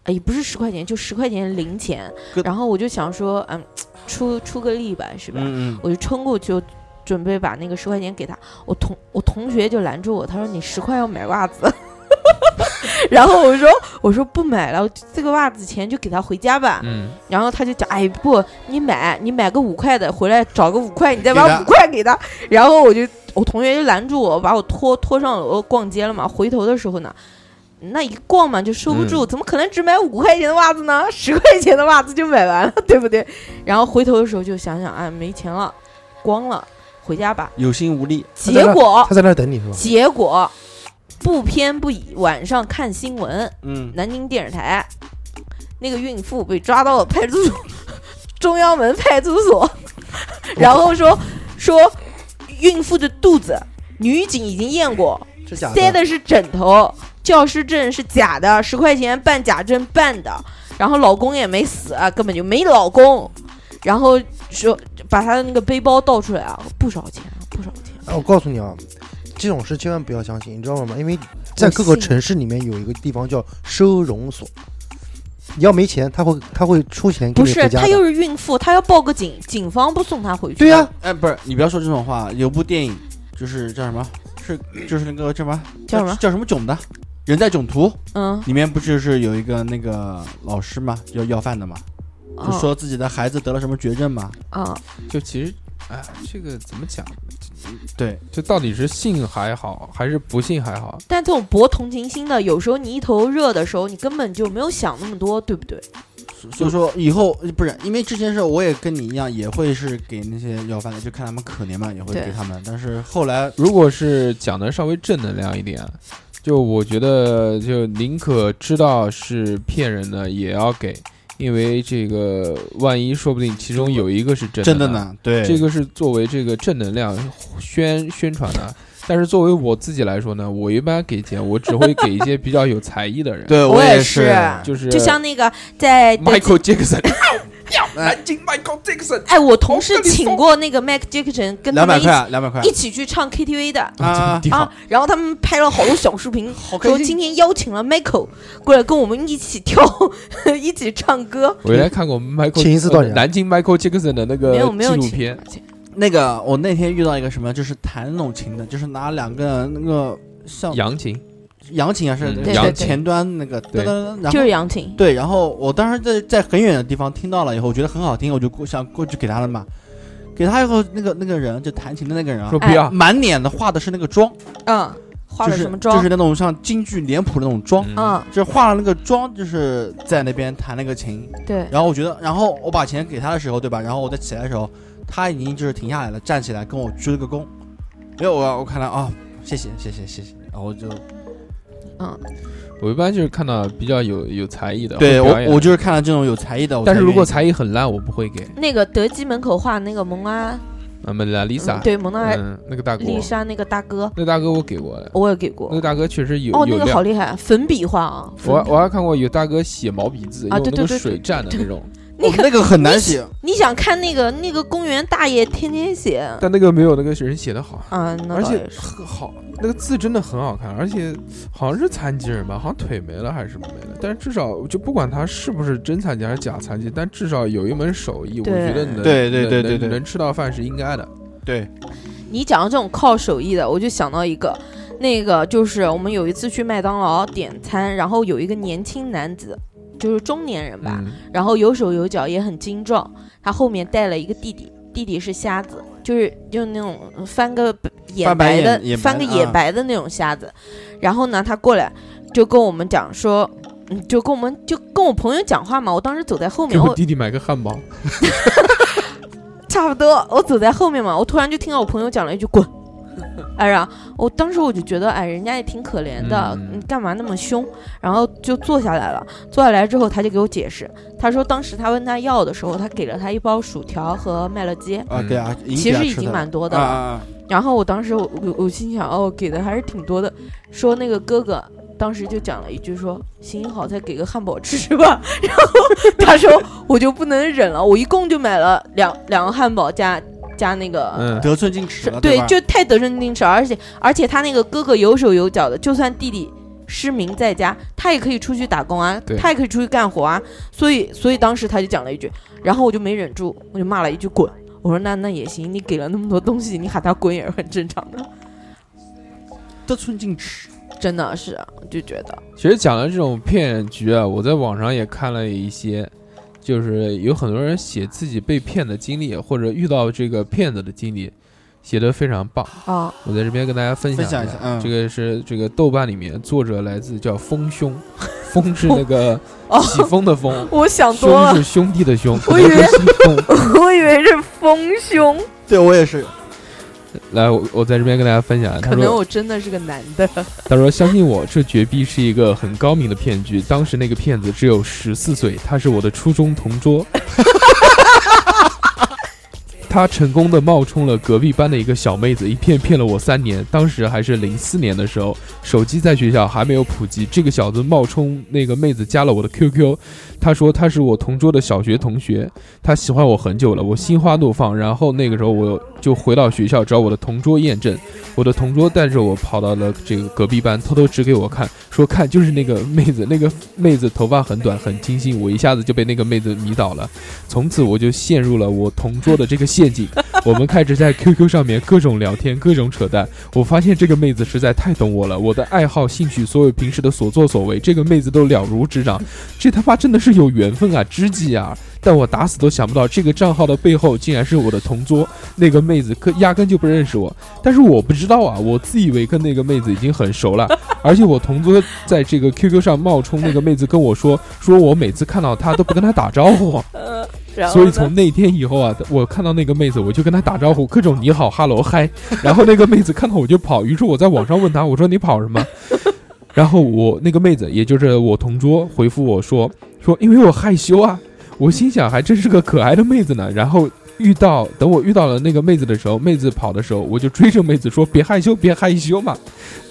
[SPEAKER 2] 哎，也不是十块钱，就十块钱零钱
[SPEAKER 4] 哥。
[SPEAKER 2] 然后我就想说，嗯，出出个力吧，是吧？
[SPEAKER 4] 嗯嗯，
[SPEAKER 2] 我就冲过去，我准备把那个十块钱给他。我同我同学就拦住我，他说：“你十块要买袜子。” *laughs* 然后我说：“我说不买了，这个袜子钱就给他回家吧。
[SPEAKER 1] 嗯，
[SPEAKER 2] 然后他就讲：“哎，不，你买，你买个五块的，回来找个五块，你再
[SPEAKER 4] 给
[SPEAKER 2] 把
[SPEAKER 4] 他
[SPEAKER 2] 五块给他。”然后我就，我同学就拦住我，把我拖拖上楼逛街了嘛。回头的时候呢，那一逛嘛就收不
[SPEAKER 4] 嗯
[SPEAKER 2] 住，怎么可能只买五块钱的袜子呢？ *laughs* 十块钱的袜子就买完了， *laughs* 对不对？然后回头的时候就想想，哎，没钱了，光了，回家吧。
[SPEAKER 4] 有心无力，
[SPEAKER 2] 结果，
[SPEAKER 5] 他在那儿等你是吧？
[SPEAKER 2] 结果不偏不倚，晚上看新闻，
[SPEAKER 4] 嗯，
[SPEAKER 2] 南京电视台，那个孕妇被抓到了派出所，中央门派出所，
[SPEAKER 5] *laughs*
[SPEAKER 2] 然后说说孕妇的肚子，女警已经验过，
[SPEAKER 5] 是假
[SPEAKER 2] 塞
[SPEAKER 5] 的。
[SPEAKER 2] 的是枕头，教师证是假的，十块钱办假证办的，然后老公也没死啊，根本就没老公，然后说把她的那个背包倒出来啊，不少钱啊，不少钱，
[SPEAKER 5] 哎我告诉你啊，这种事千万不要相信，你知道吗？因为在各个城市里面有一个地方叫收容所，你要没钱，他会他会出钱给
[SPEAKER 2] 不
[SPEAKER 5] 你回
[SPEAKER 2] 是，
[SPEAKER 5] 家
[SPEAKER 2] 她
[SPEAKER 5] 的。
[SPEAKER 2] 又是孕妇，她要报个警，警方不送她回去。
[SPEAKER 5] 对
[SPEAKER 2] *laughs*
[SPEAKER 5] 啊呀、，
[SPEAKER 4] 哎，不是，你不要说这种话。有部电影，就是叫什么？是就是那个叫什么？
[SPEAKER 2] 叫什么
[SPEAKER 4] 叫什么囧的？人在囧途
[SPEAKER 2] 嗯，
[SPEAKER 4] 里面不就是有一个那个老师嘛，要要饭的嘛，就
[SPEAKER 2] 嗯
[SPEAKER 4] 说自己的孩子得了什么绝症嘛。
[SPEAKER 2] 嗯，
[SPEAKER 1] 就其实，哎，这个怎么讲？
[SPEAKER 4] 对，
[SPEAKER 1] 就到底是信还好，还是不信还好？
[SPEAKER 2] 但这种博同情心的，有时候你一头热的时候，你根本就没有想那么多，对不对？
[SPEAKER 4] 所以说以后不是因为这件事，我也跟你一样，也会是给那些要饭的，就看他们可怜嘛，也会
[SPEAKER 2] 对
[SPEAKER 4] 给他们。但是后来，
[SPEAKER 1] 如果是讲的稍微正能量一点，就我觉得，就宁可知道是骗人的，也要给，因为这个万一说不定其中有一个是真
[SPEAKER 4] 真的
[SPEAKER 1] 的。
[SPEAKER 4] 呢，对
[SPEAKER 1] 这个是作为这个正能量宣宣传的，但是作为我自己来说呢，我一般给钱，我只会给一些比较有才艺的人，
[SPEAKER 4] 对
[SPEAKER 2] 我也
[SPEAKER 4] 也
[SPEAKER 2] 是
[SPEAKER 1] 就是
[SPEAKER 2] 就像那个在
[SPEAKER 1] Michael Jackson，要哎
[SPEAKER 4] 哎
[SPEAKER 1] 南京 Michael Jackson，
[SPEAKER 2] 哎，我同事
[SPEAKER 1] 我跟你说
[SPEAKER 2] 请过那个 Mac Jackson 跟他
[SPEAKER 4] 两
[SPEAKER 2] 们
[SPEAKER 4] 百
[SPEAKER 2] 一起
[SPEAKER 4] 块，啊两百块
[SPEAKER 2] 一起去唱 KTV 的
[SPEAKER 4] 啊，
[SPEAKER 2] 啊，然后他们拍了好多小视频，说
[SPEAKER 4] 好开心
[SPEAKER 2] 今。天邀请了 Michael 过来跟我们一起跳， *laughs* 一起唱歌。
[SPEAKER 1] 我原来看过 Michael，
[SPEAKER 5] 请一次多少钱
[SPEAKER 1] 呃南京 Michael Jackson 的那个
[SPEAKER 4] 呃
[SPEAKER 2] 没有没有
[SPEAKER 1] 纪录
[SPEAKER 2] 请
[SPEAKER 1] 片，
[SPEAKER 4] 那个，我那天遇到一个什么，就是弹那种琴的，就是拿两个那个像
[SPEAKER 1] 扬琴，
[SPEAKER 4] 扬琴啊，是
[SPEAKER 1] 嗯
[SPEAKER 4] 那
[SPEAKER 2] 对对
[SPEAKER 4] 个
[SPEAKER 2] 对
[SPEAKER 4] 前前端那个，
[SPEAKER 1] 对
[SPEAKER 4] 噔噔噔然
[SPEAKER 2] 就
[SPEAKER 4] 后
[SPEAKER 2] 是杨琴，
[SPEAKER 4] 对，然后我当时在在很远的地方听到了以后，我觉得很好听，我就过想过去给他了嘛。给他以后，那个那个人就弹琴的那个人啊
[SPEAKER 1] 说，不要，
[SPEAKER 4] 满脸的画的是那个妆，
[SPEAKER 2] 嗯，化
[SPEAKER 4] 就
[SPEAKER 2] 了
[SPEAKER 4] 是
[SPEAKER 2] 什么妆？
[SPEAKER 4] 就是那种像京剧脸谱的那种妆，
[SPEAKER 1] 嗯，
[SPEAKER 2] 嗯，
[SPEAKER 4] 就是化了那个妆，就是在那边弹那个琴。
[SPEAKER 2] 对，
[SPEAKER 4] 然后我觉得，然后我把钱给他的时候，对吧？然后我再起来的时候，他已经就是停下来了，站起来跟我鞠了个躬。没有，我我看他啊、谢谢谢谢谢谢，然后我就
[SPEAKER 1] 我一般就是看到比较有有才艺的，
[SPEAKER 4] 对
[SPEAKER 1] 会表演
[SPEAKER 4] 我我就是看到这种有才艺的，我才
[SPEAKER 1] 但是如
[SPEAKER 4] 愿意
[SPEAKER 1] 果才艺很烂，我不会给。嗯
[SPEAKER 2] 那个德基门口画那个蒙啊娜，
[SPEAKER 1] 那么来
[SPEAKER 2] 嗯
[SPEAKER 1] Lisa，
[SPEAKER 2] 对蒙娜
[SPEAKER 1] 嗯，那个大哥，
[SPEAKER 2] 丽莎那个大哥，
[SPEAKER 1] 那大哥我给过的，
[SPEAKER 2] 我也给
[SPEAKER 1] 那个
[SPEAKER 2] 过。
[SPEAKER 1] 大哥确实有
[SPEAKER 2] 哦，
[SPEAKER 1] 有
[SPEAKER 2] 那个
[SPEAKER 1] 料
[SPEAKER 2] 好厉害，粉笔画啊！粉
[SPEAKER 1] 我
[SPEAKER 2] 笔
[SPEAKER 1] 我还看过有大哥写毛笔字，
[SPEAKER 2] 啊
[SPEAKER 1] 用
[SPEAKER 2] 对
[SPEAKER 1] 那个
[SPEAKER 2] 对对
[SPEAKER 1] 水蘸的那种，
[SPEAKER 4] 哦那个很难写，
[SPEAKER 2] 你想看那个那个公园大爷天天写啊？
[SPEAKER 1] 但那个没有那个人写的好，啊
[SPEAKER 2] 那
[SPEAKER 1] 而
[SPEAKER 2] 倒
[SPEAKER 1] 且
[SPEAKER 2] 也是。
[SPEAKER 1] 很好，那个字真的很好看，而且好像是残疾人吧，好像腿没了还是什么没了，但是至少就不管他是不是真残疾还是假残疾，但至少有一门手艺，我
[SPEAKER 2] 对
[SPEAKER 1] 觉得能
[SPEAKER 4] 对对对
[SPEAKER 1] 能
[SPEAKER 4] 对对
[SPEAKER 1] 能吃到饭是应该的。
[SPEAKER 4] 对，
[SPEAKER 2] 你讲到这种靠手艺的，我就想到一个，那个就是我们有一次去麦当劳点餐，然后有一个年轻男子，就是中年人吧，
[SPEAKER 1] 嗯，
[SPEAKER 2] 然后有手有脚，也很精壮，他后面带了一个弟弟，弟弟是瞎子，就是就是那种翻个野
[SPEAKER 4] 翻白
[SPEAKER 2] 白
[SPEAKER 4] 眼
[SPEAKER 2] 的
[SPEAKER 4] 野白
[SPEAKER 2] 翻个
[SPEAKER 4] 的
[SPEAKER 2] 野
[SPEAKER 4] 啊
[SPEAKER 2] 白的那种瞎子，然后呢，他过来就跟我们讲说。嗯，就跟我们就跟我朋友讲话嘛，我当时走在后
[SPEAKER 1] 给
[SPEAKER 2] 面，
[SPEAKER 1] 我
[SPEAKER 2] 我
[SPEAKER 1] 弟弟买个汉堡，
[SPEAKER 2] 差不多，我走在后面嘛，我突然就听到我朋友讲了一句“滚”，哎呀，我当时我就觉得，哎，人家也挺可怜的，
[SPEAKER 1] 嗯
[SPEAKER 2] 你干嘛那么凶？然后就坐下来了。坐下来之后，他就给我解释，他说当时他问他要的时候，他给了他一包薯条和麦乐鸡，
[SPEAKER 4] 啊，
[SPEAKER 1] 嗯
[SPEAKER 4] 对啊，经
[SPEAKER 2] 其
[SPEAKER 4] 给他
[SPEAKER 2] 实已
[SPEAKER 4] 吃
[SPEAKER 2] 经
[SPEAKER 4] 的了
[SPEAKER 2] 蛮多的
[SPEAKER 4] 啊
[SPEAKER 2] 了。
[SPEAKER 4] 啊啊，
[SPEAKER 2] 然后我当时我我我心想，哦，给的还是挺多的。说那个哥哥当时就讲了一句说，行好，再给个汉堡吃吃吧。 *laughs* 然后他说我就不能忍了，我一共就买了两两个汉堡加加那个。
[SPEAKER 1] 嗯，
[SPEAKER 4] 得寸进尺
[SPEAKER 2] 是
[SPEAKER 4] 了，
[SPEAKER 2] 对
[SPEAKER 4] 吧，
[SPEAKER 2] 就太得寸进尺，而且而且他那个哥哥有手有脚的，就算弟弟失明在家，他也可以出去打工啊
[SPEAKER 1] 对，
[SPEAKER 2] 他也可以出去干活啊。所以所以当时他就讲了一句，然后我就没忍住，我就骂了一句滚。我说那那也行，你给了那么多东西，你喊他滚也是很正常的， *laughs*
[SPEAKER 4] 得寸进尺，
[SPEAKER 2] 真的是，我就觉得
[SPEAKER 1] 其实讲了这种骗局啊，我在网上也看了一些，就是有很多人写自己被骗的经历或者遇到这个骗子的经历，写的非常棒。
[SPEAKER 2] 啊，
[SPEAKER 1] 我在这边跟大家分享
[SPEAKER 4] 分享一下嗯
[SPEAKER 1] 这个是这个豆瓣里面作者来自叫风
[SPEAKER 2] *laughs*
[SPEAKER 1] 兄，风是那个
[SPEAKER 2] 哦
[SPEAKER 1] 起风的风，
[SPEAKER 2] 我 *laughs* 想多
[SPEAKER 1] 兄
[SPEAKER 2] 了
[SPEAKER 1] 是，兄弟的兄，
[SPEAKER 2] 我以为
[SPEAKER 1] 可能是西风。
[SPEAKER 2] *laughs* 我以为是丰胸，
[SPEAKER 4] 对我也是，
[SPEAKER 1] 来，我我在这边跟大家分享，他
[SPEAKER 2] 可能
[SPEAKER 1] 说
[SPEAKER 2] 我真的是个男的，
[SPEAKER 1] 他说：“相信我，这绝壁是一个很高明的骗局。当时那个骗子只有十四岁，他是我的初中同桌。 *laughs* 他成功的冒充了隔壁班的一个小妹子，一骗骗了我三年。当时还是零四年的时候，手机在学校还没有普及。这个小子冒充那个妹子加了我的 QQ，他说他是我同桌的小学同学，他喜欢我很久了，我心花怒放。然后那个时候我就回到学校找我的同桌验证。我的同桌带着我跑到了这个隔壁班，偷偷指给我看，说看就是那个妹子，那个妹子头发很短，很清新。我一下子就被那个妹子迷倒了，从此我就陷入了我同桌的这个陷阱。我们开始在 QQ 上面各种聊天，各种扯淡。我发现这个妹子实在太懂我了，我的爱好、兴趣，所有平时的所作所为，这个妹子都了如指掌。这他妈真的是有缘分啊，知己啊！但我打死都想不到，这个账号的背后竟然是我的同桌，那个妹子可压根就不认识我。但是我不知道啊，我自以为跟那个妹子已经很
[SPEAKER 2] *laughs*
[SPEAKER 1] 熟了，而且我同桌在这个 QQ 上冒充那个妹子跟我说，说我每次看到她都不跟她打招呼。
[SPEAKER 2] 呃，然后
[SPEAKER 1] 所以
[SPEAKER 2] 呢
[SPEAKER 1] 从那天以后啊，我看到那个妹子，我就跟她打招呼，各种你好、哈喽、嗨。然后那个妹子看到我就跑，于是我在网上问她，我说你跑什么？然后我那个妹子，也就是我同桌，回复我说说因为我害羞啊。我心想还真是个可爱的妹子呢。然后遇到等我遇到了那个妹子的时候，妹子跑的时候，我就追着妹子说别害羞，别害羞嘛。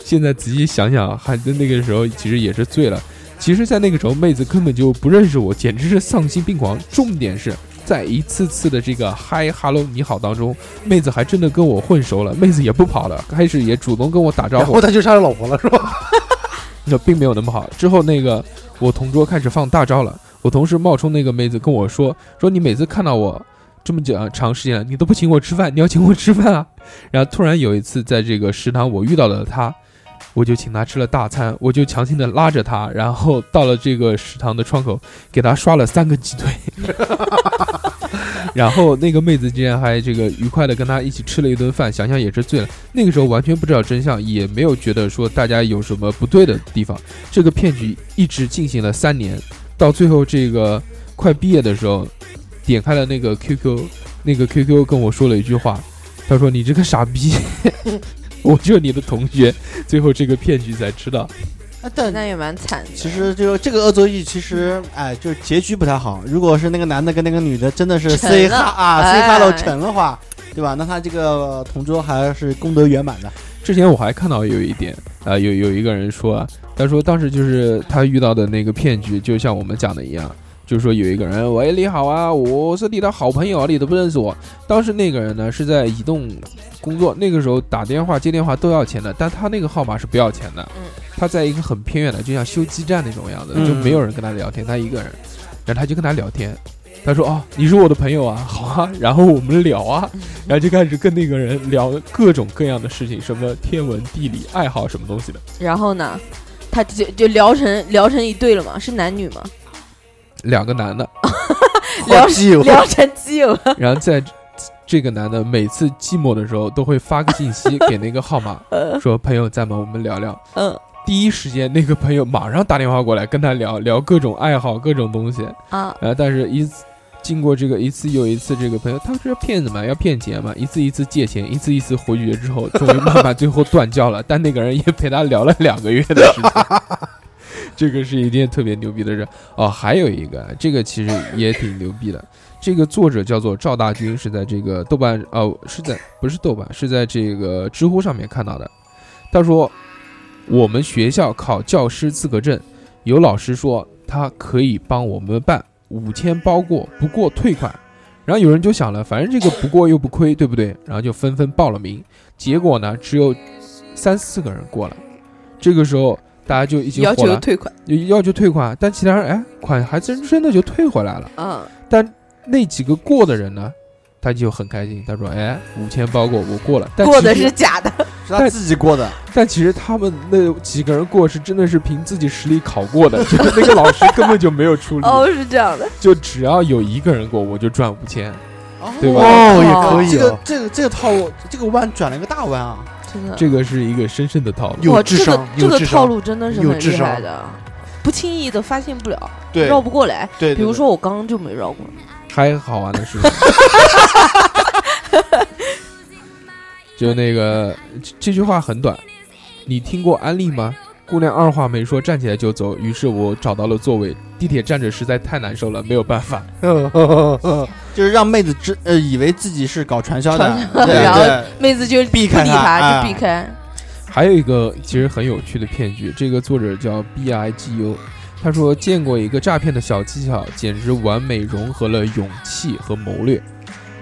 [SPEAKER 1] 现在仔细想想，还在那个时候其实也是醉了。其实，在那个时候，妹子根本就不认识我，简直是丧心病狂。重点是在一次次的这个嗨、哈喽、你好当中，妹子还真的跟我混熟了，妹子也不跑了，开始也主动跟我打招
[SPEAKER 5] 然
[SPEAKER 1] 呼
[SPEAKER 5] 后。他就杀了老婆了，是吧？ *laughs*
[SPEAKER 1] 那并没有那么好。之后那个我同桌开始放大招了，我同事冒充那个妹子跟我说，说你每次看到我这么久呃长时间了，你都不请我吃饭，你要请我吃饭啊。然后突然有一次在这个食堂我遇到了她，我就请她吃了大餐，我就强行的拉着她，然后到了这个食堂的窗口给她刷了三个鸡腿。 *laughs* 然后那个妹子竟然还这个愉快的跟她一起吃了一顿饭，想想也是醉了。那个时候完全不知道真相，也没有觉得说大家有什么不对的地方。这个骗局一直进行了三年，到最后这个快毕业的时候，点开了那个 QQ，那个 QQ 跟我说了一句话，他说：“你这个傻逼， *laughs* 我就是你的同学。”最后这个骗局才知道，
[SPEAKER 4] 啊但
[SPEAKER 2] 那也蛮惨的。 *laughs*
[SPEAKER 4] 其实这个这个恶作剧，其实哎，就是结局不太好。如果是那个男的跟那个女的真的是
[SPEAKER 2] 成
[SPEAKER 4] say
[SPEAKER 2] 了
[SPEAKER 4] 哈啊
[SPEAKER 2] 哎
[SPEAKER 4] say hello 成的话，对吧？那他这个同桌还是功德圆满的。
[SPEAKER 1] 之前我还看到有一点，啊、有有一个人说啊，他说当时就是他遇到的那个骗局，就像我们讲的一样，就是说有一个人，喂，你好啊，我是你的好朋友啊，你都不认识我。当时那个人呢是在移动工作，那个时候打电话接电话都要钱的，但他那个号码是不要钱的。
[SPEAKER 2] 嗯
[SPEAKER 1] 他在一个很偏远的，就像修基站那种样子，
[SPEAKER 4] 嗯
[SPEAKER 1] 就没有人跟他聊天，他一个人，然后他就跟他聊天。他说：“哦，你是我的朋友啊，好啊，然后我们聊啊，然后就开始跟那个人聊各种各样的事情，什么天文、地理、爱好什么东西的，
[SPEAKER 2] 然后呢，他就就聊成聊成一对了嘛，是男女嘛，
[SPEAKER 1] 两个男的，
[SPEAKER 2] 聊
[SPEAKER 5] 好
[SPEAKER 2] 哦
[SPEAKER 5] 基友，
[SPEAKER 2] 聊成基友了。
[SPEAKER 1] 然后在这个男的每次寂寞的时候，都会发个信息给那个号码，
[SPEAKER 2] 呃
[SPEAKER 1] 说朋友在吗？我们聊聊。
[SPEAKER 2] 嗯
[SPEAKER 1] 第一时间，那个朋友马上打电话过来跟他聊聊各种爱好、各种东西。
[SPEAKER 2] 啊，
[SPEAKER 1] 然后，但是一次经过这个一次又一次，这个朋友他是骗子嘛，要骗钱嘛，一次一次借钱，一次一次回绝之后，终于慢慢最后断交了。但那个人也陪他聊了两个月的时间。这个是一件特别牛逼的事哦，还有一个，这个其实也挺牛逼的。这个作者叫做赵大军，是在这个豆瓣哦，是在不是豆瓣，是在这个知乎上面看到的。他说，我们学校考教师资格证，有老师说他可以帮我们办五千包过，不过退款。然后有人就想了，反正这个不过又不亏，对不对？然后就纷纷报了名。结果呢，只有三四个人过了。这个时候，大家就一起
[SPEAKER 2] 要
[SPEAKER 1] 火
[SPEAKER 2] 求
[SPEAKER 1] 了，
[SPEAKER 2] 退款。
[SPEAKER 1] 要求退款，但其他人哎，款还真真的就退回来了。
[SPEAKER 2] 嗯，
[SPEAKER 1] 那几个过的人呢，他就很开心，他说：“哎，五千包过，我过了。但”
[SPEAKER 2] 过的是，假的。
[SPEAKER 4] 是他自己过的，
[SPEAKER 1] 但其实他们那几个人过是真的是凭自己实力考过的， *laughs* 就是那个老师根本就没有出力，
[SPEAKER 2] 哦，是这样的。
[SPEAKER 1] 就只要有一个人过，我就赚五千。对吧
[SPEAKER 5] 哦，也可以
[SPEAKER 4] 这
[SPEAKER 5] 哦
[SPEAKER 4] 个，这个这个套路，这个弯转了一个大弯啊！
[SPEAKER 2] 真的，
[SPEAKER 1] 这个是一个深深的套路。
[SPEAKER 5] 有
[SPEAKER 2] 哇，
[SPEAKER 5] 智
[SPEAKER 2] 这个
[SPEAKER 5] 商
[SPEAKER 2] 这
[SPEAKER 5] 有
[SPEAKER 2] 个
[SPEAKER 5] 智
[SPEAKER 2] 套
[SPEAKER 5] 商
[SPEAKER 2] 路真的是
[SPEAKER 5] 有
[SPEAKER 2] 很
[SPEAKER 5] 智
[SPEAKER 2] 厉害
[SPEAKER 5] 商
[SPEAKER 2] 的，不轻易的发现不了，
[SPEAKER 4] 对
[SPEAKER 2] 绕不过来。
[SPEAKER 4] 对，
[SPEAKER 2] 比如说我刚刚就没绕过。
[SPEAKER 1] 还好玩的是，就那个这这句话很短，你听过安利吗？姑娘二话没说，站起来就走。于是我找到了座位，地铁站着实在太难受了，没有办法。
[SPEAKER 5] 嗯嗯嗯嗯
[SPEAKER 4] 就是让妹子知呃以为自己是搞传销的
[SPEAKER 2] 传，销
[SPEAKER 4] 对
[SPEAKER 2] 然后
[SPEAKER 4] 对
[SPEAKER 2] 妹子就
[SPEAKER 4] 避
[SPEAKER 2] 不
[SPEAKER 4] 开
[SPEAKER 2] 理
[SPEAKER 4] 他
[SPEAKER 5] 啊
[SPEAKER 2] 他，
[SPEAKER 4] 哎
[SPEAKER 2] 就避开。
[SPEAKER 1] 还有一个其实很有趣的骗局，这个作者叫 B I G U，他说见过一个诈骗的小技巧，简直完美融合了勇气和谋略。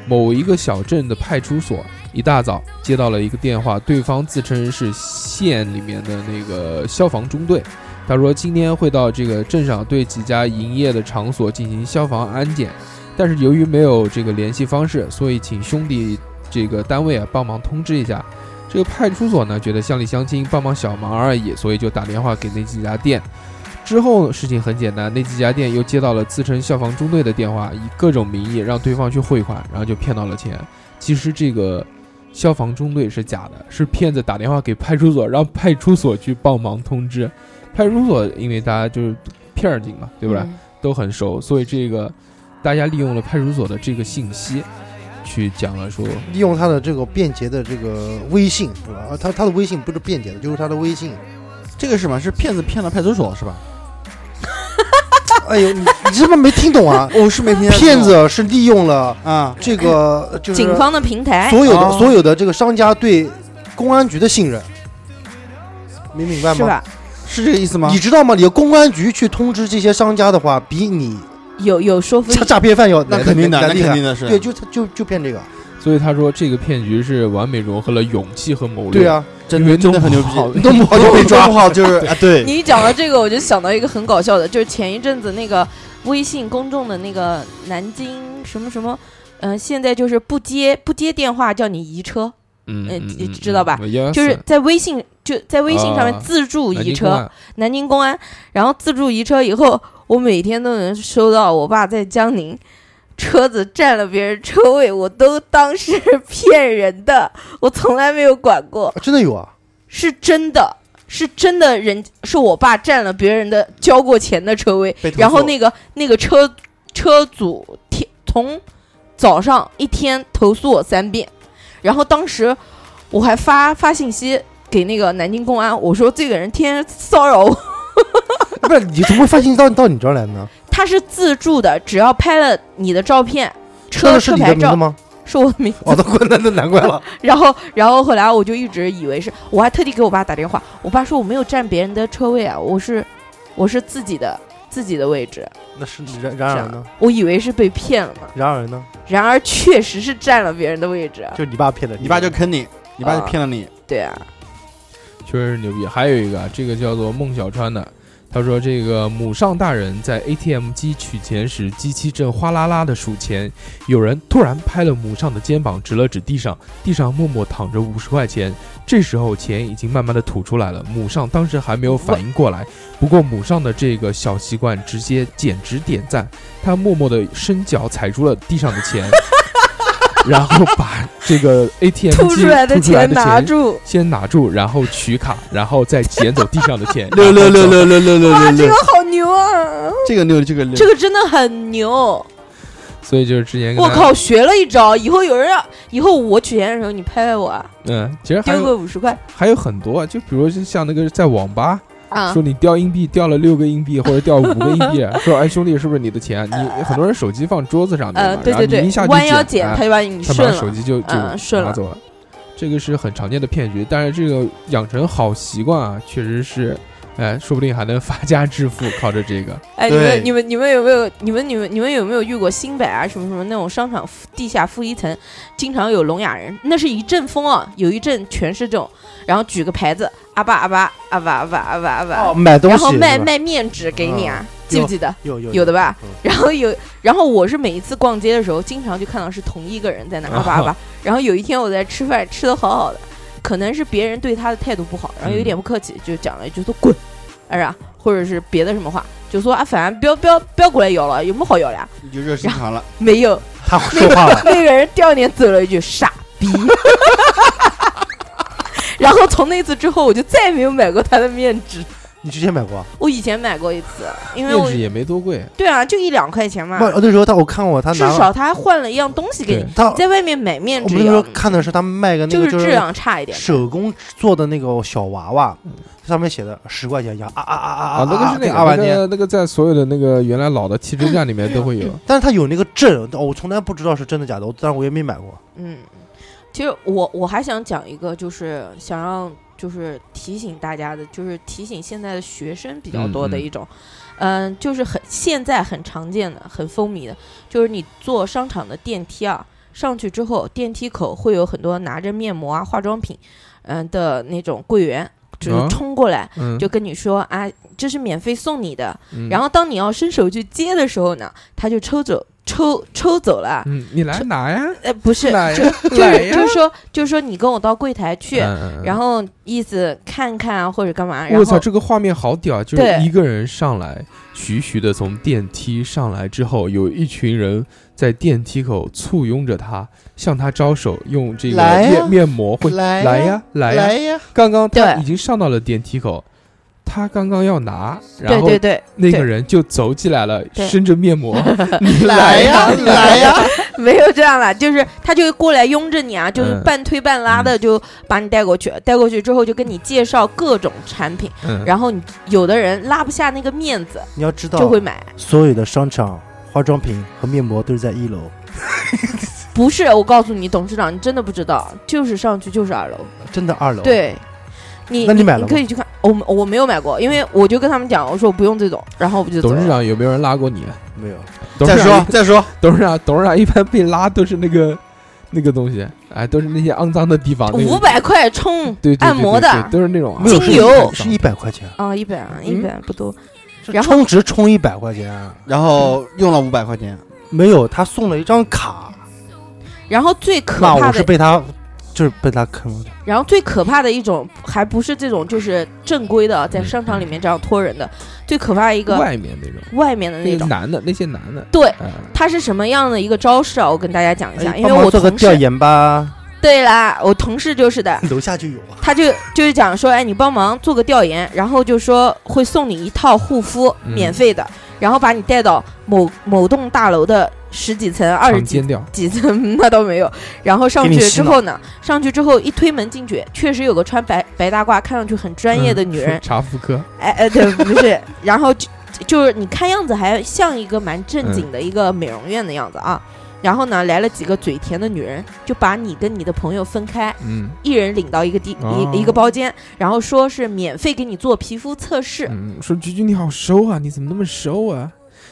[SPEAKER 1] 某一个小镇的派出所，一大早接到了一个电话，对方自称是县里面的那个消防中队，他说今天会到这个镇上对几家营业的场所进行消防安检，但是由于没有这个联系方式，所以请兄弟这个单位啊帮忙通知一下。这个派出所呢觉得乡里乡亲帮帮小忙而已，所以就打电话给那几家店。之后事情很简单，那几家店又接到了自称消防中队的电话，以各种名义让对方去汇款，然后就骗到了钱。其实这个消防中队是假的，是骗子打电话给派出所，让派出所去帮忙通知。派出所因为大家就是片儿警嘛，对不对？
[SPEAKER 2] 嗯
[SPEAKER 1] 都很熟，所以这个大家利用了派出所的这个信息，去讲了说，
[SPEAKER 5] 利用他的这个便捷的这个微信，对吧？啊，他他的微信不是便捷的，就是他的微信。
[SPEAKER 4] 这个是吧？是骗子骗到派出所是吧？？
[SPEAKER 5] 哎呦，你你是不是没听懂啊
[SPEAKER 2] *laughs*
[SPEAKER 4] 我哦是没听到
[SPEAKER 5] 骗子是利用了
[SPEAKER 4] 啊，
[SPEAKER 2] *laughs*
[SPEAKER 5] 这个就是
[SPEAKER 2] 嗯警方的平台，
[SPEAKER 5] 所有的、
[SPEAKER 4] 哦
[SPEAKER 5] 所有的这个商家对公安局的信任，没明白
[SPEAKER 2] 是
[SPEAKER 5] 吗？
[SPEAKER 2] 吧？
[SPEAKER 4] 是这个意思吗
[SPEAKER 5] 你？知道吗？你公安局去通知这些商家的话，比你
[SPEAKER 2] 有有说服力
[SPEAKER 5] 诈，诈骗犯要
[SPEAKER 4] 那
[SPEAKER 5] 来
[SPEAKER 4] 肯定的，那
[SPEAKER 5] 来来厉
[SPEAKER 4] 肯
[SPEAKER 5] 害
[SPEAKER 4] 定。的是。
[SPEAKER 5] 对，就他就就骗这个。
[SPEAKER 1] 所以他说这个骗局是完美融合了勇气和谋略。
[SPEAKER 5] 对，啊，
[SPEAKER 4] 真
[SPEAKER 1] 因为
[SPEAKER 4] 的
[SPEAKER 1] 弄
[SPEAKER 4] 真的很牛
[SPEAKER 1] 不好
[SPEAKER 4] 逼，
[SPEAKER 5] 弄不
[SPEAKER 4] *laughs*
[SPEAKER 5] 好就被抓
[SPEAKER 4] 弄不好就是啊，对，
[SPEAKER 2] 你一讲到这个，我就想到一个很搞笑的，就是前一阵子那个微信公众的那个南京什么什么，嗯、现在就是不接不接电话叫你移车，
[SPEAKER 1] 嗯，
[SPEAKER 2] 呃
[SPEAKER 1] 嗯
[SPEAKER 2] 你知道吧？
[SPEAKER 1] 嗯嗯
[SPEAKER 2] 啊就是在微信就在微信上
[SPEAKER 1] 啊
[SPEAKER 2] 面自助移车，
[SPEAKER 1] 南京公安
[SPEAKER 2] 南京公安，然后自助移车以后，我每天都能收到我爸在江宁车子占了别人车位，我都当是 *laughs* 骗人的，我从来没有管过，
[SPEAKER 5] 啊真的
[SPEAKER 4] *laughs*
[SPEAKER 5] 有啊。
[SPEAKER 2] 是真的。是真的人，是我爸占了别人的交过钱的车位，
[SPEAKER 4] 被投诉
[SPEAKER 2] 然后那个那个车车主天从早上一天投诉我三遍，然后当时我还发发信息给那个南京公安，我说这个人天天骚扰我， *laughs*
[SPEAKER 5] 不是，你怎么会发信到到你这儿来呢？
[SPEAKER 2] 它是自助的，只要拍了你的照片，
[SPEAKER 5] 车
[SPEAKER 2] 车
[SPEAKER 5] 的是
[SPEAKER 2] 车
[SPEAKER 5] 你
[SPEAKER 2] 牌
[SPEAKER 5] 的名字
[SPEAKER 2] 照
[SPEAKER 5] 吗？
[SPEAKER 2] 是我的名字。
[SPEAKER 5] 哦，那那那难怪
[SPEAKER 4] *laughs*
[SPEAKER 5] 了。
[SPEAKER 2] 然后，然后后来我就一直以为是，我还特地给我爸打电话，我爸说我没有占别人的车位啊，我是我是自己的自己的位置，
[SPEAKER 5] 那是然然而
[SPEAKER 4] 啊
[SPEAKER 5] 呢？
[SPEAKER 2] 我以为是被骗了嘛，
[SPEAKER 5] 然而呢？
[SPEAKER 2] 然而确实是占了别人的位置。啊
[SPEAKER 5] 就你爸骗的，
[SPEAKER 4] 啊你爸就坑你，你爸就骗了你，。
[SPEAKER 2] 对啊，
[SPEAKER 1] 确实是牛逼。还有一个啊，这个叫做孟小川的，他说这个母上大人在 ATM 机取钱时，机器正哗啦啦的数钱，有人突然拍了母上的肩膀，指了指地上，地上默默躺着五十块钱。这时候钱已经慢慢的吐出来了，母上当时还没有反应过来，不过母上的这个小习惯直接简直点赞，他默默的伸脚踩住了地上的钱。 *laughs* 然后把这个 ATM 机
[SPEAKER 2] 吐出来的
[SPEAKER 1] 吐出来的
[SPEAKER 2] 钱拿
[SPEAKER 1] 钱
[SPEAKER 2] 住，
[SPEAKER 1] 先拿住，然后取卡，然后再捡走地上的钱
[SPEAKER 4] *laughs* 六六六六六六六
[SPEAKER 2] 哇，
[SPEAKER 4] 六
[SPEAKER 2] 这
[SPEAKER 4] 六
[SPEAKER 2] 个，好牛啊！
[SPEAKER 4] 这个六这个
[SPEAKER 2] 这
[SPEAKER 4] 六，
[SPEAKER 2] 个真的很牛，
[SPEAKER 1] 所以就是之前跟
[SPEAKER 2] 我
[SPEAKER 1] 他，
[SPEAKER 2] 靠，学了一招，以后有人要，以后我取钱的时候你拍拍我啊，
[SPEAKER 1] 嗯，其实还
[SPEAKER 2] 丢
[SPEAKER 1] 有
[SPEAKER 2] 个五十块
[SPEAKER 1] 还有很多，啊，就比如就像那个在网吧
[SPEAKER 2] 啊，
[SPEAKER 1] 说你掉硬币掉了六个硬币或者掉五个硬
[SPEAKER 2] *laughs*
[SPEAKER 1] 币，说哎兄弟是不是你的钱？你很多人手机放桌子上面
[SPEAKER 2] 呃，
[SPEAKER 1] 嘛，
[SPEAKER 2] 对
[SPEAKER 1] 然后
[SPEAKER 2] 对对
[SPEAKER 1] 你一下，去
[SPEAKER 2] 弯腰
[SPEAKER 1] 捡，
[SPEAKER 2] 捡，
[SPEAKER 1] 哎
[SPEAKER 2] 他就把你
[SPEAKER 1] 他
[SPEAKER 2] 顺
[SPEAKER 1] 把手
[SPEAKER 2] 了。
[SPEAKER 1] 机就就
[SPEAKER 2] 嗯顺
[SPEAKER 1] 拿
[SPEAKER 2] 了
[SPEAKER 1] 走了。这个是很常见的骗局，但是这个养成好习惯啊，确实是，哎，说不定还能发家致富，靠着这个。
[SPEAKER 2] 哎，你们
[SPEAKER 4] 对
[SPEAKER 2] 你们你们有没有你们你们你们有没有遇过新百啊什么什么那种商场负地下负一层，经常有聋哑人，那是一阵风啊，有一阵全是这种，然后举个牌子，阿巴阿巴阿巴阿巴阿巴阿巴，
[SPEAKER 5] 哦，买东西，
[SPEAKER 2] 然后卖
[SPEAKER 5] 是吧嗯
[SPEAKER 2] 卖面纸给你啊，记不记得？
[SPEAKER 5] 有有
[SPEAKER 2] 有的吧
[SPEAKER 5] 嗯
[SPEAKER 2] 然后有，然后我是每一次逛街的时候，经常就看到是同一个人在那
[SPEAKER 1] 啊
[SPEAKER 2] 阿巴阿巴。然后有一天我在吃饭，吃的好好的，可能是别人对他的态度不好，然后有
[SPEAKER 1] 嗯
[SPEAKER 2] 点不客气，就讲了一句说滚，哎呀，或者是别的什么话，就说啊，反正不要不要不要过来咬了，有什么好咬的呀？
[SPEAKER 4] 你就热心肠了，
[SPEAKER 2] 没有，
[SPEAKER 5] 他说话了， *laughs*
[SPEAKER 2] 那个人第二年走了一句傻逼。 *laughs* 然后从那次之后，我就再也没有买过他的面纸。
[SPEAKER 5] 你之前买过啊？
[SPEAKER 2] 我以前买过一次，因为
[SPEAKER 1] 面
[SPEAKER 2] 我
[SPEAKER 1] 纸也没多贵，
[SPEAKER 2] 对啊，就一两块钱嘛
[SPEAKER 5] 不，，哦那时候他我看过他
[SPEAKER 2] 至
[SPEAKER 5] 拿
[SPEAKER 2] 少他还换了一样东西给你
[SPEAKER 1] 对。
[SPEAKER 5] 他，
[SPEAKER 2] 在外面买面
[SPEAKER 5] 我
[SPEAKER 2] 纸
[SPEAKER 5] 们那时候看的是他卖个那
[SPEAKER 2] 就
[SPEAKER 5] 个
[SPEAKER 2] 是质量差一点。嗯
[SPEAKER 5] 手工做的那个小娃娃，上面写的十块钱一样啊啊啊啊
[SPEAKER 1] 啊，那个是那
[SPEAKER 5] 给
[SPEAKER 1] 个
[SPEAKER 5] 阿瓦
[SPEAKER 1] 那
[SPEAKER 5] 涅，
[SPEAKER 1] 个那个在所有的那个原来老的汽车站里面都会有。
[SPEAKER 5] 但是他有那个证，我从来不知道是真的假的，我但是我也没买过。
[SPEAKER 2] 嗯，其实我我还想讲一个，就是想让就是提醒大家的，就是提醒现在的学生比较
[SPEAKER 5] 嗯
[SPEAKER 2] 多的一种，嗯、就是很现在很常见的、很风靡的，就是你坐商场的电梯啊，上去之后，电梯口会有很多拿着面膜啊、化妆品，嗯、的那种柜员，就是
[SPEAKER 1] 啊
[SPEAKER 2] 冲过来、
[SPEAKER 1] 嗯，
[SPEAKER 2] 就跟你说啊，这是免费送你的。
[SPEAKER 1] 嗯
[SPEAKER 2] 然后当你要伸手去接的时候呢，他就抽走抽抽走了。
[SPEAKER 1] 嗯，你来拿呀，
[SPEAKER 2] 呃，不是，
[SPEAKER 1] 来
[SPEAKER 2] 就
[SPEAKER 1] 呀 *laughs*
[SPEAKER 2] 就
[SPEAKER 1] 来
[SPEAKER 2] 是
[SPEAKER 1] 呀
[SPEAKER 2] 就是说，就是说你跟我到柜台去，
[SPEAKER 1] 嗯，
[SPEAKER 2] 然
[SPEAKER 1] 后
[SPEAKER 2] 后意思看看啊或者干嘛，然
[SPEAKER 1] 我操，
[SPEAKER 2] 后
[SPEAKER 1] 这个画面好屌啊，就是
[SPEAKER 2] 对
[SPEAKER 1] 一个人上来，徐徐的从电梯上来之后，有一群人在电梯口簇拥着他，向他招手，用这个
[SPEAKER 4] 来呀
[SPEAKER 1] 面面膜会
[SPEAKER 4] 来
[SPEAKER 1] 来呀来呀，
[SPEAKER 4] 呀，
[SPEAKER 1] 刚刚他
[SPEAKER 2] 对
[SPEAKER 1] 已经上到了电梯口。他刚刚要拿，然
[SPEAKER 2] 对
[SPEAKER 1] 后
[SPEAKER 2] 对对，
[SPEAKER 1] *laughs* 那
[SPEAKER 2] 对
[SPEAKER 1] 个人就走起来了，
[SPEAKER 2] 对
[SPEAKER 1] 伸着面膜，你
[SPEAKER 4] 来
[SPEAKER 2] *laughs*
[SPEAKER 4] 呀
[SPEAKER 1] 呀，
[SPEAKER 4] 来呀，
[SPEAKER 2] 没有这样啦，就是他就会过来拥着你啊，就是
[SPEAKER 1] 嗯
[SPEAKER 2] 半推半拉的就把你带过去，带过去之后就跟你介绍各种产品，
[SPEAKER 1] 嗯，
[SPEAKER 2] 然后你有的人拉不下那个面子
[SPEAKER 5] 你要知道，
[SPEAKER 2] 就会买。
[SPEAKER 5] 所有的商场化妆品和面膜都是在一楼，
[SPEAKER 2] 不是，我告诉你，董事长，你真的不知道，就是上去就是二楼。
[SPEAKER 5] 真的二楼。，
[SPEAKER 2] 对，你
[SPEAKER 5] 那你买了吗
[SPEAKER 2] 你可以去看，我我没有买过，因为我就跟他们讲，我说我不用这种，然后我就走了
[SPEAKER 1] 董事长有没有人拉过你？
[SPEAKER 5] 没有
[SPEAKER 1] 董
[SPEAKER 4] 再
[SPEAKER 1] 事
[SPEAKER 4] 说
[SPEAKER 1] 长，
[SPEAKER 4] 再说，
[SPEAKER 1] 董事长，董事长一般被拉都是那个那个东西，哎，都是那些肮脏的地方。那个
[SPEAKER 2] 五百块冲
[SPEAKER 1] 对对对
[SPEAKER 2] 按摩的
[SPEAKER 1] 对对都是那种啊
[SPEAKER 5] 没有
[SPEAKER 2] 精油
[SPEAKER 5] 是一百块钱，
[SPEAKER 2] 啊，一百啊，一
[SPEAKER 1] 嗯
[SPEAKER 2] 百不多，
[SPEAKER 5] 这
[SPEAKER 2] 然后
[SPEAKER 5] 充值充一百块钱啊，
[SPEAKER 4] 然后用了五百块钱，
[SPEAKER 5] 没有他送了一张卡，
[SPEAKER 2] 然后最可怕
[SPEAKER 5] 那我
[SPEAKER 2] 的
[SPEAKER 5] 是被他就是被他坑了的。
[SPEAKER 2] 然后最可怕的一种，还不是这种，就是正规的
[SPEAKER 5] 嗯
[SPEAKER 2] 在商场里面这样拖人的，最可怕一个
[SPEAKER 1] 外面那种，
[SPEAKER 2] 外面的那
[SPEAKER 1] 那个
[SPEAKER 2] 种。
[SPEAKER 1] 男的那些男的，
[SPEAKER 2] 对，
[SPEAKER 1] 哎
[SPEAKER 2] 它是什么样的一个招式啊？我跟大家讲一下，
[SPEAKER 5] 哎
[SPEAKER 2] 因为
[SPEAKER 5] 帮忙
[SPEAKER 2] 我
[SPEAKER 5] 做个
[SPEAKER 2] 同
[SPEAKER 5] 调
[SPEAKER 2] 事
[SPEAKER 5] 研吧，
[SPEAKER 2] 对啦，我同事就是的，
[SPEAKER 5] 楼下就有啊。
[SPEAKER 2] 他就就是讲说，哎，你帮忙做个调研，然后就说会送你一套护肤，
[SPEAKER 1] 嗯
[SPEAKER 2] 免费的，然后把你带到某某栋大楼的十几层、二十
[SPEAKER 1] 强
[SPEAKER 2] 几
[SPEAKER 1] 奸掉，
[SPEAKER 2] *laughs* 几层那倒没有。然后上
[SPEAKER 5] 给你
[SPEAKER 2] 去
[SPEAKER 5] 洗
[SPEAKER 2] 之
[SPEAKER 5] 脑
[SPEAKER 2] 后呢，上去之后一推门进去，确实有个穿白白大褂、看上去很专业的
[SPEAKER 5] 嗯
[SPEAKER 2] 女
[SPEAKER 5] *laughs*
[SPEAKER 2] 人，
[SPEAKER 1] 嗯 *laughs* 查妇科，
[SPEAKER 2] 哎哎，对，不是，然后就就是你看样子还像一个蛮
[SPEAKER 5] 嗯
[SPEAKER 2] 正经的一个美容院的样子啊。然后呢，来了几个嘴甜的女人，就把你跟你的朋友分开，
[SPEAKER 1] 嗯
[SPEAKER 2] 一人领到一个地、
[SPEAKER 1] 哦
[SPEAKER 2] 一一个包间，然后说是免费给你做皮肤测试。
[SPEAKER 1] 嗯，说菊菊你好瘦啊，你怎么那么瘦啊？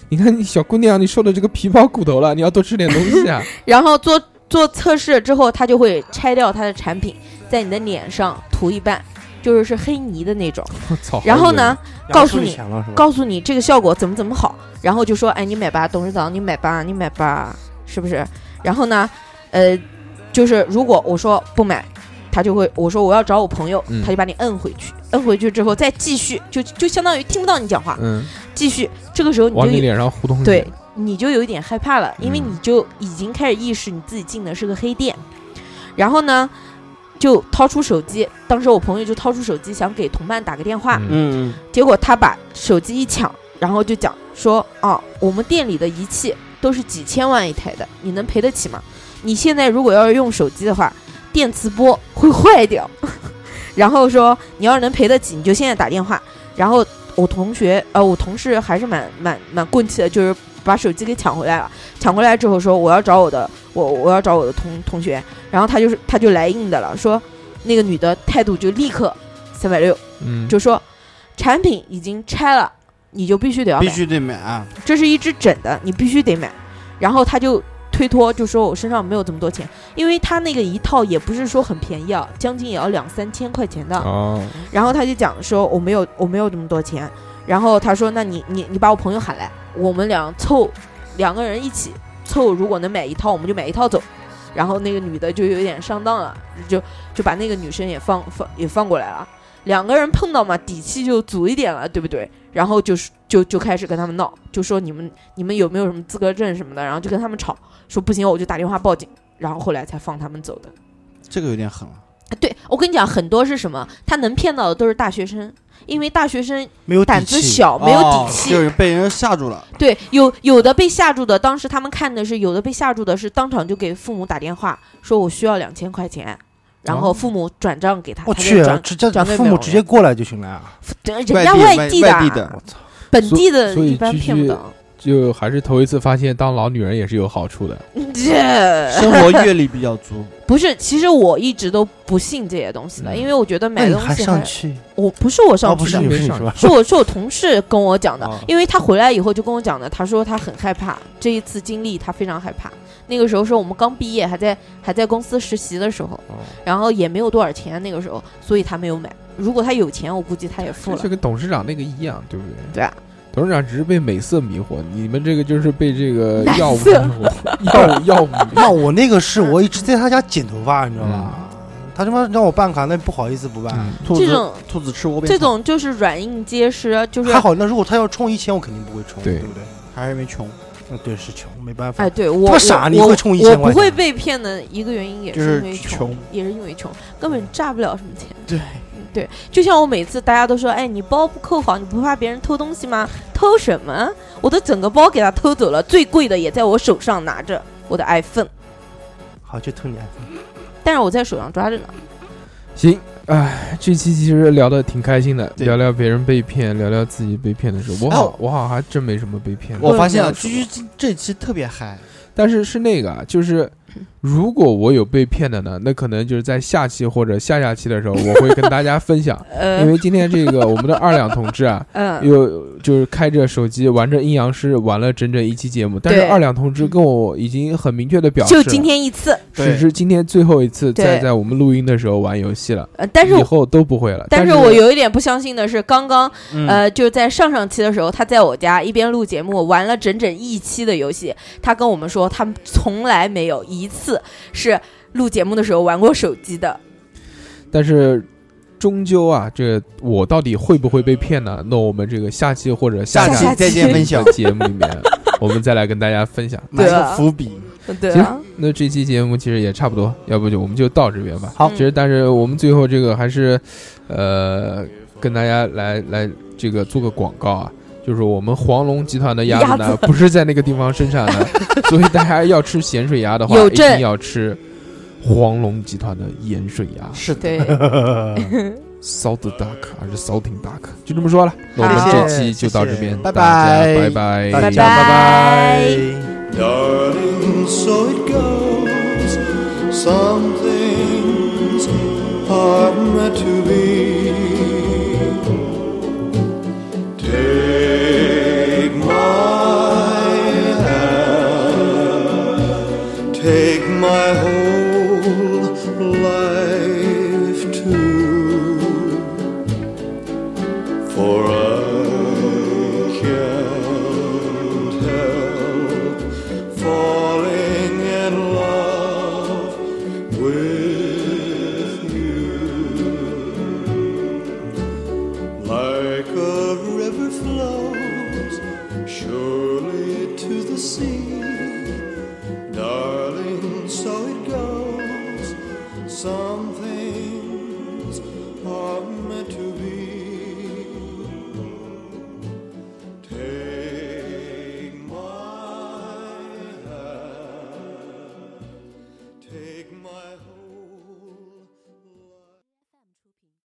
[SPEAKER 1] 你看你小姑娘，你瘦的这个皮包骨头了，你要多吃点东西啊。 *laughs*
[SPEAKER 2] 然后做做测试之后，他就会拆掉他的产品，在你的脸上涂一半，就是是黑泥的那种。
[SPEAKER 1] 我操！
[SPEAKER 2] 然后呢，告诉
[SPEAKER 5] 然后收
[SPEAKER 2] 你
[SPEAKER 5] 钱了是吧？
[SPEAKER 2] 告诉你这个效果怎么怎么好，然后就说，哎，你买吧，董事长，你买吧，你买吧，是不是？然后呢，呃，就是如果我说不买，他就会我说我要找我朋友，
[SPEAKER 1] 嗯
[SPEAKER 2] 他就把你摁回去，摁回去之后再继续，就就相当于听不到你讲话，
[SPEAKER 1] 嗯，
[SPEAKER 2] 继续。这个时候你
[SPEAKER 1] 往
[SPEAKER 2] 就
[SPEAKER 1] 你
[SPEAKER 2] 有
[SPEAKER 1] 脸上糊东西。
[SPEAKER 2] 对，你就有一点害怕了，因为
[SPEAKER 1] 嗯
[SPEAKER 2] 你就已经开始意识你自己进的是个黑店，然后呢。就掏出手机，当时我朋友就掏出手机想给同伴打个电话，
[SPEAKER 1] 嗯
[SPEAKER 4] 嗯，
[SPEAKER 2] 结果他把手机一抢，然后就讲说：“哦，我们店里的仪器都是几千万一台的，你能赔得起吗？你现在如果要是用手机的话，电磁波会坏掉。 *laughs* 然后说你要是能赔得起，你就现在打电话。然后我同学呃，我同事还是蛮蛮蛮棍气的，就是把手机给抢回来了。抢回来之后说我要找我的我我要找我的同同学，然后他就是他就来硬的了，说那个女的态度就立刻三百六。
[SPEAKER 1] 嗯，
[SPEAKER 2] 就说产品已经拆了，你就必须得要
[SPEAKER 4] 必
[SPEAKER 2] 买，
[SPEAKER 4] 须得买，
[SPEAKER 2] 这是一支枕的，你必须得买。然后他就推脱，就说我身上没有这么多钱，因为他那个一套也不是说很便宜啊，将近也要两三千块钱的。
[SPEAKER 1] 哦，
[SPEAKER 2] 然后他就讲说我没有我没有这么多钱，然后他说那你你你把我朋友喊来，我们俩凑两个人一起凑，如果能买一套我们就买一套走。然后那个女的就有点上当了，就就把那个女生也放放也放过来了。两个人碰到嘛，底气就足一点了，对不对？然后就是就就开始跟他们闹，就说你们你们有没有什么资格证什么的，然后就跟他们吵，说不行我就打电话报警，然后后来才放他们走的。
[SPEAKER 4] 这个有点狠了，
[SPEAKER 2] 啊对我跟你讲，很多是什么？他能骗到的都是大学生，因为大学生
[SPEAKER 5] 没有底
[SPEAKER 2] 胆子
[SPEAKER 5] 气，
[SPEAKER 2] 小，没有
[SPEAKER 4] 哦
[SPEAKER 2] 底气。
[SPEAKER 4] 就是被人吓住了，
[SPEAKER 2] 对，有有的被吓住的，当时他们看的是有的被吓住的是当场就给父母打电话，说我需要两千块钱，然后
[SPEAKER 1] 哦
[SPEAKER 2] 父母转账给他，
[SPEAKER 5] 我
[SPEAKER 2] 他
[SPEAKER 5] 去
[SPEAKER 2] 就，转
[SPEAKER 5] 直接
[SPEAKER 2] 转给
[SPEAKER 5] 父
[SPEAKER 2] 美
[SPEAKER 5] 母
[SPEAKER 2] 容
[SPEAKER 5] 直接过来就行了啊！
[SPEAKER 2] 人
[SPEAKER 4] 外
[SPEAKER 2] 家
[SPEAKER 4] 地
[SPEAKER 2] 外
[SPEAKER 4] 外
[SPEAKER 2] 地
[SPEAKER 4] 外地
[SPEAKER 2] 的啊，
[SPEAKER 4] 的，
[SPEAKER 5] 我操，
[SPEAKER 2] 本地
[SPEAKER 1] 所
[SPEAKER 2] 的
[SPEAKER 1] 以
[SPEAKER 2] 一般
[SPEAKER 1] 居
[SPEAKER 2] 骗不
[SPEAKER 1] 居
[SPEAKER 2] 到。 *laughs*
[SPEAKER 1] 就还是头一次发现当老女人也是有好处的。
[SPEAKER 2] 这
[SPEAKER 4] 生活阅历比较足，
[SPEAKER 2] 不是，其实我一直都不信这些东西的，
[SPEAKER 1] 嗯
[SPEAKER 2] 因为我觉得买
[SPEAKER 5] 那你
[SPEAKER 2] 东西
[SPEAKER 5] 还上去？
[SPEAKER 2] 我不是我
[SPEAKER 5] 哦，
[SPEAKER 2] 上
[SPEAKER 5] 不
[SPEAKER 2] 去
[SPEAKER 5] 是
[SPEAKER 2] 的，
[SPEAKER 5] 你，不是你
[SPEAKER 1] 上
[SPEAKER 5] 是吧？
[SPEAKER 2] 是我是我同事跟我讲的
[SPEAKER 5] 哦，
[SPEAKER 2] 因为他回来以后就跟我讲的，他说他很害怕这一次经历，他非常害怕。那个时候是我们刚毕业，还在还在公司实习的时候，
[SPEAKER 1] 哦，
[SPEAKER 2] 然后也没有多少钱那个时候，所以他没有买。如果他有钱，我估计他也付
[SPEAKER 1] 这
[SPEAKER 2] 了。
[SPEAKER 1] 就跟董事长那个一样，对不对？
[SPEAKER 2] 对啊，
[SPEAKER 1] 董事长只是被美色迷惑，你们这个就是被这个
[SPEAKER 2] 蓝
[SPEAKER 1] 药物迷
[SPEAKER 2] 色
[SPEAKER 1] 惑，药物药物迷惑
[SPEAKER 5] *laughs* 那我那个是我一直在他家剪头发，你知道吧？他他妈让我办卡，那不好意思不办。
[SPEAKER 1] 嗯
[SPEAKER 4] 兔
[SPEAKER 2] 这
[SPEAKER 4] 子
[SPEAKER 2] 种
[SPEAKER 4] 兔子吃窝边
[SPEAKER 2] 这
[SPEAKER 4] 草，
[SPEAKER 2] 种就是软硬皆施，就是
[SPEAKER 5] 还好，那如果他要充一千，我肯定不会充，
[SPEAKER 1] 对
[SPEAKER 5] 对不对？
[SPEAKER 4] 还是因为穷，
[SPEAKER 5] 嗯，对，是穷，没办法
[SPEAKER 2] 哎，。对我
[SPEAKER 5] 这么傻
[SPEAKER 2] 我
[SPEAKER 5] 你会充
[SPEAKER 2] 我
[SPEAKER 5] 1000
[SPEAKER 2] 我
[SPEAKER 5] 块
[SPEAKER 2] 不会
[SPEAKER 5] 钱
[SPEAKER 2] 被骗的一个原因也
[SPEAKER 4] 就是
[SPEAKER 2] 因
[SPEAKER 4] 是
[SPEAKER 2] 为穷，
[SPEAKER 4] 穷，
[SPEAKER 2] 也是因为穷，根本赚不了什么钱。
[SPEAKER 4] 对
[SPEAKER 2] 嗯，对，就像我每次大家都说，哎，你包不扣好，你不怕别人偷东西吗？偷什么？我的整个包给他偷走了，最贵的也在我手上拿着，我的 iPhone，
[SPEAKER 5] 好，就偷你 iPhone。
[SPEAKER 2] 但是我在手上抓着呢。
[SPEAKER 1] 行，哎，这期其实聊的挺开心的，
[SPEAKER 4] 对
[SPEAKER 1] 聊聊别人被骗，聊聊自己被骗的时候。我
[SPEAKER 4] 哎
[SPEAKER 1] 好
[SPEAKER 4] 我，
[SPEAKER 1] 我好像还真没什么被骗的，
[SPEAKER 4] 我发现了，
[SPEAKER 2] 不是。
[SPEAKER 4] 居居这期特别嗨，
[SPEAKER 1] 但是是那个，啊，就是如果我有被骗的呢，那可能就是在下期或者下下期的时候，我会跟大家分享
[SPEAKER 2] 呃
[SPEAKER 1] 因，为今天这个我们的二两同志啊，
[SPEAKER 2] 嗯，
[SPEAKER 1] 又就是开着手机玩着阴阳师，玩了整整一期节目。但是
[SPEAKER 2] 对
[SPEAKER 1] 二两同志跟我已经很明确的表示
[SPEAKER 2] 就
[SPEAKER 1] 了，
[SPEAKER 2] 今天一次，
[SPEAKER 1] 只是今天最后一次再
[SPEAKER 2] 对
[SPEAKER 1] 在我们录音的时候玩游戏了，
[SPEAKER 2] 呃，但是
[SPEAKER 1] 以后都不会了。
[SPEAKER 2] 但
[SPEAKER 1] 是
[SPEAKER 2] 是我有一点不相信的是，刚刚
[SPEAKER 4] 嗯
[SPEAKER 2] 呃，就在上上期的时候，他在我家一边录节目，玩了整整一期的游戏。他跟我们说，他从来没有一次是录节目的时候玩过手机的。
[SPEAKER 1] 但是终究啊，这我到底会不会被骗呢？那我们这个下期或者下
[SPEAKER 2] 下
[SPEAKER 1] 下
[SPEAKER 4] 期再见分享
[SPEAKER 1] 的，节目里面，我们再来跟大家分享。
[SPEAKER 4] 埋
[SPEAKER 2] 对
[SPEAKER 4] 个
[SPEAKER 2] 啊
[SPEAKER 4] 伏笔，
[SPEAKER 2] 对啊
[SPEAKER 1] 行，，那这期节目其实也差不多，要不就我们就到这边吧。
[SPEAKER 5] 好
[SPEAKER 2] 嗯
[SPEAKER 1] 其实但是我们最后这个还是，呃，跟大家来来这个做个广告啊。就是我们黄龙集团的鸭子呢，
[SPEAKER 2] 鸭
[SPEAKER 1] 不是在那个地方生产
[SPEAKER 2] *laughs*
[SPEAKER 1] 的，所以大家要吃咸水鸭的话，
[SPEAKER 2] 有
[SPEAKER 1] 一
[SPEAKER 2] 证
[SPEAKER 1] 定要吃黄龙集团的盐水鸭，
[SPEAKER 4] 是的，
[SPEAKER 2] 对，
[SPEAKER 1] 烧的 duck 还是烧挺 duck，就这么说了。那我
[SPEAKER 2] 好
[SPEAKER 1] 们这期就到这边，
[SPEAKER 5] 谢谢
[SPEAKER 1] 大
[SPEAKER 4] 拜
[SPEAKER 1] 家拜拜，
[SPEAKER 4] 拜
[SPEAKER 5] *laughs* 大
[SPEAKER 2] 拜
[SPEAKER 5] 家拜
[SPEAKER 2] 拜
[SPEAKER 5] 拜
[SPEAKER 6] Darling, so it goes. Some things are meant to be. Take my hand, take my whole life too. For I can't help falling in love with you. Like a river flows surely to the sea. Darling, so it goes. Some things are meant to be. Take my hand, take my heart.